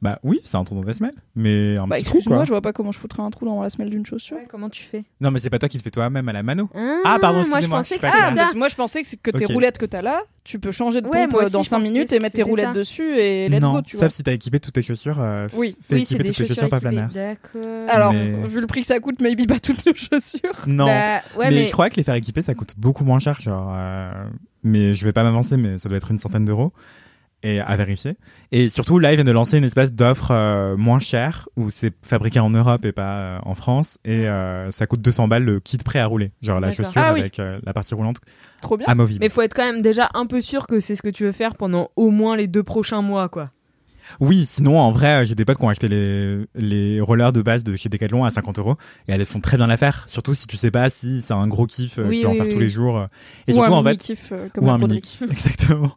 Speaker 4: bah oui c'est un trou dans la semelle mais un
Speaker 3: Bah,
Speaker 4: petit trou
Speaker 3: excuse-moi,
Speaker 4: quoi
Speaker 3: je vois pas comment je foutrais un trou dans la semelle d'une chaussure.
Speaker 2: Ouais, comment tu fais
Speaker 4: non mais c'est pas toi qui le fais toi-même à la mano Ah, pardon,
Speaker 2: moi je
Speaker 4: excusez-moi,
Speaker 2: pensais
Speaker 4: je
Speaker 2: que
Speaker 4: suis pas
Speaker 3: Ah,
Speaker 2: c'était
Speaker 4: claire.
Speaker 2: ça.
Speaker 3: mais moi je pensais que, c'est que tes
Speaker 4: Ok.
Speaker 3: roulettes que t'as là, tu peux changer de pompe
Speaker 2: Ouais, moi
Speaker 3: euh, dans
Speaker 2: aussi, je
Speaker 3: 5
Speaker 2: pensais
Speaker 3: minutes
Speaker 2: que
Speaker 3: et mettre tes
Speaker 2: c'était
Speaker 3: roulettes
Speaker 2: ça.
Speaker 3: dessus et let's
Speaker 4: non
Speaker 3: go, tu vois.
Speaker 4: sauf si t'as équipé toutes tes chaussures euh, f-
Speaker 3: Oui.
Speaker 4: fais
Speaker 2: Oui, c'est
Speaker 4: équiper
Speaker 2: des
Speaker 4: toutes tes
Speaker 2: chaussures
Speaker 4: chaussures par
Speaker 2: équipées.
Speaker 4: planner
Speaker 2: D'accord.
Speaker 3: Alors,
Speaker 4: Mais-
Speaker 3: vu le prix que ça coûte, maybe pas toutes nos chaussures.
Speaker 4: non
Speaker 2: Bah, ouais,
Speaker 4: mais,
Speaker 2: mais,
Speaker 4: je crois que les faire équiper, ça coûte beaucoup moins cher. Genre, euh, mais je vais pas m'avancer, mais ça doit être une centaine d'euros. Et à vérifier. Et surtout, là, ils viennent de lancer une espèce d'offre euh, moins chère où c'est fabriqué en Europe et pas euh, en France. Et euh, ça coûte 200 balles le kit prêt à rouler. Genre la
Speaker 2: D'accord. Ah,
Speaker 4: chaussure
Speaker 3: Ah oui.
Speaker 4: avec euh, la partie roulante
Speaker 3: Trop bien.
Speaker 4: amovible.
Speaker 2: mais faut être quand même déjà un peu sûr que c'est ce que tu veux faire pendant au moins les deux prochains mois, quoi.
Speaker 4: Oui, sinon, en vrai, euh, j'ai des potes qui ont acheté les, les rollers de base de chez Decathlon à 50 euros et elles font très bien l'affaire. Surtout si tu sais pas si c'est un gros kiff, euh,
Speaker 2: Oui,
Speaker 4: tu vas en
Speaker 2: oui,
Speaker 4: faire
Speaker 2: oui,
Speaker 4: tous
Speaker 2: oui.
Speaker 4: les jours. euh. Et
Speaker 3: Ou
Speaker 4: surtout,
Speaker 3: un
Speaker 4: en fait,
Speaker 3: mini-kiff, euh, comme
Speaker 4: ou
Speaker 3: un
Speaker 4: un
Speaker 3: Rodrigue.
Speaker 4: mini exactement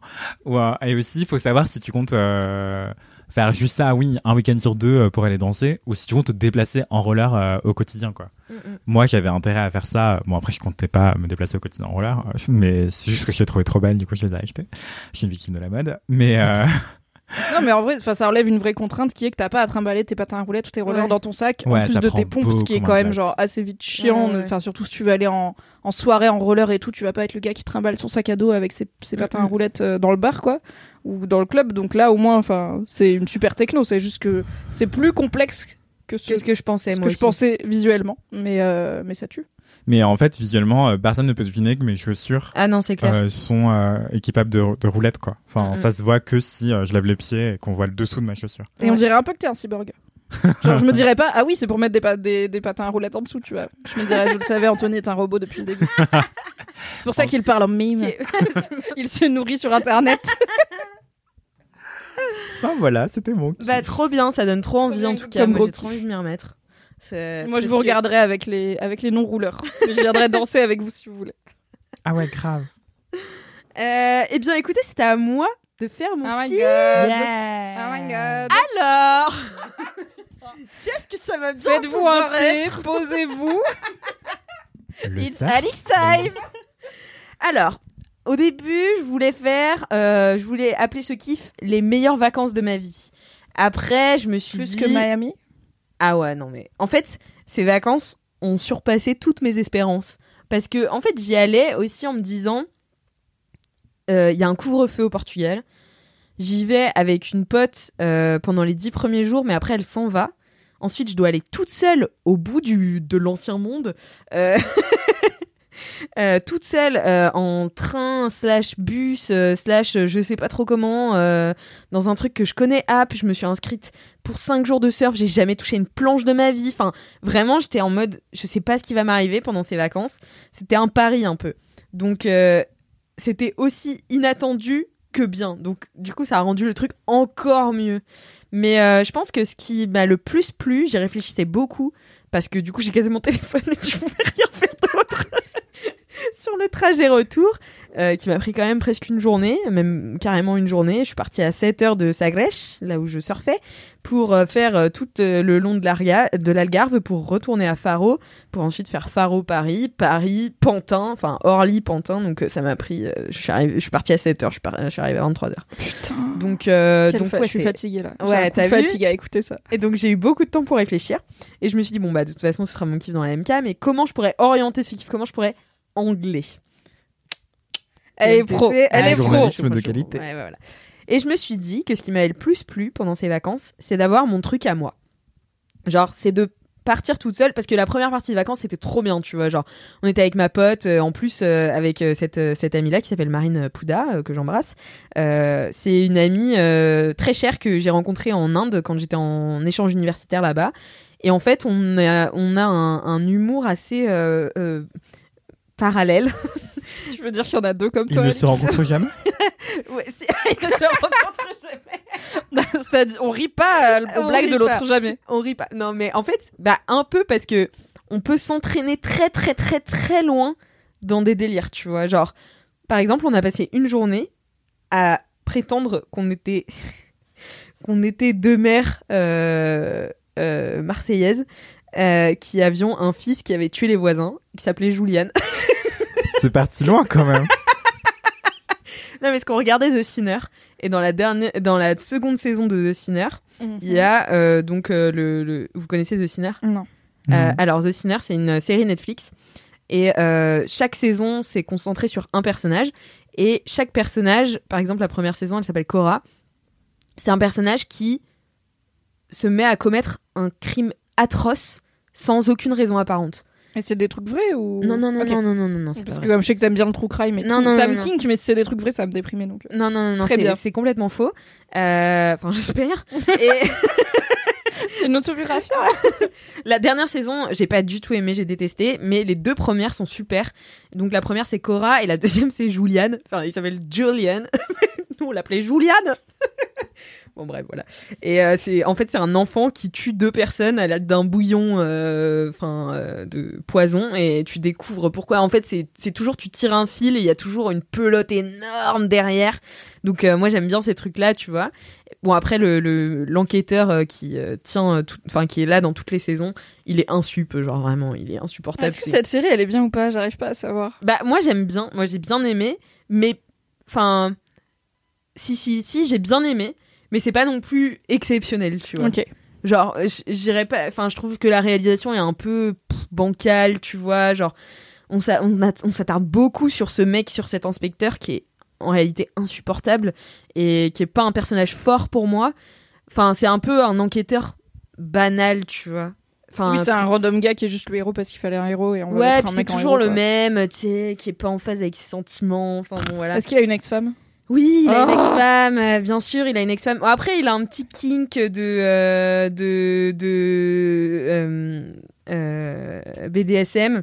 Speaker 4: ou un- et aussi il faut savoir si tu comptes euh, faire juste ça oui un week-end sur deux euh, pour aller danser ou si tu comptes te déplacer en roller euh, au quotidien quoi
Speaker 3: Mm,
Speaker 4: moi j'avais intérêt à faire ça bon après je comptais pas me déplacer au quotidien en roller euh, mais c'est juste que je les trouvais trop belles du coup je les ai achetées je suis une victime de la mode mais euh,
Speaker 3: Non, mais en vrai, enfin, ça relève une vraie contrainte qui est que t'as pas à trimballer tes patins à roulettes ou tes rollers
Speaker 2: Ouais.
Speaker 3: dans ton sac, en
Speaker 4: Ouais,
Speaker 3: plus
Speaker 4: ça
Speaker 3: de
Speaker 4: prend
Speaker 3: tes pompes, ce qui est
Speaker 4: beaucoup
Speaker 3: quand
Speaker 4: moins de
Speaker 3: même
Speaker 4: place.
Speaker 3: genre assez vite chiant.
Speaker 2: Ouais, ouais.
Speaker 3: Enfin, surtout si tu veux aller en, en soirée, en roller et tout, tu vas pas être le gars qui trimballe son sac à dos avec ses, ses patins à
Speaker 2: Mhm.
Speaker 3: roulettes euh, dans le bar, quoi, ou dans le club. Donc là, au moins, enfin, c'est une super techno. C'est juste que c'est plus complexe que ce,
Speaker 2: Qu'est-ce que je pensais,
Speaker 3: ce
Speaker 2: moi
Speaker 3: que je
Speaker 2: aussi.
Speaker 3: pensais visuellement, mais, euh, mais ça tue.
Speaker 4: mais en fait visuellement euh, personne ne peut deviner que mes chaussures
Speaker 2: Ah non, c'est clair.
Speaker 4: euh, sont euh, équipables de, de roulettes quoi enfin
Speaker 2: Mhm.
Speaker 4: ça se voit que si euh, je lave les pieds et qu'on voit le dessous de ma chaussure
Speaker 3: Et on dirait un peu que t'es un cyborg. Genre, je me dirais pas, ah oui, c'est pour mettre des, pa- des, des patins à roulettes en dessous, tu vois. Je me dirais, je le savais, Anthony est un robot depuis le début. c'est pour ça qu'il parle en mime. Il se nourrit sur internet.
Speaker 4: enfin voilà c'était mon kiff.
Speaker 2: Bah trop bien, ça donne trop envie
Speaker 3: bien,
Speaker 2: en tout cas.
Speaker 3: comme
Speaker 2: Moi,
Speaker 3: gros
Speaker 2: j'ai trop
Speaker 3: kiff.
Speaker 2: envie de m'y remettre. C'est-
Speaker 3: Moi, je
Speaker 2: parce
Speaker 3: vous
Speaker 2: que-
Speaker 3: regarderai avec les, avec les non-rouleurs. Mais Je viendrai danser avec vous si vous voulez.
Speaker 4: Ah ouais, grave.
Speaker 2: Euh, eh bien, écoutez, c'est à moi de faire mon petit.
Speaker 3: Oh my god.
Speaker 2: Alors, qu'est-ce que ça va bien
Speaker 3: Faites-vous un
Speaker 2: pouvoir
Speaker 3: thé,
Speaker 2: être
Speaker 3: posez-vous.
Speaker 4: Le
Speaker 3: It's
Speaker 4: sac.
Speaker 2: Alix time. Alors, au début, je voulais faire, euh, je voulais appeler ce kiff les meilleures vacances de ma vie. Après, je me suis
Speaker 3: Plus
Speaker 2: dit
Speaker 3: que Miami.
Speaker 2: ah ouais non mais en fait ces vacances ont surpassé toutes mes espérances parce que en fait j'y allais aussi en me disant euh, il y a un couvre-feu au Portugal. J'y vais avec une pote euh, pendant les dix premiers jours, mais après elle s'en va. Ensuite, je dois aller toute seule au bout du, de l'ancien monde. Euh, euh, toute seule euh, en train, slash bus, euh, slash euh, je sais pas trop comment, euh, dans un truc que je connais app. Je me suis inscrite pour cinq jours de surf. J'ai jamais touché une planche de ma vie. Enfin, vraiment, j'étais en mode je sais pas ce qui va m'arriver pendant ces vacances. C'était un pari un peu. Donc, euh, c'était aussi inattendu que bien. Donc, du coup, ça a rendu le truc encore mieux. Mais euh, je pense que ce qui m'a le plus plu, j'y réfléchissais beaucoup, parce que du coup, j'ai cassé mon téléphone et je pouvais rien faire d'autre sur le trajet retour, euh, qui m'a pris quand même presque une journée, même carrément une journée. Je suis partie à 7 heures de Sagres, là où je surfais, pour euh, faire euh, tout euh, le long de l'Arga- de l'Algarve, pour retourner à Faro, pour ensuite faire Faro-Paris, Paris-Pantin, enfin Orly-Pantin. Donc euh, ça m'a pris, euh, je, suis arrivée- je suis partie à 7 heures, je suis, par- je suis arrivée à 23 heures.
Speaker 3: Putain.
Speaker 2: Donc, euh,
Speaker 3: Quelle
Speaker 2: donc
Speaker 3: fa-
Speaker 2: ouais,
Speaker 3: je suis
Speaker 2: c'est-
Speaker 3: fatiguée là. J'ai
Speaker 2: Ouais,
Speaker 3: un coup de
Speaker 2: t'as vu
Speaker 3: fatigue à écouter ça.
Speaker 2: et donc j'ai eu beaucoup de temps pour réfléchir. Et je me suis dit, bon, bah de toute façon, ce sera mon kiff dans la MK, mais comment je pourrais orienter ce kiff Comment je pourrais angler
Speaker 3: Elle est pro.
Speaker 2: TMTC,
Speaker 3: Elle
Speaker 9: Un
Speaker 3: est pro.
Speaker 9: journaliste. journalisme de qualité.
Speaker 2: Ouais, ouais, voilà. Et je me suis dit que ce qui m'avait le plus plu pendant ces vacances, c'est d'avoir mon truc à moi. Genre, c'est de partir toute seule parce que la première partie des vacances c'était trop bien tu vois genre on était avec ma pote euh, en plus euh, avec euh, cette euh, cette amie là qui s'appelle Marine Pouda euh, que j'embrasse Euh, c'est une amie euh, très chère que j'ai rencontrée en Inde quand j'étais en échange universitaire là-bas et en fait on a on a un, un humour assez euh, euh, parallèle
Speaker 3: Tu veux dire qu'il y en a deux comme
Speaker 4: Ils
Speaker 3: toi
Speaker 4: ne se
Speaker 3: Alex
Speaker 4: rencontrent jamais.
Speaker 2: Ouais, si- ils ne se rencontrent jamais
Speaker 3: C'est-à-dire, on rit pas euh, aux
Speaker 2: On
Speaker 3: blagues
Speaker 2: rit
Speaker 3: de l'autre
Speaker 2: pas.
Speaker 3: jamais.
Speaker 2: on rit pas. Non, mais en fait, bah un peu parce que on peut s'entraîner très très très très loin dans des délires, tu vois. Genre, par exemple, on a passé une journée à prétendre qu'on était qu'on était deux mères euh, euh, marseillaises euh, qui avions un fils qui avait tué les voisins, qui s'appelait Julian.
Speaker 4: C'est parti loin quand même.
Speaker 2: non, mais ce qu'on regardait The Sinner et dans la dernière, dans la seconde saison de The Sinner, il y a euh, donc euh, le, le, vous connaissez The Sinner
Speaker 3: Non.
Speaker 2: Euh,
Speaker 4: Mm.
Speaker 2: alors, The Sinner, c'est une euh, série Netflix. Et euh, chaque saison, c'est concentré sur un personnage. Et chaque personnage, par exemple, la première saison, elle s'appelle Cora. C'est un personnage qui se met à commettre un crime atroce sans aucune raison apparente.
Speaker 3: Mais c'est des trucs vrais ou
Speaker 2: Non, non, non,
Speaker 3: Ok.
Speaker 2: non, non, non, non, non, c'est pas
Speaker 3: Parce que
Speaker 2: vrai.
Speaker 3: comme je sais que t'aimes bien le true crime et
Speaker 2: Non,
Speaker 3: tout,
Speaker 2: non,
Speaker 3: ça
Speaker 2: non,
Speaker 3: me
Speaker 2: non.
Speaker 3: kink, mais si c'est des trucs vrais, ça me déprimait donc.
Speaker 2: Non, non, non, non,
Speaker 3: Très bien.
Speaker 2: c'est- c'est complètement faux. Euh, Enfin, j'espère. Et.
Speaker 3: C'est une autobiographie.
Speaker 2: La dernière saison, j'ai pas du tout aimé, j'ai détesté, mais les deux premières sont super. Donc la première c'est Cora et la deuxième c'est Julianne. Enfin, il s'appelle Julian. Nous on l'appelait Julianne. bon bref, voilà. Et euh, c'est en fait c'est un enfant qui tue deux personnes à l'aide d'un bouillon euh, enfin euh, de poison et tu découvres pourquoi. En fait, c'est c'est toujours tu tires un fil et il y a toujours une pelote énorme derrière. Donc euh, moi j'aime bien ces trucs là, tu vois. Bon après le- le l'enquêteur euh, qui euh, tient euh, tout- enfin qui est là dans toutes les saisons, il est insup genre vraiment, il est insupportable.
Speaker 3: Est-ce que
Speaker 2: C'est-
Speaker 3: cette série elle est bien ou pas J'arrive pas à savoir.
Speaker 2: bah moi j'aime bien, moi j'ai bien aimé, mais enfin si si si j'ai bien aimé, mais c'est pas non plus exceptionnel, tu vois.
Speaker 3: Ok.
Speaker 2: Genre euh, j- j'irais pas, enfin je trouve que la réalisation est un peu pff, bancale, tu vois, genre on s'a- on a- on s'attarde beaucoup sur ce mec, sur cet inspecteur qui est en réalité insupportable et qui est pas un personnage fort pour moi. Enfin c'est un peu un enquêteur banal, tu vois. Enfin
Speaker 3: oui, c'est un random gars qui est juste le héros parce qu'il fallait un héros et on va
Speaker 2: Ah, ouais,
Speaker 3: mettre
Speaker 2: puis
Speaker 3: un
Speaker 2: c'est
Speaker 3: mec en
Speaker 2: toujours
Speaker 3: héros,
Speaker 2: le
Speaker 3: quoi.
Speaker 2: même, tu sais, qui est pas en phase avec ses sentiments. Enfin bon, voilà.
Speaker 3: Est-ce qu'il a une ex-femme
Speaker 2: Oui, il a
Speaker 3: Oh.
Speaker 2: une ex-femme, euh, bien sûr, il a une ex-femme. Bon, Après, il a un petit kink de euh, de de euh, euh, BDSM,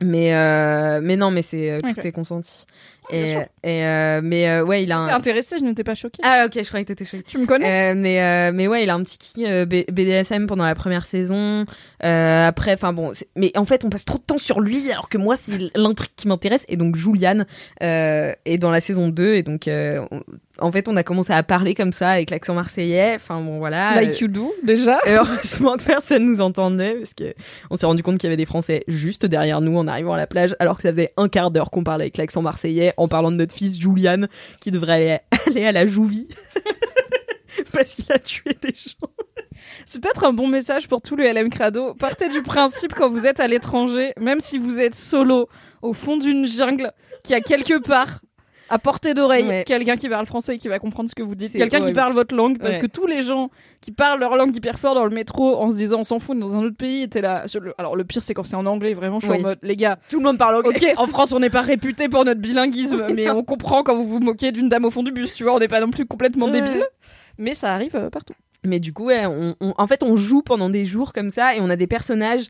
Speaker 2: mais euh, mais non, mais c'est euh, tout
Speaker 3: Ok.
Speaker 2: est consenti. Et, et, euh, mais euh, ouais, il a
Speaker 3: T'es
Speaker 2: un.
Speaker 3: intéressée, je n'étais pas choquée.
Speaker 2: Ah, ok, je croyais que t'étais choquée.
Speaker 3: Tu me connais
Speaker 2: Euh, mais euh, mais ouais, il a un petit kick euh, B- BDSM pendant la première saison. Euh, après, enfin bon, c'est- mais en fait, on passe trop de temps sur lui alors que moi, c'est l'intrigue qui m'intéresse. Et donc Julianne euh, est dans la saison 2 et donc euh, on- en fait, on a commencé à parler comme ça avec l'accent marseillais. Enfin bon, voilà.
Speaker 3: Like you do, déjà.
Speaker 2: Et heureusement que personne nous entendait parce que on s'est rendu compte qu'il y avait des Français juste derrière nous en arrivant à la plage, alors que ça faisait un quart d'heure qu'on parlait avec l'accent marseillais en parlant de notre fils Julian qui devrait aller, aller à la Jouvie parce qu'il a tué des gens.
Speaker 3: C'est peut-être un bon message pour tous les LM Crado. Partez du principe quand vous êtes à l'étranger, même si vous êtes solo, au fond d'une jungle, qui a quelque part, à portée d'oreille,
Speaker 2: Ouais.
Speaker 3: quelqu'un qui parle français et qui va comprendre ce que vous dites,
Speaker 2: C'est
Speaker 3: quelqu'un qui
Speaker 2: horrible.
Speaker 3: parle votre langue, parce
Speaker 2: Ouais.
Speaker 3: que tous les gens qui parlent leur langue hyper fort dans le métro en se disant on s'en fout on est dans un autre pays, étaient là. sur le- Alors le pire c'est quand c'est en anglais, vraiment je suis
Speaker 2: Oui.
Speaker 3: en mode les gars,
Speaker 2: Tout le monde parle anglais.
Speaker 3: Ok, en France, on n'est pas réputé pour notre bilinguisme,
Speaker 2: Oui,
Speaker 3: mais
Speaker 2: non.
Speaker 3: on comprend quand vous vous moquez d'une dame au fond du bus, tu vois, on n'est pas non plus complètement
Speaker 2: Ouais.
Speaker 3: débile. Mais ça arrive euh, partout.
Speaker 2: Mais du coup, ouais, on, on- en fait, on joue pendant des jours comme ça et on a des personnages.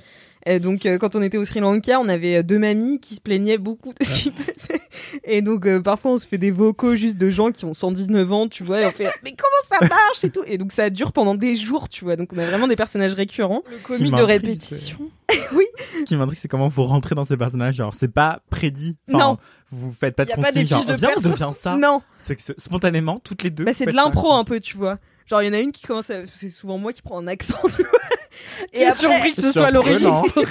Speaker 2: Euh, donc, euh, quand on était au Sri Lanka, on avait euh, deux mamies qui se plaignaient beaucoup de ce qui passait. Et donc, euh, parfois, on se fait des vocaux juste de gens qui ont 119 ans, tu vois, et on fait « Mais comment ça marche ?» et tout. Et donc, ça dure pendant des jours, tu vois. Donc, on a vraiment des personnages récurrents.
Speaker 3: Le
Speaker 4: comique
Speaker 3: comique
Speaker 4: de
Speaker 3: de
Speaker 4: m'intrigue,
Speaker 3: répétition.
Speaker 4: Ce qui m'intrigue, c'est comment vous rentrez dans ces personnages. Genre, c'est pas prédit. Enfin,
Speaker 2: Non.
Speaker 4: Vous faites pas de
Speaker 3: Y a pas
Speaker 4: consigne.
Speaker 3: des
Speaker 4: Genre,
Speaker 3: fiches de
Speaker 4: viens, on
Speaker 3: perso.
Speaker 4: devient ça.
Speaker 2: Non,
Speaker 4: C'est que c'est- spontanément, toutes les deux.
Speaker 2: bah,
Speaker 4: vous
Speaker 2: c'est de
Speaker 4: faites ça.
Speaker 2: l'impro un peu, tu vois. Genre, il y en a une qui commence à... C'est souvent moi qui prends un accent, tu vois.
Speaker 3: Et
Speaker 2: après-
Speaker 3: surpris que ce soit l'origine.
Speaker 4: Surprenant.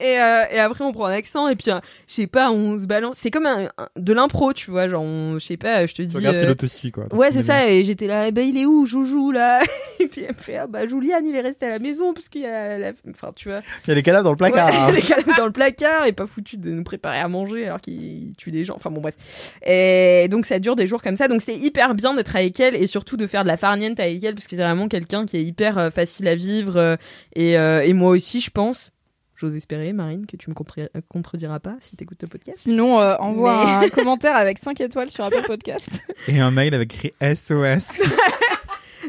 Speaker 2: Et, euh, et après, on prend un accent, et puis, euh, je sais pas, on se balance. C'est comme un- un- de l'intro, tu vois. Genre, on- je sais pas, je te dis.
Speaker 4: Tu regardes,
Speaker 2: euh,
Speaker 4: c'est l'autosuffit, quoi.
Speaker 2: Ouais, c'est ça, et j'étais là, eh ben il est où, Joujou, là Et puis elle me fait, ah bah Juliane, il est resté à la maison, parce qu'il y a la. Enfin, tu vois.
Speaker 4: Il y a les cadavres dans le placard. hein.
Speaker 2: Ouais, il est calme dans le placard, et pas foutu de nous préparer à manger alors qu'il tue des gens. Enfin, bon, bref. Et donc, ça dure des jours comme ça. Donc, c'était hyper bien d'être avec elle, et surtout de faire de la farniente avec elle, parce que c'est vraiment quelqu'un qui est hyper euh, facile à vivre, euh, et, euh, et moi aussi, je pense. J'ose espérer, Marine, que tu me contre- contrediras pas si t'écoutes le podcast.
Speaker 3: Sinon, euh, envoie
Speaker 2: Mais-
Speaker 3: un commentaire avec 5 étoiles sur Apple Podcast.
Speaker 4: Et un mail avec écrit SOS.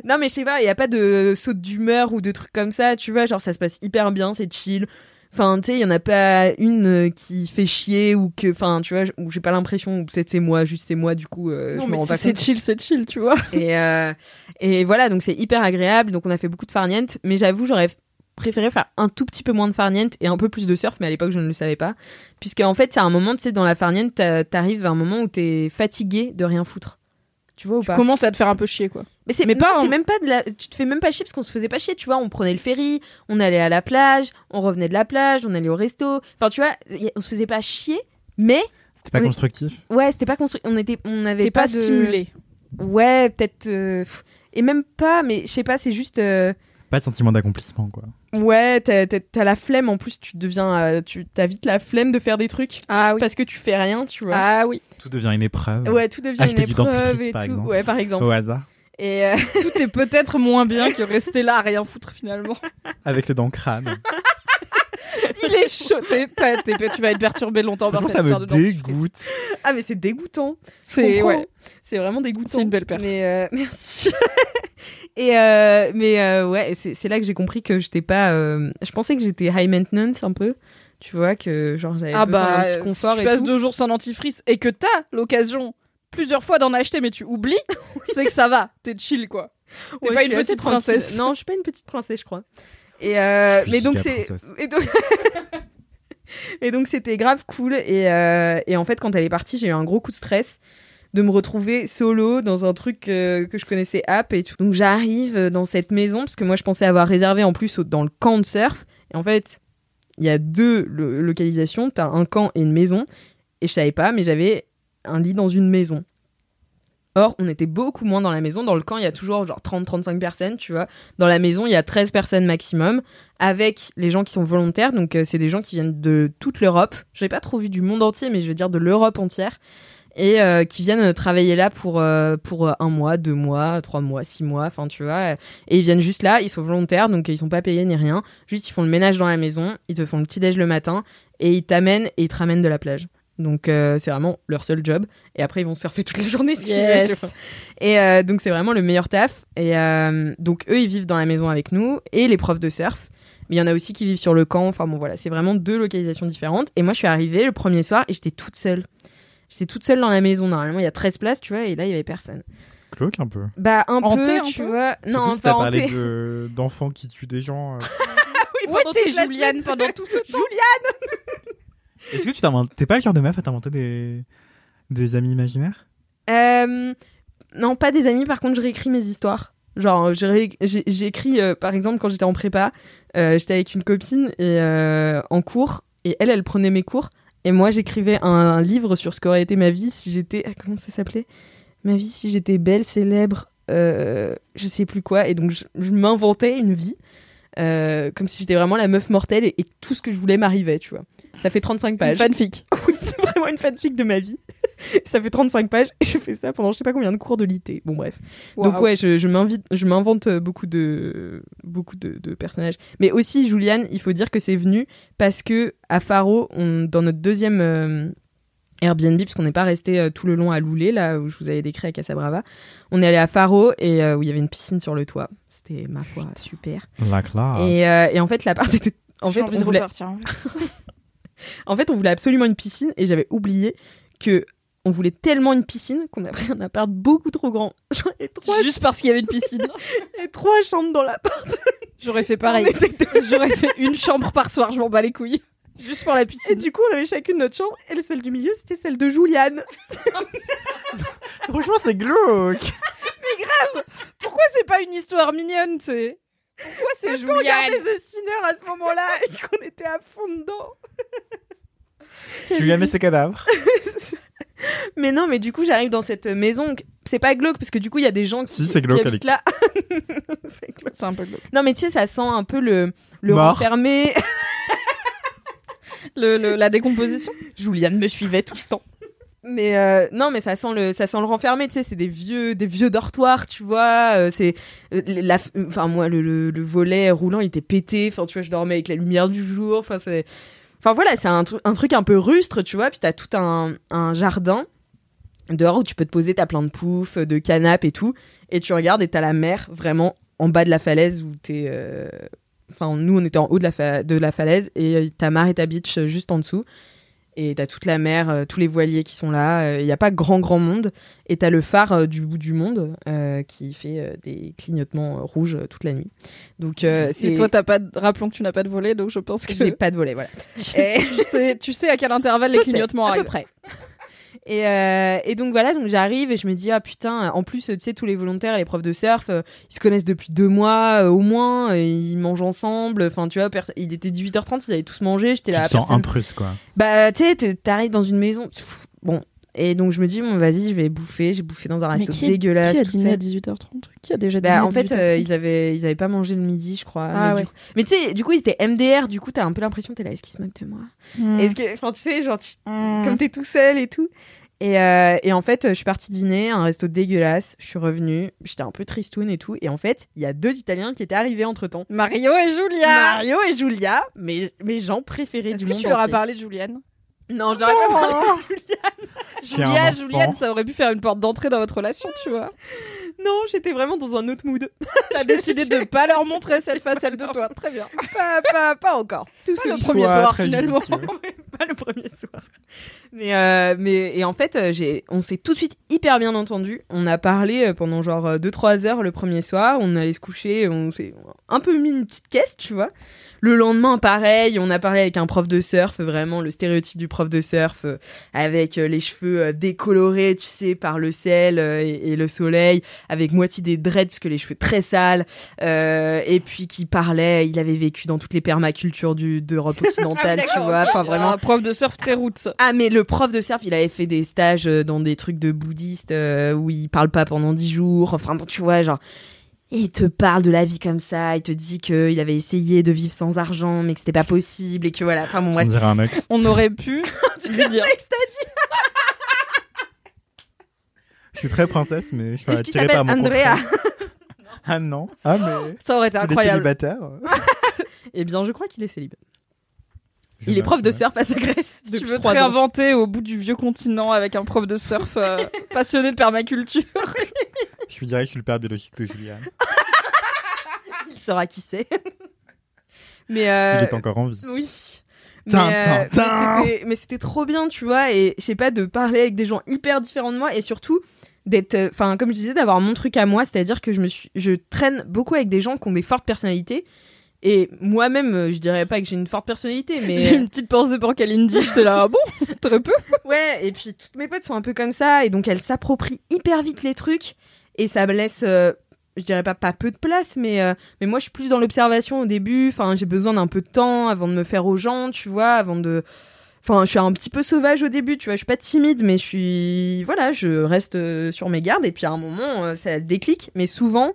Speaker 2: Non, mais je sais pas, il n'y a pas de saute d'humeur ou de trucs comme ça, tu vois. Genre, ça se passe hyper bien, c'est chill. Enfin, tu sais, il n'y en a pas une euh, qui fait chier ou que. Enfin, tu vois, j- ou j'ai pas l'impression, ou peut-être c'est moi, juste c'est moi, du coup, euh, je me rends pas compte.
Speaker 3: chill, c'est chill, tu vois.
Speaker 2: Et, euh, et voilà, donc c'est hyper agréable. Donc, on a fait beaucoup de farniente, mais j'avoue, j'aurais préféré faire un tout petit peu moins de farniente et un peu plus de surf, mais à l'époque, je ne le savais pas. Puisque, en fait, c'est un moment, tu sais, dans la farniente, t'a- t'arrives à un moment où t'es fatigué de rien foutre. Tu vois ou
Speaker 3: Tu
Speaker 2: pas
Speaker 3: commences à te faire un peu chier, quoi.
Speaker 2: mais c'est
Speaker 3: Mais
Speaker 2: non,
Speaker 3: pas en-
Speaker 2: c'est même pas de la tu te fais même pas chier parce qu'on se faisait pas chier, tu vois, on prenait le ferry, on allait à la plage, on revenait de la plage, on allait au resto. Enfin, tu vois, y- on se faisait pas chier, mais
Speaker 4: C'était pas
Speaker 2: Oui.
Speaker 4: constructif.
Speaker 2: ouais, c'était pas construit, on était on
Speaker 3: T'es
Speaker 2: avait
Speaker 3: pas,
Speaker 2: pas, de-
Speaker 3: stimulé.
Speaker 2: Ouais, peut-être euh, pff, et même pas mais je sais pas, c'est juste euh,
Speaker 4: Pas de sentiment d'accomplissement, quoi.
Speaker 2: ouais, t'as t'as- t'as la flemme en plus, tu deviens euh, tu t'as vite la flemme de faire des trucs
Speaker 3: Ah oui.
Speaker 2: parce que tu fais rien, tu vois.
Speaker 3: Ah oui.
Speaker 4: Tout devient une épreuve.
Speaker 2: Ouais, tout devient
Speaker 4: Acheter
Speaker 2: une
Speaker 4: du
Speaker 2: épreuve
Speaker 4: dentifrice,
Speaker 2: et
Speaker 4: par
Speaker 2: tout.
Speaker 4: exemple.
Speaker 2: Ouais, par exemple.
Speaker 4: Au hasard.
Speaker 2: Et euh,
Speaker 3: Tout est peut-être moins bien que rester là à rien foutre finalement.
Speaker 4: Avec les dents crânes.
Speaker 3: Il est chaud. T'es- t'as- t'es- tu vas être perturbé longtemps par
Speaker 4: Franchement, ça
Speaker 3: cette histoire
Speaker 4: me
Speaker 3: de dentifrice.
Speaker 4: dégoûte.
Speaker 2: ah mais c'est dégoûtant.
Speaker 3: C'est
Speaker 2: comprends.
Speaker 3: ouais.
Speaker 2: C'est vraiment dégoûtant.
Speaker 3: C'est une belle perf.
Speaker 2: Mais euh, merci. Et euh, mais euh, ouais, c'est c'est là que j'ai compris que j'étais pas. euh, je pensais que j'étais high maintenance un peu. Tu vois que genre j'avais
Speaker 3: Ah
Speaker 2: besoin
Speaker 3: bah,
Speaker 2: d'un petit confort
Speaker 3: si tu
Speaker 2: et
Speaker 3: passes
Speaker 2: tout.
Speaker 3: deux jours sans dentifrice et que t'as l'occasion plusieurs fois d'en acheter mais tu oublies, c'est que ça va, t'es chill quoi. T'es
Speaker 2: Ouais,
Speaker 3: pas
Speaker 2: je
Speaker 3: une
Speaker 2: suis assez
Speaker 3: petite
Speaker 2: tranquille.
Speaker 3: princesse.
Speaker 2: Non, je suis pas une petite princesse, je crois. Et euh,
Speaker 4: Je suis
Speaker 2: mais donc
Speaker 4: la
Speaker 2: c'est
Speaker 4: princesse.
Speaker 2: et donc et donc c'était grave cool et euh, et en fait quand elle est partie j'ai eu un gros coup de stress de me retrouver solo dans un truc euh, que je connaissais app et tout donc j'arrive euh, dans cette maison parce que moi je pensais avoir réservé en plus au- dans le camp de surf et en fait il y a deux lo- localisations t'as un camp et une maison et je savais pas mais j'avais un lit dans une maison Or, on était beaucoup moins dans la maison. Dans le camp, il y a toujours genre 30-35 personnes, tu vois. Dans la maison, il y a 13 personnes maximum, avec les gens qui sont volontaires. Donc, euh, c'est des gens qui viennent de toute l'Europe. Je n'ai pas trop vu du monde entier, mais je veux dire de l'Europe entière. Et euh, qui viennent euh, travailler là pour, euh, pour euh, un mois, deux mois, trois mois, six mois, enfin, tu vois. euh. Et ils viennent juste là, ils sont volontaires, donc euh, ils sont pas payés ni rien. Juste, ils font le ménage dans la maison, ils te font le petit-déj le matin, et ils t'amènent et ils te ramènent de la plage. Donc, euh, c'est vraiment leur seul job. Et après, ils vont surfer toute la journée si qu'ils veulent, tu vois. Et euh, donc c'est vraiment le meilleur taf. Et euh, donc eux, ils vivent dans la maison avec nous et les profs de surf. Mais il y en a aussi qui vivent sur le camp. Enfin bon voilà, c'est vraiment deux localisations différentes. Et moi, je suis arrivée le premier soir et j'étais toute seule. J'étais toute seule dans la maison. Normalement, il y a 13 places, tu vois, et là, il y avait personne.
Speaker 4: Glauque un peu.
Speaker 2: Bah, un
Speaker 3: Hanté,
Speaker 2: peu,
Speaker 3: un
Speaker 2: tu
Speaker 3: peu
Speaker 2: vois.
Speaker 4: Surtout
Speaker 2: Non,
Speaker 4: si
Speaker 2: pas
Speaker 4: t'as parlé
Speaker 2: hanté.
Speaker 4: de- d'enfants qui tuent des gens. euh.
Speaker 2: Oui,
Speaker 3: Où
Speaker 2: pendant
Speaker 3: était
Speaker 2: toute la
Speaker 3: Juliane
Speaker 2: semaine.
Speaker 3: pendant tout ce temps
Speaker 2: Juliane
Speaker 4: Est-ce que tu t'inventes- T'es pas le genre de meuf à t'inventer des... des amis imaginaires
Speaker 2: Euh, non, pas des amis. Par contre, je réécris mes histoires. Genre, je ré- j'ai j'ai écrit, euh, par exemple, quand j'étais en prépa, euh, j'étais avec une copine et euh, en cours, et elle, elle prenait mes cours, et moi, j'écrivais un, un livre sur ce qu'aurait été ma vie si j'étais. ah, Comment ça s'appelait Ma vie si j'étais belle, célèbre, euh, je sais plus quoi. Et donc, je, je m'inventais une vie, euh, comme si j'étais vraiment la meuf mortelle et, et tout ce que je voulais m'arrivait, tu vois. Ça fait 35
Speaker 3: Une
Speaker 2: pages.
Speaker 3: fanfic.
Speaker 2: Oui, c'est vraiment une fanfic de ma vie. ça fait 35 pages et je fais ça pendant je sais pas combien de cours de l'IT. Bon, bref. Donc,
Speaker 3: Waouh.
Speaker 2: ouais, je, je m'invite, je m'invente euh, beaucoup de, beaucoup de, de personnages. Mais aussi, Juliane, il faut dire que c'est venu parce que à Faro, on, dans notre deuxième euh, Airbnb, puisqu'on n'est pas resté euh, tout le long à Loulé, là où je vous avais décrit à Casabrava, on est allé à Faro et euh, où il y avait une piscine sur le toit. C'était, ma foi, super.
Speaker 4: La classe.
Speaker 2: Et, euh, et en fait, l'appart était. En
Speaker 3: J'ai
Speaker 2: fait,
Speaker 3: envie
Speaker 2: on
Speaker 3: de
Speaker 2: voulait,
Speaker 3: repartir. hein. en fait.
Speaker 2: en fait, on voulait absolument une piscine et j'avais oublié que on voulait tellement une piscine qu'on a pris un appart beaucoup trop grand. Genre, il y a trois,
Speaker 3: Juste parce qu'il y avait une piscine.
Speaker 2: il y a trois chambres dans l'appart.
Speaker 3: J'aurais fait pareil.
Speaker 2: On était deux.
Speaker 3: J'aurais fait une chambre par soir, je m'en bats les couilles. Juste pour la piscine.
Speaker 2: Et du coup, on avait chacune notre chambre et celle du milieu, c'était celle de Juliane.
Speaker 4: Ah, Franchement, c'est glauque.
Speaker 3: Pourquoi c'est pas une histoire mignonne, tu sais Pourquoi c'est
Speaker 2: Parce qu'on regardait
Speaker 3: Julianne
Speaker 2: The Sinner à ce moment-là et qu'on était à fond dedans.
Speaker 4: Tu lui as mis ses cadavres.
Speaker 2: Mais non, mais du coup, j'arrive dans cette maison. C'est pas glauque parce que du coup, il y a des gens qui,
Speaker 4: Si, c'est glauque,
Speaker 2: qui habitent
Speaker 4: Alix.
Speaker 2: là. C'est glauque.
Speaker 3: C'est un peu glauque.
Speaker 2: non, mais tu sais, ça sent un peu le, le
Speaker 4: Mort.
Speaker 2: renfermé.
Speaker 3: Le- le- la décomposition
Speaker 2: Juliane me suivait tout le temps. Mais euh, non, mais ça sent le, ça sent le renfermé, tu sais, c'est des vieux, des vieux dortoirs, tu vois. euh, c'est euh, la, euh, enfin moi le, le, le volet roulant, il était pété. Enfin tu vois, je dormais avec la lumière du jour. Enfin c'est, enfin voilà, c'est un truc, un truc un peu rustre, tu vois. Puis t'as tout un, un jardin dehors où tu peux te poser, t'as plein de poufs, euh, de canapes et tout, et tu regardes et t'as la mer vraiment en bas de la falaise où t'es. euh, Enfin, nous, on était en haut de la, fa- de la falaise et euh, t'as Marita Beach euh, juste en dessous. Et t'as toute la mer, euh, tous les voiliers qui sont là. Il n'y a pas grand, grand monde. Et t'as le phare euh, du bout du monde euh, qui fait euh, des clignotements euh, rouges euh, toute la nuit. Donc, euh, c'est.
Speaker 3: Et toi, t'as pas. de- Rappelons que tu n'as pas de volet, donc je pense que.
Speaker 2: j'ai pas de volet, voilà.
Speaker 3: tu,
Speaker 2: Et-
Speaker 3: tu sais, tu sais à quel intervalle les
Speaker 2: Je sais,
Speaker 3: clignotements
Speaker 2: à peu
Speaker 3: arrivent.
Speaker 2: près. Et, euh, et donc voilà, donc j'arrive et je me dis ah putain, en plus tu sais tous les volontaires et les profs de surf, euh, ils se connaissent depuis deux mois euh, au moins, et ils mangent ensemble, enfin tu vois, perso- il était 18h30, ils avaient tous mangé, j'étais
Speaker 4: Tu
Speaker 2: là.
Speaker 4: te sens
Speaker 2: personne-
Speaker 4: intrus, quoi.
Speaker 2: Bah tu sais, t'es- t'arrives dans une maison, pff, bon, et donc je me dis bon vas-y, je vais bouffer, j'ai bouffé dans un resto dégueulasse.
Speaker 3: qui a
Speaker 2: toute
Speaker 3: dîné
Speaker 2: seule.
Speaker 3: à 18h30 Qui a déjà dîné
Speaker 2: Bah,
Speaker 3: à
Speaker 2: en fait,
Speaker 3: 18h30?
Speaker 2: euh, ils avaient ils avaient pas mangé le midi, je crois.
Speaker 3: Ah
Speaker 2: mais
Speaker 3: ouais.
Speaker 2: du coup- mais tu sais, du coup ils étaient MDR, du coup t'as un peu l'impression t'es là, est-ce qu'ils se moquent de moi
Speaker 3: Hmm.
Speaker 2: Est-ce que, enfin tu sais, genre tu-
Speaker 3: Hmm.
Speaker 2: comme t'es tout seul et tout. Et, euh, et en fait, euh, je suis partie dîner à un resto dégueulasse. Je suis revenue, j'étais un peu tristoune et tout. Et en fait, il y a deux Italiens qui étaient arrivés entre temps.
Speaker 3: Mario et Julia
Speaker 2: Mario et Julia, mes, mes gens préférés
Speaker 3: Est-ce
Speaker 2: du
Speaker 3: que
Speaker 2: monde
Speaker 3: tu leur as
Speaker 2: entier.
Speaker 3: parlé de Julianne
Speaker 2: Non, je leur ai pas parlé.
Speaker 4: J'ai un
Speaker 3: Julia,
Speaker 4: enfant.
Speaker 3: Julianne, ça aurait pu faire une porte d'entrée dans votre relation, tu vois.
Speaker 2: Non, j'étais vraiment dans un autre mood.
Speaker 3: T'as décidé de pas leur montrer celle face celle de toi. Très bien.
Speaker 2: pas, pas, pas encore. Tout
Speaker 3: Pas le
Speaker 2: seul.
Speaker 3: premier
Speaker 4: Choix
Speaker 3: soir,
Speaker 4: très
Speaker 3: finalement.
Speaker 4: judicieux.
Speaker 2: pas le premier soir. Mais, euh, mais et en fait, euh, j'ai, on s'est tout de suite hyper bien entendu. On a parlé euh, pendant genre 2-3 heures le premier soir. On allait se coucher. On s'est un peu mis une petite caisse, tu vois. Le lendemain, pareil, on a parlé avec un prof de surf, vraiment le stéréotype du prof de surf, euh, avec euh, les cheveux euh, décolorés, tu sais, par le sel euh, et, et le soleil, avec moitié des dreads, parce que les cheveux très sales, euh, et puis qui parlait, il avait vécu dans toutes les permacultures du, d'Europe occidentale, tu vois, enfin vraiment.
Speaker 3: Un Ah, prof de surf très roots.
Speaker 2: Ah mais le prof de surf, il avait fait des stages euh, dans des trucs de bouddhistes euh, où il parle pas pendant 10 jours. Enfin bon, tu vois, genre et il te parle de la vie comme ça, il te dit que il avait essayé de vivre sans argent mais que c'était pas possible et que voilà, enfin bon
Speaker 4: On
Speaker 2: bref.
Speaker 4: dirait un ex.
Speaker 3: On aurait pu lui dire.
Speaker 4: Je suis très princesse, mais je suis
Speaker 2: Est-ce qu'il
Speaker 4: attirée
Speaker 2: s'appelle
Speaker 4: par mon
Speaker 2: Andrea
Speaker 4: contraire. Ah non. Ah mais.
Speaker 3: Ça aurait été
Speaker 4: C'est
Speaker 3: incroyable.
Speaker 4: célibataire.
Speaker 2: Eh bien, je crois qu'il est célibataire. Il est prof de surf à sa Grèce
Speaker 3: Si tu
Speaker 2: depuis
Speaker 3: veux te
Speaker 2: 3 ans.
Speaker 3: réinventer au bout du vieux continent avec un prof de surf euh, passionné de permaculture.
Speaker 4: Je vous dirais que je suis le père biologique de Julian.
Speaker 2: Il saura qui c'est. mais
Speaker 4: S'il
Speaker 2: euh,
Speaker 4: est encore en vie.
Speaker 2: Oui.
Speaker 4: Tin,
Speaker 2: mais, euh,
Speaker 4: tin, tin.
Speaker 2: mais c'était- mais c'était trop bien, tu vois. Et je sais pas, de parler avec des gens hyper différents de moi et surtout d'être, euh, enfin, comme je disais, d'avoir mon truc à moi, c'est-à-dire que je me suis, je traîne beaucoup avec des gens qui ont des fortes personnalités. Et moi-même, euh, je dirais pas que j'ai une forte personnalité,
Speaker 3: J'ai
Speaker 2: mais
Speaker 3: une petite pensée pour Kalindi, j'étais là, ah bon Très peu
Speaker 2: ouais. Et puis toutes mes potes sont un peu comme ça, et donc elles s'approprient hyper vite les trucs, et ça me laisse, euh, je dirais pas pas peu de place, mais euh, mais moi je suis plus dans l'observation au début. Enfin, j'ai besoin d'un peu de temps avant de me faire aux gens, tu vois, avant de. Enfin, je suis un petit peu sauvage au début, tu vois. Je suis pas timide, mais je suis voilà, je reste euh, sur mes gardes. Et puis à un moment, euh, ça déclic. Mais souvent,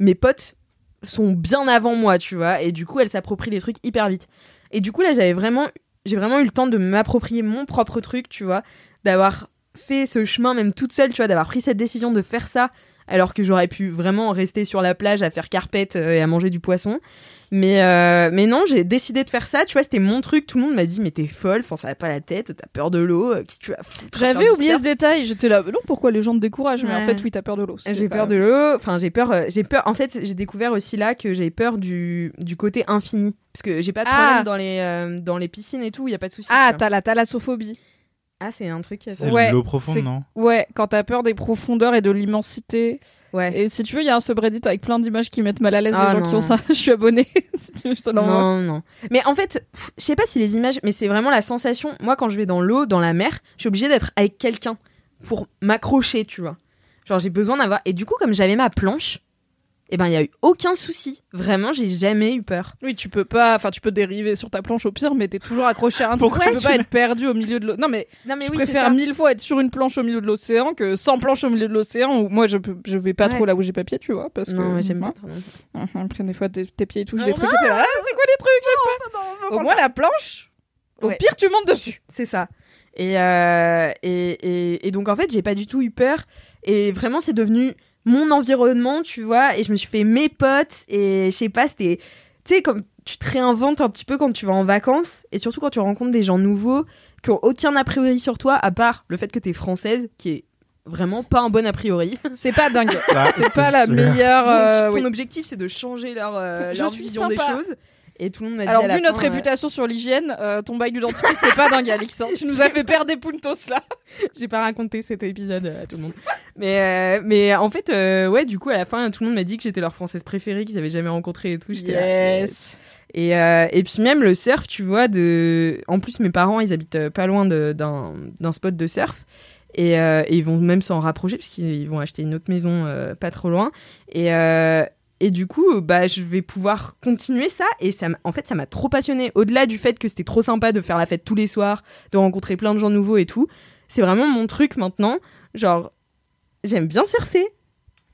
Speaker 2: mes potes sont bien avant moi, tu vois. Et du coup, elles s'approprient les trucs hyper vite. Et du coup, là, j'avais vraiment, j'ai vraiment eu le temps de m'approprier mon propre truc, tu vois, d'avoir fait ce chemin même toute seule, tu vois, d'avoir pris cette décision de faire ça alors que j'aurais pu vraiment rester sur la plage à faire carpette euh, et à manger du poisson. Mais, euh, mais non, j'ai décidé de faire ça, tu vois, c'était mon truc, tout le monde m'a dit mais t'es folle, enfin ça va pas la tête, t'as peur de l'eau, euh, qu'est-ce que tu vas foutre à faire
Speaker 3: J'avais
Speaker 2: du
Speaker 3: oublié
Speaker 2: surf
Speaker 3: ce détail, j'étais là, non, pourquoi les gens te découragent Mais en
Speaker 2: Ouais.
Speaker 3: fait, oui, t'as peur de l'eau.
Speaker 2: J'ai peur de l'eau. Enfin, j'ai peur. euh, J'ai peur. En fait, j'ai découvert aussi là que j'ai peur du, du côté infini, parce que j'ai pas de
Speaker 3: Ah.
Speaker 2: problème dans les euh, dans les piscines et tout. Il y a pas de souci.
Speaker 3: Ah,
Speaker 2: tu vois.
Speaker 3: t'as la thalassophobie.
Speaker 2: ah, c'est un truc. ça.
Speaker 4: C'est
Speaker 3: Ouais,
Speaker 4: l'eau
Speaker 3: c'est-
Speaker 4: profonde, non
Speaker 3: Ouais, quand t'as peur des profondeurs et de l'immensité.
Speaker 2: Ouais.
Speaker 3: Et si tu veux, il y a un subreddit avec plein d'images qui mettent mal à l'aise
Speaker 2: Ah,
Speaker 3: les gens qui
Speaker 2: non.
Speaker 3: ont ça. Je suis abonnée. si tu veux, je te l'envoie.
Speaker 2: Non, non. Mais en fait, pff, je sais pas si les images, mais c'est vraiment la sensation. Moi, quand je vais dans l'eau, dans la mer, je suis obligée d'être avec quelqu'un pour m'accrocher, tu vois. Genre, j'ai besoin d'avoir. Et du coup, comme j'avais ma planche, eh ben, il y a eu aucun souci. Vraiment, j'ai jamais eu peur.
Speaker 3: Oui, tu peux pas. Enfin, tu peux dériver sur ta planche au pire, mais t'es toujours accroché à un truc.
Speaker 4: Pourquoi
Speaker 3: Tu peux
Speaker 4: tu
Speaker 3: pas
Speaker 4: me-
Speaker 3: être perdu au milieu de l'eau. Non, mais
Speaker 2: Non, Ah, mais
Speaker 3: je
Speaker 2: oui, c'est
Speaker 3: préfère
Speaker 2: ça.
Speaker 3: mille fois être sur une planche au milieu de l'océan que sans planche au milieu de l'océan où moi je, peux- je vais pas
Speaker 2: Ouais.
Speaker 3: trop là où j'ai pas pied, tu vois. Parce
Speaker 2: Non,
Speaker 3: que
Speaker 2: mais j'aime pas.
Speaker 3: hein,
Speaker 2: trop, non.
Speaker 3: hein, hein, après, des fois, tes, tes pieds ils touchent des trucs. et t'es là, Ah, c'est quoi les trucs J'ai pas- Au moins, la planche, au
Speaker 2: Ouais.
Speaker 3: pire, tu montes dessus.
Speaker 2: C'est ça. Et, euh, et, et- et donc, en fait, j'ai pas du tout eu peur. Et vraiment, c'est devenu mon environnement, tu vois. Et je me suis fait mes potes. Et je sais pas, c'était. Tu sais, comme tu te réinventes un petit peu quand tu vas en vacances. Et surtout quand tu rencontres des gens nouveaux qui ont aucun a priori sur toi, à part le fait que t'es française, qui est vraiment pas un bon a priori.
Speaker 3: C'est pas dingue.
Speaker 4: Ça,
Speaker 3: C'est pas la
Speaker 4: Bah, sûr.
Speaker 3: meilleure. euh,
Speaker 2: donc, ton
Speaker 3: oui.
Speaker 2: objectif, c'est de changer leur, euh,
Speaker 3: Je
Speaker 2: leur
Speaker 3: suis
Speaker 2: vision des
Speaker 3: sympa.
Speaker 2: choses. Et tout le monde m'a dit.
Speaker 3: Alors,
Speaker 2: à la
Speaker 3: vu notre
Speaker 2: fin, euh,
Speaker 3: réputation sur l'hygiène, euh, ton bail du dentifrice, c'est pas dingue, Alix. hein. Tu nous as fait perdre des puntos là.
Speaker 2: J'ai pas raconté cet épisode euh, à tout le monde. Mais, euh, mais en fait, euh, ouais, du coup, à la fin, tout le monde m'a dit que j'étais leur française préférée, qu'ils avaient jamais rencontré et tout. J'étais là. Et, euh, et puis même le surf, tu vois, de... en plus mes parents, ils habitent euh, pas loin de- d'un d'un spot de surf. Et, euh, et ils vont même s'en rapprocher parce qu'ils ils vont acheter une autre maison euh, pas trop loin. Et, euh, et du coup, bah, je vais pouvoir continuer ça. Et ça, m'a- en fait, ça m'a trop passionné. Au-delà du fait que c'était trop sympa de faire la fête tous les soirs, de rencontrer plein de gens nouveaux et tout, c'est vraiment mon truc maintenant. Genre, j'aime bien surfer.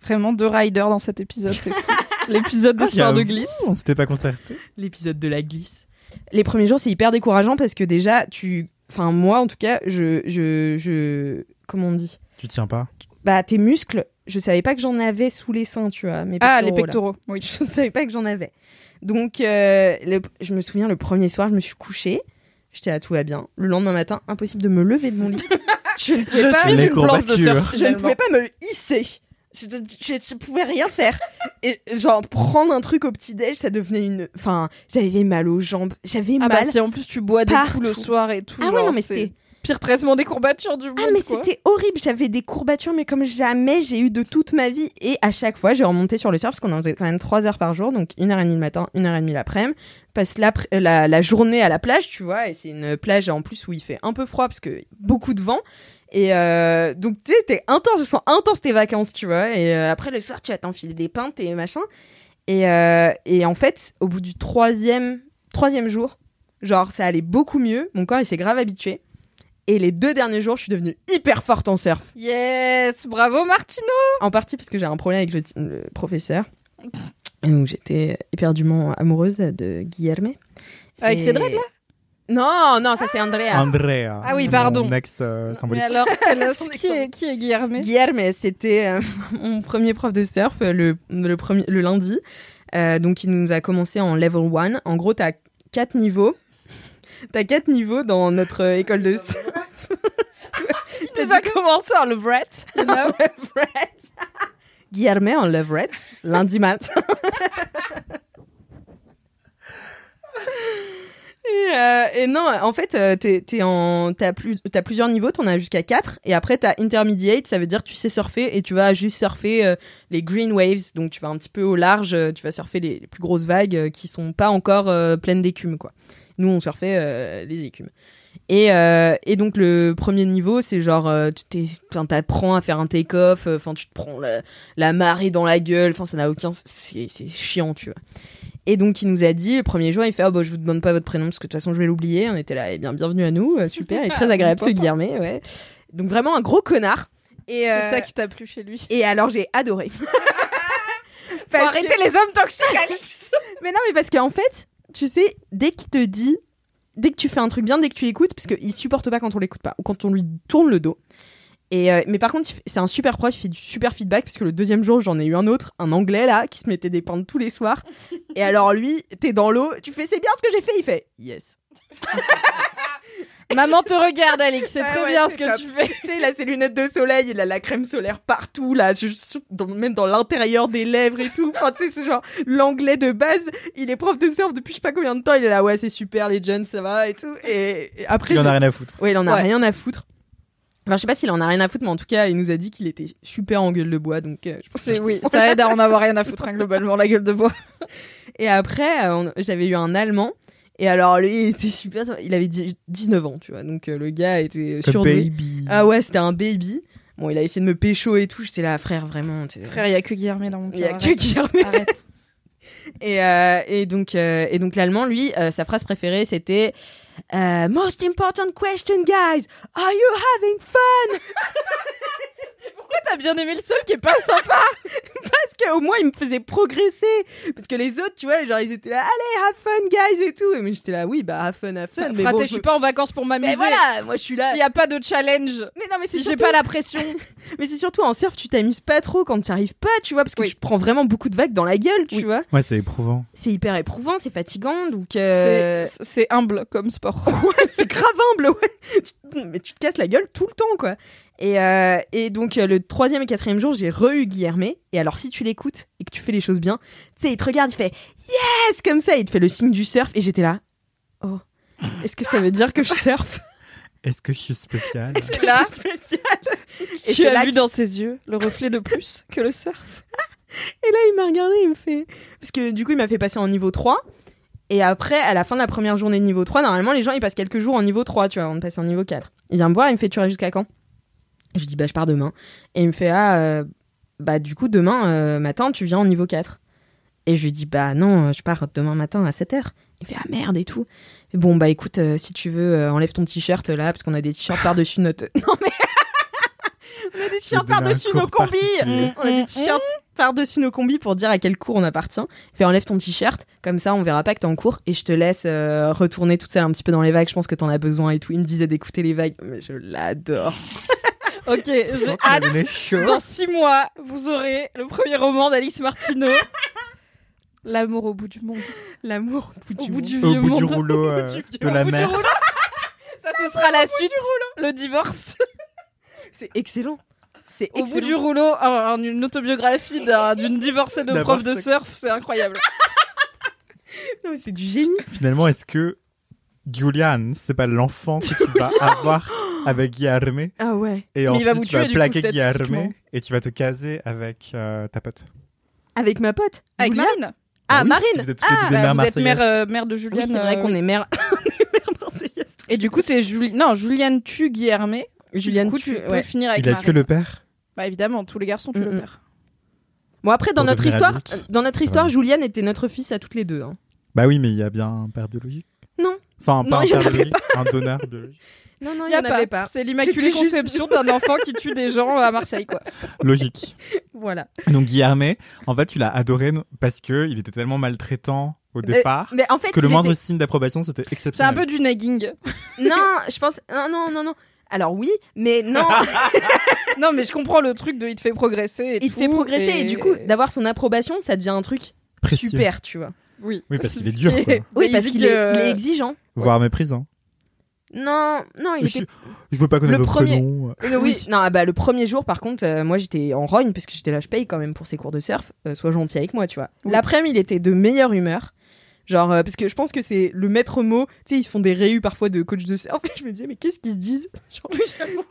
Speaker 3: Vraiment deux riders dans cet épisode, c'est fou. L'épisode
Speaker 4: Ah,
Speaker 3: d'Espoir de
Speaker 4: j'avoue,
Speaker 3: glisse.
Speaker 4: On s'était pas concerté.
Speaker 2: l'épisode de la glisse. Les premiers jours, c'est hyper décourageant parce que déjà, tu. Enfin, moi en tout cas, je. je, je... Comment on dit
Speaker 4: Tu tiens pas.
Speaker 2: Bah, tes muscles, je savais pas que j'en avais sous les seins, tu vois. Mes
Speaker 3: Ah, les
Speaker 2: pectoraux, là.
Speaker 3: pectoraux, oui.
Speaker 2: Je ne savais pas que j'en avais. Donc, euh, le- je me souviens, le premier soir, je me suis couchée. J'étais là, tout va bien. Le lendemain matin, impossible de me lever de mon lit. je ne pouvais
Speaker 3: Je
Speaker 2: pas.
Speaker 4: Les
Speaker 3: suis une planche de
Speaker 4: courbatures.
Speaker 3: surf.
Speaker 2: Je ne pouvais pas me hisser. Je ne pouvais rien faire. Et genre, prendre un truc au petit déj, ça devenait une. Enfin, j'avais mal aux jambes. J'avais
Speaker 3: Ah
Speaker 2: mal.
Speaker 3: bah si en plus tu bois des
Speaker 2: Partout.
Speaker 3: coups le soir et tout.
Speaker 2: Ah ouais,
Speaker 3: genre,
Speaker 2: non, mais
Speaker 3: c'est
Speaker 2: c'était-
Speaker 3: Pire traitement des courbatures du monde.
Speaker 2: Ah mais
Speaker 3: quoi.
Speaker 2: c'était horrible, j'avais des courbatures mais comme jamais j'ai eu de toute ma vie et à chaque fois j'ai remonté sur le surf parce qu'on en faisait quand même 3 heures par jour donc une heure et demie le matin, une heure et demie l'après-midi, passe la, euh, la, la journée à la plage tu vois et c'est une plage en plus où il fait un peu froid parce que beaucoup de vent et euh, donc tu sais c'était intense, ce sont intenses tes vacances tu vois et euh, après le soir tu vas t'enfiler des pintes et machin et, euh, et en fait au bout du troisième, troisième jour genre ça allait beaucoup mieux, mon corps il s'est grave habitué et les deux derniers jours, je suis devenue hyper forte en surf.
Speaker 3: Yes, bravo Martino.
Speaker 2: En partie parce que j'ai un problème avec le, t- le professeur. Et donc j'étais éperdument amoureuse de Guillerme.
Speaker 3: Ah, Avec
Speaker 2: Et-
Speaker 3: ses dreads, là
Speaker 2: Non, non, ça c'est Andrea.
Speaker 4: Andrea.
Speaker 3: Ah oui,
Speaker 4: son
Speaker 3: pardon.
Speaker 4: ex euh,
Speaker 3: Mais
Speaker 4: symbolique.
Speaker 3: alors, alors,
Speaker 2: Son
Speaker 3: qui, est, qui est Guillermé
Speaker 2: Guillerme, c'était euh, mon premier prof de surf euh, le, le, premier, le lundi. Euh, donc il nous a commencé en level 1. En gros, t'as quatre niveaux. T'as quatre niveaux dans notre euh, école de surf.
Speaker 3: Il nous a commencé en le Brett. you
Speaker 2: Ah
Speaker 3: know
Speaker 2: Leverett. Guillermo en levrette, lundi matin. Et, Euh, et non, en fait, euh, t'es- t'es en- t'as plus, t'as plusieurs niveaux, t'en as jusqu'à 4. Et après, t'as intermediate, ça veut dire tu sais surfer et tu vas juste surfer euh, les green waves. Donc, tu vas un petit peu au large, euh, tu vas surfer les, les plus grosses vagues euh, qui sont pas encore euh, pleines d'écume, quoi. Nous, on surfait euh, les écumes. Et, euh, et donc, le premier niveau, c'est genre, euh, tu t'es- enfin, t'apprends à faire un take-off, euh, enfin, tu te prends la, la marée dans la gueule, enfin, ça n'a aucun. C'est c'est chiant, tu vois. Et donc, il nous a dit, le premier jour, il fait Ah, bah, je vous demande pas votre prénom parce que de toute façon, je vais l'oublier. On était là, eh bien, bienvenue à nous, euh, super, il est très agréable ce Guillermet, ouais. Donc, vraiment un gros connard. Et, euh,
Speaker 3: C'est ça qui t'a plu chez lui.
Speaker 2: et alors, j'ai adoré.
Speaker 3: Faut
Speaker 2: Parce que-
Speaker 3: arrêter les hommes toxiques, Alix
Speaker 2: mais non, mais parce qu'en fait, tu sais, dès qu'il te dit, dès que tu fais un truc bien, dès que tu l'écoutes, parce qu'il supporte pas quand on l'écoute pas, ou quand on lui tourne le dos. Et euh, mais par contre, il fait- c'est un super prof, il fait du super feedback, parce que le deuxième jour, j'en ai eu un autre, un anglais là, qui se mettait des pentes tous les soirs. Et alors lui, t'es dans l'eau, tu fais c'est bien ce que j'ai fait, il fait yes.
Speaker 3: Maman te regarde, Alix, c'est
Speaker 2: Ouais,
Speaker 3: très
Speaker 2: Ah ouais,
Speaker 3: bien
Speaker 2: c'est
Speaker 3: ce que
Speaker 2: top.
Speaker 3: tu fais.
Speaker 2: tu sais, il a ses lunettes de soleil, il a la crème solaire partout, là, je- je- dans- même dans l'intérieur des lèvres et tout. Enfin, tu sais, c'est genre l'anglais de base. Il est prof de surf depuis je sais pas combien de temps. Il est là, ouais, c'est super, les jeunes, ça va et tout. Et, et après,
Speaker 4: Il en
Speaker 2: j'ai-
Speaker 4: a rien à foutre.
Speaker 2: Ouais, il en a
Speaker 3: Ouais.
Speaker 2: rien à foutre. Enfin, je sais pas s'il en a rien à foutre, mais en tout cas, il nous a dit qu'il était super en gueule de bois, donc euh, je pense
Speaker 3: C'est oui, ça aide à en avoir rien à foutre hein, globalement la gueule de bois.
Speaker 2: Et après, euh, on- j'avais eu un Allemand. Et alors, lui, il était super. Il avait dix- 19 ans, tu vois. Donc, euh, le gars était
Speaker 4: Comme
Speaker 2: sur
Speaker 4: baby.
Speaker 2: Ah ouais, c'était un baby. Bon, il a essayé de me pécho et tout. J'étais là, frère, vraiment. t'es-
Speaker 3: Frère, il y a que Guillermo dans mon
Speaker 2: il y a
Speaker 3: cœur.
Speaker 2: que Guillermo.
Speaker 3: Arrête.
Speaker 2: Et, euh, et donc, euh, et donc l'allemand, lui, euh, sa phrase préférée, c'était euh, Most important question, guys. Are you having fun?
Speaker 3: Pourquoi t'as bien aimé le seul qui est pas sympa
Speaker 2: Parce qu'au moins, il me faisait progresser. Parce que les autres, tu vois, genre, ils étaient là, allez, have fun, guys, et tout. Et mais j'étais là, oui, bah, have fun, have fun. Mais
Speaker 3: Fraté,
Speaker 2: bon,
Speaker 3: je suis
Speaker 2: je-
Speaker 3: pas en vacances pour
Speaker 2: Mais
Speaker 3: m'amuser.
Speaker 2: voilà, moi, je suis là.
Speaker 3: S'il y a pas de challenge,
Speaker 2: Mais non, mais c'est
Speaker 3: si j'ai
Speaker 2: surtout-
Speaker 3: pas la pression,
Speaker 2: Mais c'est surtout en surf, tu t'amuses pas trop quand tu arrives pas, tu vois, parce que
Speaker 3: Oui.
Speaker 2: tu prends vraiment beaucoup de vagues dans la gueule, tu
Speaker 3: Oui.
Speaker 2: vois.
Speaker 4: Ouais, c'est éprouvant.
Speaker 2: C'est hyper éprouvant, c'est fatigant, donc euh,
Speaker 3: c'est- c'est humble comme sport.
Speaker 2: ouais, c'est grave humble, ouais. Tu te- Mais tu te casses la gueule tout le temps, quoi. Et, euh, et donc, euh, le troisième et quatrième jour, j'ai re-eu Guillermé. Et alors, si tu l'écoutes et que tu fais les choses bien, tu sais, il te regarde, il fait Yes Comme ça, il te fait le signe du surf. Et j'étais là, Oh, est-ce que ça veut dire que je surfe
Speaker 4: Est-ce que je suis spécial
Speaker 2: Est-ce que
Speaker 3: Là.
Speaker 2: je suis spéciale Et
Speaker 3: tu
Speaker 2: c'est
Speaker 3: as
Speaker 2: là
Speaker 3: vu
Speaker 2: que-
Speaker 3: dans ses yeux le reflet de plus que le surf.
Speaker 2: Et là, il m'a regardé, il me fait. Parce que du coup, il m'a fait passer en niveau 3. Et après, à la fin de la première journée de niveau 3, normalement, les gens, ils passent quelques jours en niveau 3, tu vois, avant de passer en niveau 4. Il vient me voir, il me fait Tu restes jusqu'à quand Je lui dis Bah, je pars demain. Et il me fait Ah, euh, bah, du coup, demain euh, matin, tu viens en niveau 4. Et je lui dis Bah, non, euh, je pars demain matin à 7h. Il fait Ah, merde et tout. Et bon, bah, écoute, euh, si tu veux, euh, enlève ton t-shirt là, parce qu'on a des t-shirts par-dessus notre. Non, mais. on a des
Speaker 4: Je vais
Speaker 2: t-shirts
Speaker 4: donner un
Speaker 2: par-dessus
Speaker 4: cours
Speaker 2: nos combis
Speaker 4: particulier.
Speaker 2: Mmh, on a
Speaker 3: Mmh,
Speaker 2: des t-shirts par-dessus nos combis pour dire à quel cours on appartient. Fais enlève ton t-shirt, comme ça on verra pas que t'es en cours et je te laisse euh, retourner toute seule un petit peu dans les vagues. Je pense que t'en as besoin et tout. Il me disait d'écouter les vagues, mais je l'adore.
Speaker 3: mmh. Ok, j'ai
Speaker 4: Non, tu m'as
Speaker 3: hâte.
Speaker 4: donné chaud.
Speaker 3: Dans six mois, vous aurez le premier roman d'Alix Martineau. L'amour au bout du monde.
Speaker 2: L'amour au bout
Speaker 3: Au
Speaker 2: du,
Speaker 3: bout
Speaker 2: monde.
Speaker 3: du
Speaker 4: Au
Speaker 3: vieux
Speaker 4: bout du
Speaker 3: monde.
Speaker 4: rouleau euh,
Speaker 3: Du vieux-
Speaker 4: de la
Speaker 3: au bout du
Speaker 4: mer.
Speaker 3: rouleau. Ça, ce sera la suite. Le divorce.
Speaker 2: C'est excellent. C'est
Speaker 3: Au bout
Speaker 2: excellent.
Speaker 3: du rouleau, un- un- une autobiographie d'un- d'une divorcée de
Speaker 4: D'abord,
Speaker 3: prof de
Speaker 4: c'est-
Speaker 3: surf, c'est incroyable.
Speaker 2: Non, mais c'est du génie.
Speaker 4: Finalement, est-ce que Julian, c'est pas l'enfant que tu vas avoir avec Guillermo
Speaker 2: Ah ouais.
Speaker 4: et
Speaker 3: il va
Speaker 4: ensuite
Speaker 3: vous
Speaker 4: tu vas
Speaker 3: tuer, du
Speaker 4: plaquer
Speaker 3: coup,
Speaker 4: Guillermo
Speaker 3: statistiquement.
Speaker 4: et tu vas te caser avec euh, ta pote.
Speaker 2: Avec ma pote.
Speaker 3: Avec
Speaker 2: Julia.
Speaker 3: Marine.
Speaker 2: Ah,
Speaker 4: Ah oui,
Speaker 2: Marine.
Speaker 4: si vous êtes toutes les
Speaker 2: Ah,
Speaker 4: deux des
Speaker 3: Bah,
Speaker 4: mères
Speaker 3: vous êtes mère,
Speaker 4: marseillaises.
Speaker 3: euh, mère de
Speaker 2: oui,
Speaker 3: Juliane.
Speaker 2: c'est vrai
Speaker 3: euh,
Speaker 2: qu'on est mère. on est mère marseillaise.
Speaker 3: Et du coup, c'est Julie. Non, Juliane tue Guillermé.
Speaker 2: Juliane
Speaker 3: du coup, tu
Speaker 2: tue,
Speaker 3: peux
Speaker 2: ouais.
Speaker 3: finir avec
Speaker 4: Il a
Speaker 3: Marine.
Speaker 4: tué le père
Speaker 3: Bah évidemment, tous les garçons tuent le
Speaker 2: Mhm.
Speaker 3: père.
Speaker 2: Bon après dans
Speaker 4: Pour
Speaker 2: notre
Speaker 4: devenir
Speaker 2: histoire,
Speaker 4: adulte.
Speaker 2: dans notre histoire, Juliane était notre fils à toutes les deux. hein.
Speaker 4: Bah oui, mais il y a bien un père biologique.
Speaker 2: Non.
Speaker 4: Enfin,
Speaker 2: Non,
Speaker 4: pas un
Speaker 2: il y en
Speaker 4: père
Speaker 2: avait
Speaker 4: biologique, un donneur biologique.
Speaker 2: Non non, Ah,
Speaker 3: Il
Speaker 2: il
Speaker 3: y
Speaker 2: y
Speaker 3: a
Speaker 2: en avait
Speaker 3: pas.
Speaker 2: pas.
Speaker 3: C'est
Speaker 2: C'était
Speaker 3: l'immaculée
Speaker 2: juste-
Speaker 3: conception d'un enfant qui tue des gens à Marseille, quoi.
Speaker 4: Logique.
Speaker 2: Voilà.
Speaker 4: Donc Guillermo, en fait, tu l'as adoré no- parce que il était tellement maltraitant au départ
Speaker 2: Mais Euh, en fait,
Speaker 4: que le
Speaker 2: il
Speaker 4: moindre
Speaker 2: était-
Speaker 4: signe d'approbation c'était exceptionnel.
Speaker 3: C'est un peu du nagging.
Speaker 2: Non, je pense. Non, non, non, non. Alors oui, mais non,
Speaker 3: Ah, Non, mais je comprends le truc de il te fait progresser. Et
Speaker 2: il te fait
Speaker 3: tout,
Speaker 2: progresser et, du coup, d'avoir son approbation, ça devient un truc
Speaker 4: Précieux.
Speaker 2: super, tu vois.
Speaker 3: Oui,
Speaker 4: Oui, parce qu'il
Speaker 3: C'est
Speaker 4: est
Speaker 3: ce
Speaker 4: dur,
Speaker 3: qui
Speaker 4: quoi.
Speaker 2: Oui, parce qu'il est,
Speaker 3: euh,
Speaker 2: il est exigeant.
Speaker 4: voire méprisant.
Speaker 2: Non, non, il
Speaker 4: Je-
Speaker 2: était.
Speaker 4: Il faut pas
Speaker 2: Le
Speaker 4: connaître votre
Speaker 2: premier-
Speaker 4: prénom.
Speaker 2: Oui, non, ah bah le premier jour, par contre, euh, moi j'étais en rogne parce que j'étais là, je paye quand même pour ces cours de surf. euh, sois gentil avec moi, tu vois.
Speaker 3: Oui.
Speaker 2: L'après-midi, il était de meilleure humeur. Genre, euh, parce que je pense que c'est le maître mot. Tu sais, ils se font des réus parfois de coach de surf. Et je me disais, mais qu'est-ce qu'ils se disent Genre,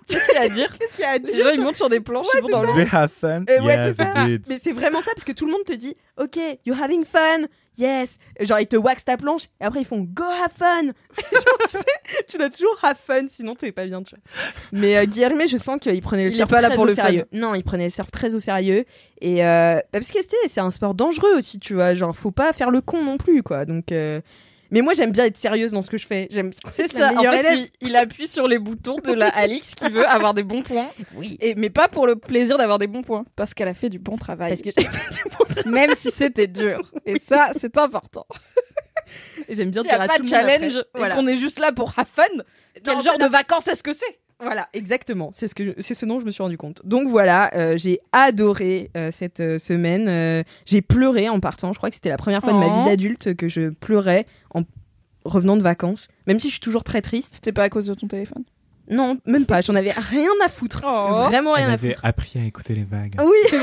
Speaker 3: Qu'est-ce qu'il y a à dire
Speaker 2: qu'est-ce qu'il y a à dire
Speaker 3: Déjà, ils montent sur des planches, ils vont dans l'eau.
Speaker 4: We have fun.
Speaker 2: Euh, ouais,
Speaker 4: yeah,
Speaker 2: c'est ça.
Speaker 4: we did.
Speaker 2: Mais c'est vraiment ça, parce que tout le monde te dit, OK, you're having fun, yes. Genre, ils te waxent ta planche, et après, ils font Go have fun. Genre, tu sais, tu dois toujours have fun, sinon t'es pas bien, tu vois. Mais euh, Guillermo, je sens qu'il prenait le
Speaker 3: Il est
Speaker 2: surf
Speaker 3: pas là
Speaker 2: très
Speaker 3: pour
Speaker 2: au
Speaker 3: le fun.
Speaker 2: sérieux. Non, il prenait le surf très au sérieux. Et euh, bah, parce que tu sais, c'est un sport dangereux aussi, tu vois. Genre, faut pas faire le con non plus, quoi. Donc. euh, Mais moi j'aime bien être sérieuse dans ce que je fais. J'aime
Speaker 3: C'est
Speaker 2: être la
Speaker 3: ça. En
Speaker 2: meilleure
Speaker 3: fait,
Speaker 2: élève.
Speaker 3: il, il appuie sur les boutons de la Alix qui veut avoir des bons points. Oui. Et, mais pas pour le plaisir d'avoir des bons points, parce qu'elle a fait du bon travail.
Speaker 2: Parce que
Speaker 3: Même si c'était dur. Et ça, c'est important.
Speaker 2: j'aime bien
Speaker 3: S'il n'y
Speaker 2: dire
Speaker 3: a
Speaker 2: à
Speaker 3: pas
Speaker 2: tout
Speaker 3: de
Speaker 2: le monde après.
Speaker 3: challenge
Speaker 2: Voilà.
Speaker 3: et qu'on est juste là pour have fun, quel
Speaker 2: en
Speaker 3: genre
Speaker 2: fait,
Speaker 3: de vacances est-ce que c'est
Speaker 2: Voilà, exactement. C'est ce que je- c'est ce dont je me suis rendu compte. Donc voilà, euh, j'ai adoré euh, cette euh, semaine. Euh, j'ai pleuré en partant. Je crois que c'était la première fois de ma
Speaker 3: Oh.
Speaker 2: vie d'adulte que je pleurais en revenant de vacances. Même si je suis toujours très triste.
Speaker 3: C'était pas à cause de ton téléphone.
Speaker 2: Non, même pas. J'en avais rien à foutre.
Speaker 3: Oh.
Speaker 2: Vraiment rien
Speaker 4: Elle
Speaker 2: à
Speaker 4: avait
Speaker 2: foutre.
Speaker 4: appris à écouter les vagues.
Speaker 2: Oui.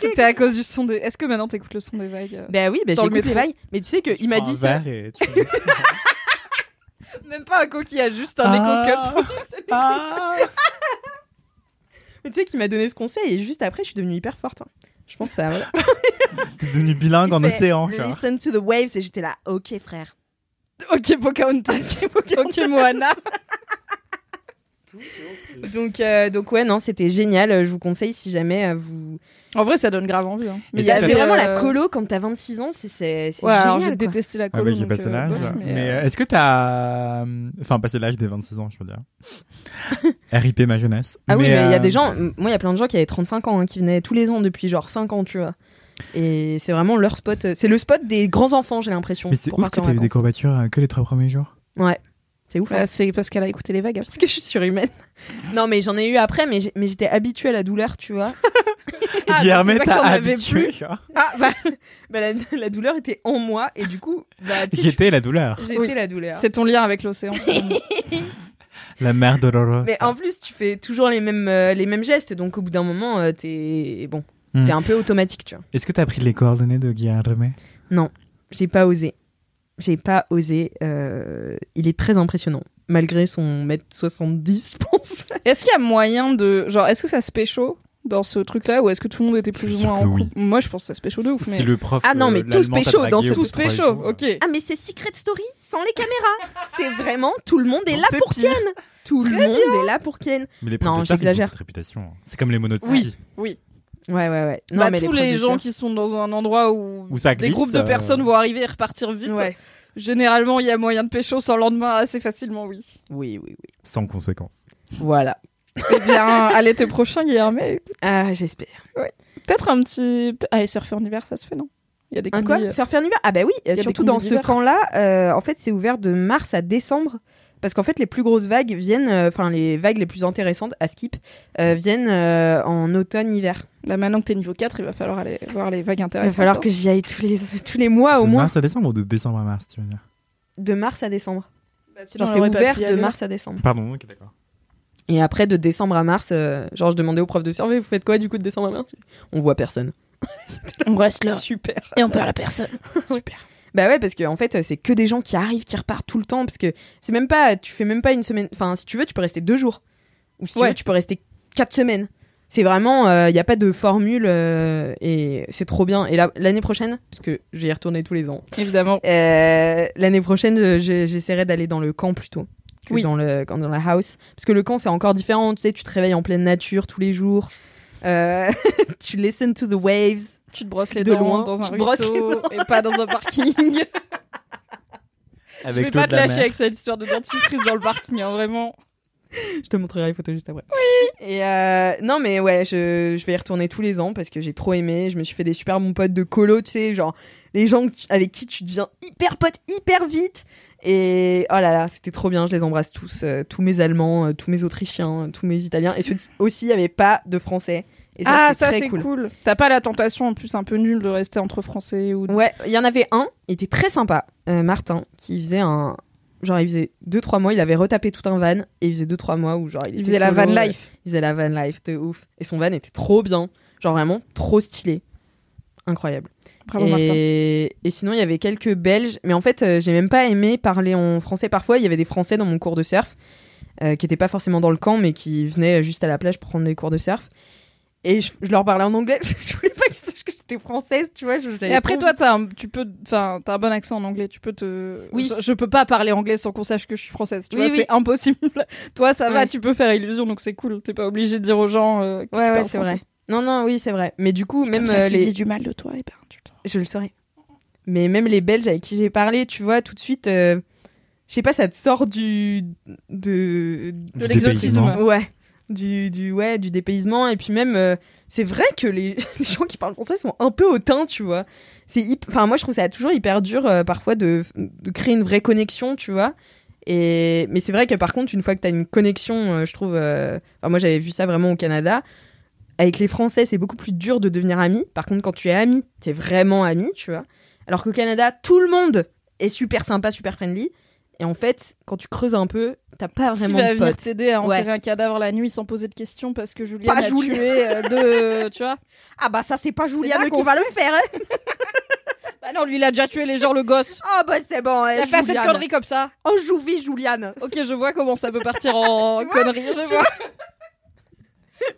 Speaker 3: C'était à cause du son des. Est-ce que maintenant t'écoutes le son des vagues euh
Speaker 2: Ben oui, ben
Speaker 3: Dans le
Speaker 2: j'écoute les
Speaker 3: métro.
Speaker 2: vagues. Mais tu sais que
Speaker 4: Ah,
Speaker 2: il m'a dit
Speaker 4: ben.
Speaker 2: ça.
Speaker 3: Même pas un coquillage, juste un éco-cup.
Speaker 4: ah,
Speaker 2: Mais tu sais qu'il m'a donné ce conseil et juste après je suis devenue hyper forte. hein. Je pense que ça. Voilà.
Speaker 4: T'es devenu bilingue en
Speaker 2: Il fait,
Speaker 4: océan. genre. Ah,
Speaker 2: Listen to the waves et j'étais là. Ok frère.
Speaker 3: Ok Pocahontas, ok Moana.
Speaker 2: Donc, euh, donc ouais, non, c'était génial. Euh, Je vous conseille si jamais euh, vous.
Speaker 3: En vrai, ça donne grave envie. hein.
Speaker 4: Mais
Speaker 3: il
Speaker 4: ça,
Speaker 3: y
Speaker 4: c'est
Speaker 2: C'est
Speaker 3: avait,
Speaker 2: vraiment
Speaker 3: euh,
Speaker 2: la colo quand t'as 26 ans, c'est c'est c'est
Speaker 3: Ouais, alors j'ai
Speaker 2: génial. quoi.
Speaker 3: détesté la
Speaker 4: Ah
Speaker 3: colo.
Speaker 4: bah j'ai
Speaker 3: donc,
Speaker 4: passé
Speaker 3: euh,
Speaker 4: l'âge.
Speaker 3: bof,
Speaker 4: Mais,
Speaker 3: mais, euh,
Speaker 4: euh, est-ce que t'as... euh, Enfin, passé l'âge des 26 ans, je veux dire. RIP ma jeunesse.
Speaker 2: Ah oui, mais il y a
Speaker 4: euh,
Speaker 2: des gens. m- Moi, il y a plein de gens qui avaient 35 ans, hein, qui venaient tous les ans depuis genre 5 ans, tu vois. Et c'est vraiment leur spot. euh, C'est le spot des grands enfants, j'ai l'impression.
Speaker 4: Mais c'est
Speaker 2: pour
Speaker 4: ouf que
Speaker 2: partir en
Speaker 4: t'as eu des
Speaker 2: vacances.
Speaker 4: courbatures euh, que les trois premiers jours.
Speaker 2: C'est ouf. hein.
Speaker 3: bah, c'est parce qu'elle a écouté les vagues.
Speaker 2: Parce que je suis surhumaine. non, mais j'en ai eu après, mais j'ai- mais j'étais habituée à la douleur, tu vois.
Speaker 3: Ah,
Speaker 4: euh, Guillermo
Speaker 3: donc c'est pas
Speaker 4: t'a
Speaker 3: qu'on avait
Speaker 4: habitué.
Speaker 3: plus.
Speaker 4: genre.
Speaker 3: Ah bah
Speaker 2: Bah, la, la douleur était en moi, et du coup, bah, tu sais, tu-
Speaker 4: J'étais la douleur.
Speaker 2: j'étais
Speaker 3: Oui.
Speaker 2: la douleur.
Speaker 3: c'est ton lien avec l'océan.
Speaker 4: La mère Dolorosa.
Speaker 2: Mais en plus, tu fais toujours les mêmes, euh, les mêmes gestes, donc au bout d'un moment, euh, t'es bon.
Speaker 4: Hmm.
Speaker 2: C'est un peu automatique, tu vois.
Speaker 4: Est-ce que t'as pris les coordonnées de Guillermo
Speaker 2: J'ai pas osé. J'ai pas osé. euh, Il est très impressionnant, malgré son mètre 70, je pense.
Speaker 3: est-ce qu'il y a moyen de genre est-ce que ça se pécho dans ce truc là ou est-ce que tout le monde était plus
Speaker 4: Je
Speaker 3: ou
Speaker 4: suis
Speaker 3: moins
Speaker 4: sûr
Speaker 3: en
Speaker 4: que
Speaker 3: couple Moi je pense que ça se pécho de ouf mais
Speaker 4: Si le prof...
Speaker 2: Ah non,
Speaker 4: euh,
Speaker 2: mais tous
Speaker 4: l'allemand t'a
Speaker 2: pécho
Speaker 4: dragué
Speaker 2: dans
Speaker 4: au
Speaker 2: ce
Speaker 4: bout de
Speaker 3: tous
Speaker 4: trois
Speaker 3: pécho.
Speaker 4: jours, euh,
Speaker 3: OK.
Speaker 2: Ah, mais c'est Secret Story sans les caméras. c'est vraiment tout le monde est
Speaker 4: Donc
Speaker 2: là
Speaker 4: c'est
Speaker 2: pour
Speaker 4: pire.
Speaker 2: Ken. Tout le monde est là pour Ken.
Speaker 4: Mais les
Speaker 2: Non,
Speaker 4: profs de surf, ils ont
Speaker 2: j'exagère.
Speaker 4: cette réputation. hein. C'est comme les monos de
Speaker 3: Oui.
Speaker 4: ski.
Speaker 3: Oui.
Speaker 2: Ouais, ouais, ouais. Non,
Speaker 3: Bah,
Speaker 2: mais
Speaker 3: tous
Speaker 2: profs
Speaker 3: les
Speaker 2: de
Speaker 3: gens
Speaker 2: surf-
Speaker 3: qui sont dans un endroit où,
Speaker 4: Où ça
Speaker 3: des
Speaker 4: glisse,
Speaker 3: groupes de
Speaker 4: euh,
Speaker 3: personnes vont arriver et repartir vite.
Speaker 2: Ouais.
Speaker 3: Généralement, il y a moyen de pécho sans lendemain assez facilement, oui.
Speaker 2: Oui, oui, oui.
Speaker 4: Sans conséquence.
Speaker 2: Voilà.
Speaker 3: Eh bien, à l'été prochain, Guillermo,
Speaker 2: Ah, j'espère.
Speaker 3: peut-être un petit peut- allez surfer en hiver, ça se fait non Il y a des
Speaker 2: Un quoi
Speaker 3: combis, euh,
Speaker 2: Surfer en hiver Ah bah oui,
Speaker 3: des
Speaker 2: surtout
Speaker 3: combis
Speaker 2: dans ce
Speaker 3: d'hiver.
Speaker 2: camp-là, euh, en fait, c'est ouvert de mars à décembre. Parce qu'en fait, les plus grosses vagues viennent, euh, enfin les vagues les plus intéressantes à skip, euh, viennent euh, en automne-hiver.
Speaker 3: euh, Là maintenant que t'es niveau 4, il va falloir aller voir les vagues
Speaker 2: Il va
Speaker 3: intéressantes. hein.
Speaker 2: falloir que j'y aille tous les, tous les mois Ah, au
Speaker 4: de
Speaker 2: moins,
Speaker 4: mars à décembre ou de décembre à mars, tu veux dire
Speaker 2: de mars à décembre.
Speaker 3: Bah, sinon,
Speaker 2: Genre
Speaker 3: on
Speaker 2: c'est
Speaker 3: aurait pas
Speaker 2: ouvert
Speaker 3: pu y
Speaker 2: de
Speaker 3: aller.
Speaker 2: mars à décembre.
Speaker 4: Pardon, ok, d'accord.
Speaker 2: Et après, de décembre à mars, euh, genre je demandais aux profs de survey, vous faites quoi du coup de décembre à mars On voit personne.
Speaker 3: On reste là
Speaker 2: Super.
Speaker 3: et on perd la personne.
Speaker 2: Super. Bah ouais, parce que en fait, c'est que des gens qui arrivent, qui repartent tout le temps, parce que c'est même pas, tu fais même pas une semaine. Enfin, si tu veux, tu peux rester deux jours, ou si tu
Speaker 3: Ouais.
Speaker 2: veux, tu peux rester quatre semaines. C'est vraiment, il y a pas de formule euh, et c'est trop bien. Et là, l'année prochaine, parce que je vais y retourner tous les ans.
Speaker 3: Évidemment.
Speaker 2: euh, l'année prochaine, euh, je- j'essaierai d'aller dans le camp plutôt que
Speaker 3: Oui.
Speaker 2: dans le quand- dans la house, parce que le camp c'est encore différent. Tu sais, tu te réveilles en pleine nature tous les jours. Euh, tu listen to the waves.
Speaker 3: Tu te brosses les
Speaker 2: De
Speaker 3: dents
Speaker 2: loin,
Speaker 3: dans un
Speaker 2: tu te brosses les
Speaker 3: ruisseau et pas dans un parking. Je vais
Speaker 4: Avec
Speaker 3: pas
Speaker 4: l'eau
Speaker 3: te
Speaker 4: de la
Speaker 3: lâcher
Speaker 4: mer.
Speaker 3: avec cette histoire de dentifrice dans le parking, hein, vraiment.
Speaker 2: Je te montrerai les photos juste après. Oui. Et euh, non, mais ouais, je, je vais y retourner tous les ans parce que j'ai trop aimé. Je me suis fait des super bons potes de colo, tu sais, genre les gens que tu- avec qui tu deviens hyper pote hyper vite. Et oh là là, c'était trop bien. Je les embrasse tous, euh, tous mes Allemands, euh, tous mes Autrichiens, euh, tous mes Italiens. Et ceux aussi, il n'y avait pas de Français. Et
Speaker 3: ah,
Speaker 2: c'était
Speaker 3: ça
Speaker 2: très
Speaker 3: c'est cool. T'as pas la tentation en plus un peu nulle de rester entre français ou.
Speaker 2: Ouais, il y en avait un, il était très sympa, euh, Martin, qui faisait un. Genre, il faisait 2-3 mois, il avait retapé tout un van, et il faisait 2-3 mois où, genre, il,
Speaker 3: Il
Speaker 2: était
Speaker 3: faisait la
Speaker 2: solo,
Speaker 3: van
Speaker 2: euh,
Speaker 3: life.
Speaker 2: Il faisait la van life de ouf. Et son van était trop bien. Genre vraiment trop stylé. incroyable.
Speaker 3: Bravo, Martin.
Speaker 2: et... et sinon, il y avait quelques Belges, mais en fait, euh, j'ai même pas aimé parler en français. Parfois, il y avait des Français dans mon cours de surf euh, qui n'étaient pas forcément dans le camp, mais qui venaient juste à la plage pour prendre des cours de surf. Et je, je leur parlais en anglais. je voulais pas qu'ils sachent que j'étais française, tu vois. je- j'avais
Speaker 3: Et après,
Speaker 2: pas
Speaker 3: toi, t'as un, tu peux, enfin, t'as un bon accent en anglais. Tu peux te.
Speaker 2: Oui.
Speaker 3: Je, je peux pas parler anglais sans qu'on sache que je suis française. Tu
Speaker 2: Oui,
Speaker 3: vois,
Speaker 2: oui.
Speaker 3: c'est impossible. toi, ça va,
Speaker 2: Ouais.
Speaker 3: tu peux faire illusion, donc c'est cool. T'es pas obligé de dire aux gens. euh, que
Speaker 2: Ouais,
Speaker 3: tu
Speaker 2: ouais,
Speaker 3: parles
Speaker 2: c'est
Speaker 3: français.
Speaker 2: vrai. Non, non, oui, c'est vrai. Mais du coup, même
Speaker 3: Comme ça,
Speaker 2: euh,
Speaker 3: s'ils
Speaker 2: les...
Speaker 3: disent du mal de toi, et ben, tu te-
Speaker 2: je le saurais. Mais même les Belges avec qui j'ai parlé, tu vois, tout de suite, euh, je sais pas, ça te sort du de
Speaker 3: De l'exotisme.
Speaker 2: ouais, du du ouais, du dépaysement. Et puis même, euh, c'est vrai que les... les gens qui parlent français sont un peu hautains, tu vois. C'est hyp- enfin moi je trouve ça toujours hyper dur euh, parfois de... de créer une vraie connexion, tu vois. Et mais c'est vrai que par contre, une fois que t'as une connexion, euh, je trouve, euh, enfin, moi j'avais vu ça vraiment au Canada. Avec les Français, c'est beaucoup plus dur de devenir ami. Par contre, quand tu es ami, t'es vraiment ami, tu vois. Alors qu'au Canada, tout le monde est super sympa, super friendly. Et en fait, quand tu creuses un peu, t'as pas
Speaker 3: Qui
Speaker 2: vraiment
Speaker 3: va
Speaker 2: de
Speaker 3: venir
Speaker 2: potes.
Speaker 3: t'aider à enterrer
Speaker 2: Ouais.
Speaker 3: un cadavre la nuit sans poser de questions parce que Julien
Speaker 2: Pas
Speaker 3: a
Speaker 2: Julien.
Speaker 3: tué euh, deux, tu vois
Speaker 2: Ah bah ça, c'est pas Juliane
Speaker 3: là
Speaker 2: qui
Speaker 3: qu'on
Speaker 2: va le faire. hein.
Speaker 3: Bah non, lui il a déjà tué les gens le gosse.
Speaker 2: Ah bah c'est bon.
Speaker 3: Il a fait assez de conneries comme ça.
Speaker 2: Oh Jouvi, Juliane.
Speaker 3: Ok, je vois comment ça peut partir en
Speaker 2: Tu vois
Speaker 3: conneries, je vois.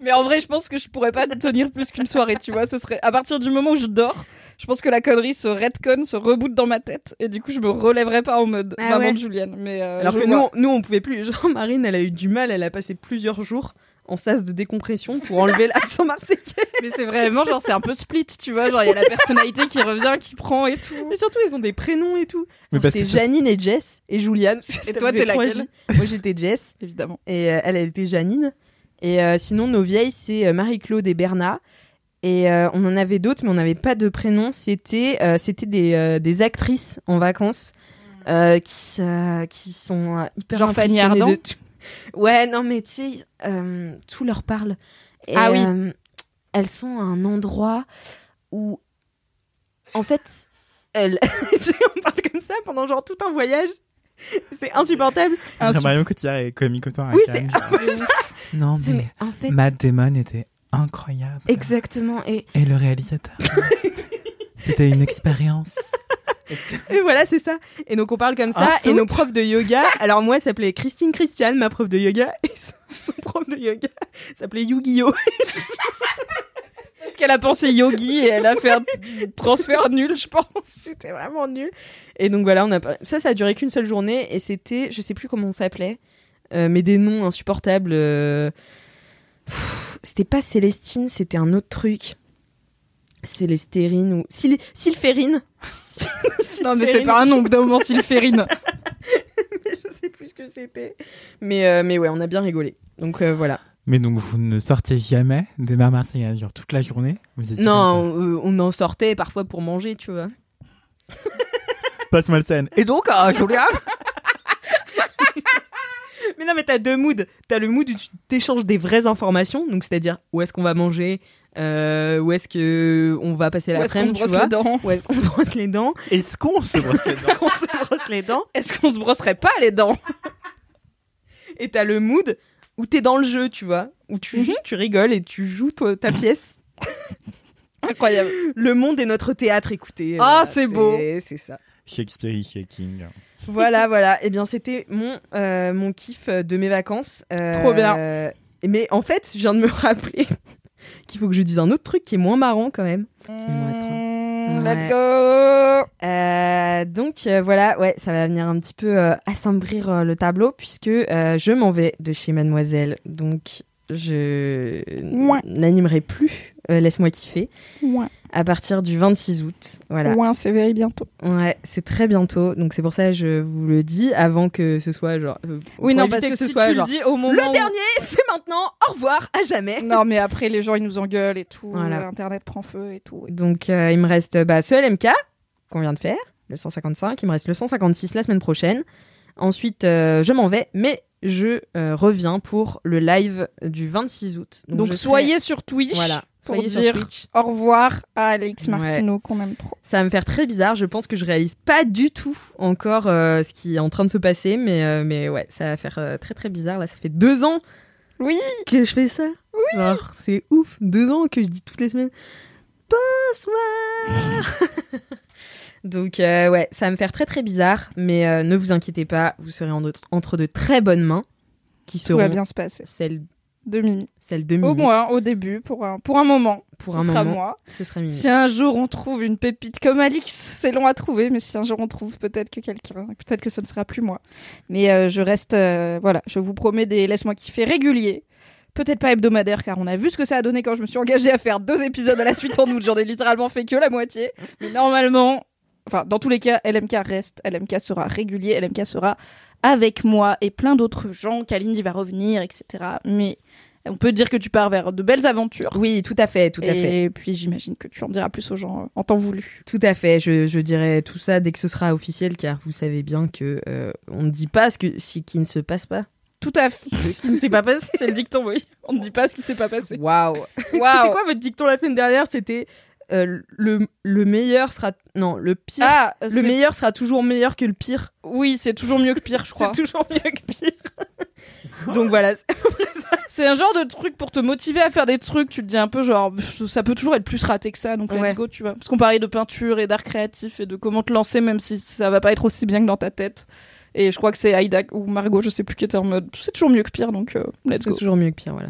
Speaker 3: Mais en vrai, je pense que je pourrais pas tenir plus qu'une soirée, tu vois. Ce serait à partir du moment où je dors, je pense que la connerie se redcon, se reboot dans ma tête, et du coup, je me relèverais pas en mode
Speaker 2: Ah
Speaker 3: maman
Speaker 2: ouais.
Speaker 3: de Julienne. Mais euh,
Speaker 2: Alors
Speaker 3: je
Speaker 2: que
Speaker 3: vois.
Speaker 2: nous, on- nous, on pouvait plus. Genre, Marine, elle a eu du mal. Elle a passé plusieurs jours en sas de décompression pour enlever l'accent marseillais.
Speaker 3: mais c'est vraiment genre c'est un peu split, tu vois. Genre il y a la personnalité qui revient, qui prend et tout.
Speaker 2: Mais surtout, ils ont des prénoms et tout.
Speaker 4: Mais
Speaker 2: Alors,
Speaker 4: parce
Speaker 2: C'était
Speaker 4: que ça-
Speaker 2: Janine et Jess et Juliane. Ça
Speaker 3: toi,
Speaker 2: faisait
Speaker 3: t'es
Speaker 2: trois
Speaker 3: laquelle
Speaker 2: J. Moi, j'étais Jess
Speaker 3: Évidemment.
Speaker 2: et euh, elle, elle était Janine. Et euh, sinon, nos vieilles, c'est euh, Marie-Claude et Berna. Et euh, on en avait d'autres, mais on n'avait pas de prénoms. C'était euh, c'était des, euh, des actrices en vacances euh, qui, se- qui sont euh, hyper
Speaker 3: Mmh. Genre Fanny
Speaker 2: impressionnées
Speaker 3: Ardant
Speaker 2: de tout. Ouais, non, mais tu sais, euh, tout leur parle. Et,
Speaker 3: Ah oui.
Speaker 2: euh, elles sont à un endroit où, en fait, elles... tu sais, on parle comme ça pendant genre tout un voyage. C'est insupportable.
Speaker 3: Ah,
Speaker 4: Genre Marion Cotillard est comique autant à
Speaker 2: Oui,
Speaker 4: Cannes.
Speaker 2: c'est
Speaker 4: Non,
Speaker 2: C'est-
Speaker 4: mais
Speaker 2: mais en fait,
Speaker 4: Matt Damon était incroyable.
Speaker 2: exactement. Et,
Speaker 4: Et le réalisateur. C'était une expérience.
Speaker 2: et voilà, c'est ça. Et donc, on parle comme
Speaker 4: Un
Speaker 2: ça. et
Speaker 4: foot.
Speaker 2: nos profs de yoga, alors moi, elle s'appelait Christine Christiane, ma prof de yoga, et son- son prof de yoga s'appelait Yu-Gi-Oh!
Speaker 3: Parce qu'elle a pensé yogi et elle a fait un transfert nul, je pense.
Speaker 2: C'était vraiment nul. Et donc, voilà, on a parlé. Ça, ça a duré qu'une seule journée, et c'était, je sais plus comment on s'appelait, euh, mais des noms insupportables. euh, pff, C'était pas Célestine, c'était un autre truc. Célestérine ou. Syl- Sylphérine!
Speaker 3: Non mais c'est
Speaker 2: Sylphérine,
Speaker 3: pas un
Speaker 2: je-
Speaker 3: nom, d'homme Sylphérine.
Speaker 2: je sais plus ce que c'était. Mais, euh, mais ouais, on a bien rigolé. Donc euh, voilà.
Speaker 4: Mais donc, vous ne sortiez jamais des bars marseillais, genre toute la journée vous étiez
Speaker 2: Non, euh, on en sortait parfois pour manger, tu vois.
Speaker 4: comme ça. Passe-moi le scène. Et donc, euh, Julia
Speaker 2: Mais non, mais t'as deux moods. T'as le mood où tu t'échanges des vraies informations, donc c'est-à-dire où est-ce qu'on va manger, euh, où est-ce que on va passer
Speaker 3: Où est-ce qu'on se
Speaker 2: l'après-midi, tu
Speaker 3: brosse
Speaker 2: vois.
Speaker 3: les dents
Speaker 2: Où est-ce qu'on se brosse les dents
Speaker 4: Est-ce qu'on se brosse les dents
Speaker 2: On se brosse les dents.
Speaker 3: Est-ce qu'on se brosserait pas les dents
Speaker 2: Et t'as le mood où t'es dans le jeu, tu vois, où
Speaker 3: Mhm.
Speaker 2: tu juste tu rigoles et tu joues toi, ta pièce.
Speaker 3: Incroyable.
Speaker 2: Le monde est notre théâtre, écoutez.
Speaker 3: Ah,
Speaker 2: Voilà,
Speaker 3: c'est beau.
Speaker 2: C'est ça.
Speaker 4: Shakespeare is shaking.
Speaker 2: Voilà, voilà. Eh bien, c'était mon, euh, mon kiff euh, de mes vacances. Euh,
Speaker 3: Trop bien.
Speaker 2: Mais en fait, je viens de me rappeler qu'il faut que je dise un autre truc qui est moins marrant quand même. me restera.
Speaker 3: Mmh,
Speaker 2: Ouais.
Speaker 3: Let's go
Speaker 2: Euh, donc euh, voilà, ouais, ça va venir un petit peu euh, assombrir euh, le tableau puisque euh, je m'en vais de chez Mademoiselle. Donc je
Speaker 3: Ouais.
Speaker 2: n'animerai plus. euh, Laisse-moi kiffer
Speaker 3: Ouin,
Speaker 2: à partir du 26 août. Voilà.
Speaker 3: ouin, c'est very bientôt.
Speaker 2: Ouais, c'est très bientôt. Donc c'est pour ça que je vous le dis avant que ce soit genre. euh,
Speaker 3: Oui,
Speaker 2: pour
Speaker 3: non,
Speaker 2: éviter
Speaker 3: parce que,
Speaker 2: ce
Speaker 3: si
Speaker 2: soit
Speaker 3: tu
Speaker 2: genre,
Speaker 3: le dis au moment
Speaker 2: Le
Speaker 3: où-
Speaker 2: dernier, c'est maintenant. Au revoir, à jamais.
Speaker 3: Non, mais après, les gens, ils nous engueulent et tout.
Speaker 2: Voilà.
Speaker 3: Internet prend feu et tout.
Speaker 2: Donc, euh, il me reste euh, bah, ce LMK qu'on vient de faire, le 155. Il me reste le 156 la semaine prochaine. Ensuite, euh, je m'en vais, mais je euh, reviens pour le live du 26 août.
Speaker 3: Donc,
Speaker 2: je serai-
Speaker 3: soyez sur Twitch
Speaker 2: Voilà.
Speaker 3: pour
Speaker 2: Soyez sur
Speaker 3: dire
Speaker 2: Twitch.
Speaker 3: au revoir à Alex
Speaker 2: Ouais.
Speaker 3: Martino, qu'on aime trop.
Speaker 2: Ça va me faire très bizarre. Je pense que je réalise pas du tout encore euh, ce qui est en train de se passer, mais, euh, mais ouais, ça va faire euh, très très bizarre. Là, ça fait deux ans
Speaker 3: Oui
Speaker 2: que je fais ça. Oui. c'est ouf, deux ans que je dis toutes les semaines. Bonsoir, Donc euh, ouais, ça va me faire très très bizarre, mais euh, ne vous inquiétez pas, vous serez en- entre de très bonnes mains qui
Speaker 3: Tout
Speaker 2: seront
Speaker 3: va bien se passer.
Speaker 2: celles,
Speaker 3: De Mimi.
Speaker 2: celles de Mimi.
Speaker 3: Au moins, au début, pour un, pour un moment.
Speaker 2: Mhm. Pour
Speaker 3: ce
Speaker 2: un
Speaker 3: sera
Speaker 2: moment.
Speaker 3: moi.
Speaker 2: Ce serait Mimi.
Speaker 3: Si un jour on trouve une pépite comme Alix, c'est long à trouver, mais si un jour on trouve peut-être que quelqu'un, peut-être que ce ne sera plus moi. Mais euh, je reste, euh, voilà, je vous promets des laisse-moi kiffer réguliers. Peut-être pas hebdomadaires, car on a vu ce que ça a donné quand je me suis engagée à faire deux épisodes à la suite en août. J'en ai littéralement fait que la moitié. Mais normalement, enfin, dans tous les cas, LMK reste, LMK sera régulier, LMK sera avec moi et plein d'autres gens. Kalindi va revenir, etc. Mais on peut dire que tu pars vers de belles aventures.
Speaker 2: Oui, tout à fait, tout à fait.
Speaker 3: Et puis j'imagine que tu en diras plus aux gens euh, en temps voulu.
Speaker 2: Tout à fait, je, je dirais tout ça dès que ce sera officiel, car vous savez bien que euh, on ne dit pas ce, que, ce qui ne se passe pas.
Speaker 3: Tout à fait.
Speaker 2: Ce qui ne s'est pas passé.
Speaker 3: C'est le dicton, oui. On ne dit pas ce qui s'est pas passé.
Speaker 2: Waouh C'était
Speaker 3: Waouh.
Speaker 2: quoi votre dicton la semaine dernière C'était euh, le, le meilleur sera... Non, le pire...
Speaker 3: Ah, euh,
Speaker 2: le
Speaker 3: c'est-
Speaker 2: meilleur sera toujours meilleur que le pire.
Speaker 3: Oui, c'est toujours mieux que pire, je crois.
Speaker 2: C'est toujours mieux que pire. Donc voilà.
Speaker 3: C'est un genre de truc pour te motiver à faire des trucs. Tu te dis un peu genre, pff, ça peut toujours être plus raté que ça, donc let's
Speaker 2: Ouais.
Speaker 3: go, tu vois. Parce qu'on parlait de peinture et d'art créatif et de comment te lancer, même si ça va pas être aussi bien que dans ta tête. Et je crois que c'est Aïda ou Margot, je sais plus qui était en mode, c'est toujours mieux que pire, donc euh, let's
Speaker 2: C'est
Speaker 3: go.
Speaker 2: toujours mieux que pire, voilà.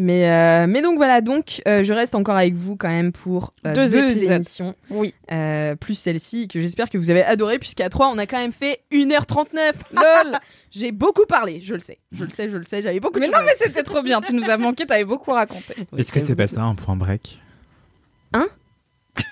Speaker 2: Mais, euh, mais donc voilà, donc euh, je reste encore avec vous quand même pour euh,
Speaker 3: Deux
Speaker 2: deux,
Speaker 3: épisodes.
Speaker 2: émissions,
Speaker 3: Oui.
Speaker 2: euh, plus celle-ci, que j'espère que vous avez adoré, puisqu'à 3, on a quand même fait 1h39.
Speaker 3: Lol.
Speaker 2: J'ai beaucoup parlé, je le sais, je le sais, je le sais, j'avais beaucoup
Speaker 3: Mais
Speaker 2: de
Speaker 3: non,
Speaker 2: choses
Speaker 3: mais c'était trop bien. Tu nous as manqué, t'avais beaucoup raconté.
Speaker 2: à-
Speaker 4: Est-ce que c'est pas ça un point break
Speaker 2: Hein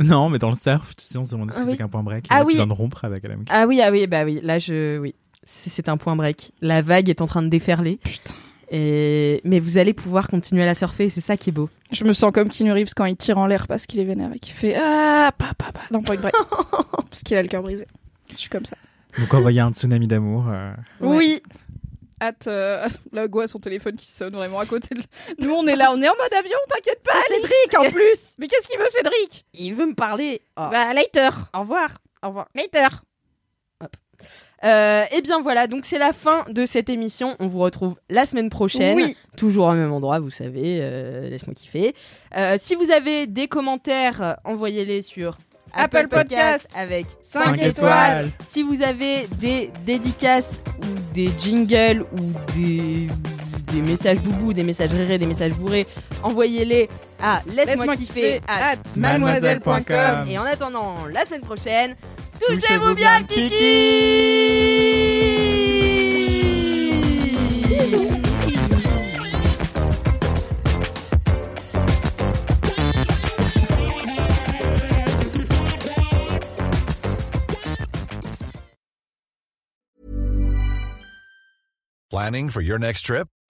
Speaker 4: Non, mais dans le surf, tu sais, on se demande est-ce
Speaker 2: Ah
Speaker 4: que
Speaker 2: oui.
Speaker 4: c'est qu'un point break. Et
Speaker 2: Ah
Speaker 4: là,
Speaker 2: oui.
Speaker 4: Tu viens de rompre avec LMK.
Speaker 2: Ah oui, ah oui, bah oui, là je. Oui, c'est c'est un point break. La vague est en train de déferler.
Speaker 3: Putain.
Speaker 2: Et... Mais vous allez pouvoir continuer à la surfer, et c'est ça qui est beau.
Speaker 3: Je me sens comme Keanu Reeves quand il tire en l'air parce qu'il est vénère et qu'il fait Ah, pas, pas, pas, dans Point Break. parce qu'il a le cœur brisé. Je suis comme ça.
Speaker 4: Donc envoyer un tsunami d'amour. euh,
Speaker 2: Ouais.
Speaker 3: Oui. Hâte, euh, là, Go a son téléphone qui sonne vraiment à côté. de- Nous, on est là, on est en mode avion, t'inquiète pas, Alex.
Speaker 2: plus
Speaker 3: Mais qu'est-ce qu'il veut, Cédric
Speaker 2: Il veut me parler Oh.
Speaker 3: Bah, later.
Speaker 2: Au revoir Au revoir
Speaker 3: Later.
Speaker 2: Euh, Eh bien voilà, donc c'est la fin de cette émission. On vous retrouve la semaine prochaine.
Speaker 3: Oui.
Speaker 2: Toujours au même endroit, vous savez. euh, Laisse-moi kiffer. Euh, si vous avez des commentaires, euh, envoyez-les sur
Speaker 3: Apple Podcast
Speaker 2: avec
Speaker 3: Cinq
Speaker 2: cinq
Speaker 4: cinq
Speaker 3: étoiles.
Speaker 2: Si vous avez des dédicaces ou des jingles ou des, des messages boubou, des messages rérés, des messages bourrés, envoyez-les à laisse-moi kiffer at mademoiselle.com. Et en attendant la semaine prochaine, touchez-vous bien le kiki
Speaker 9: Planning for your next trip?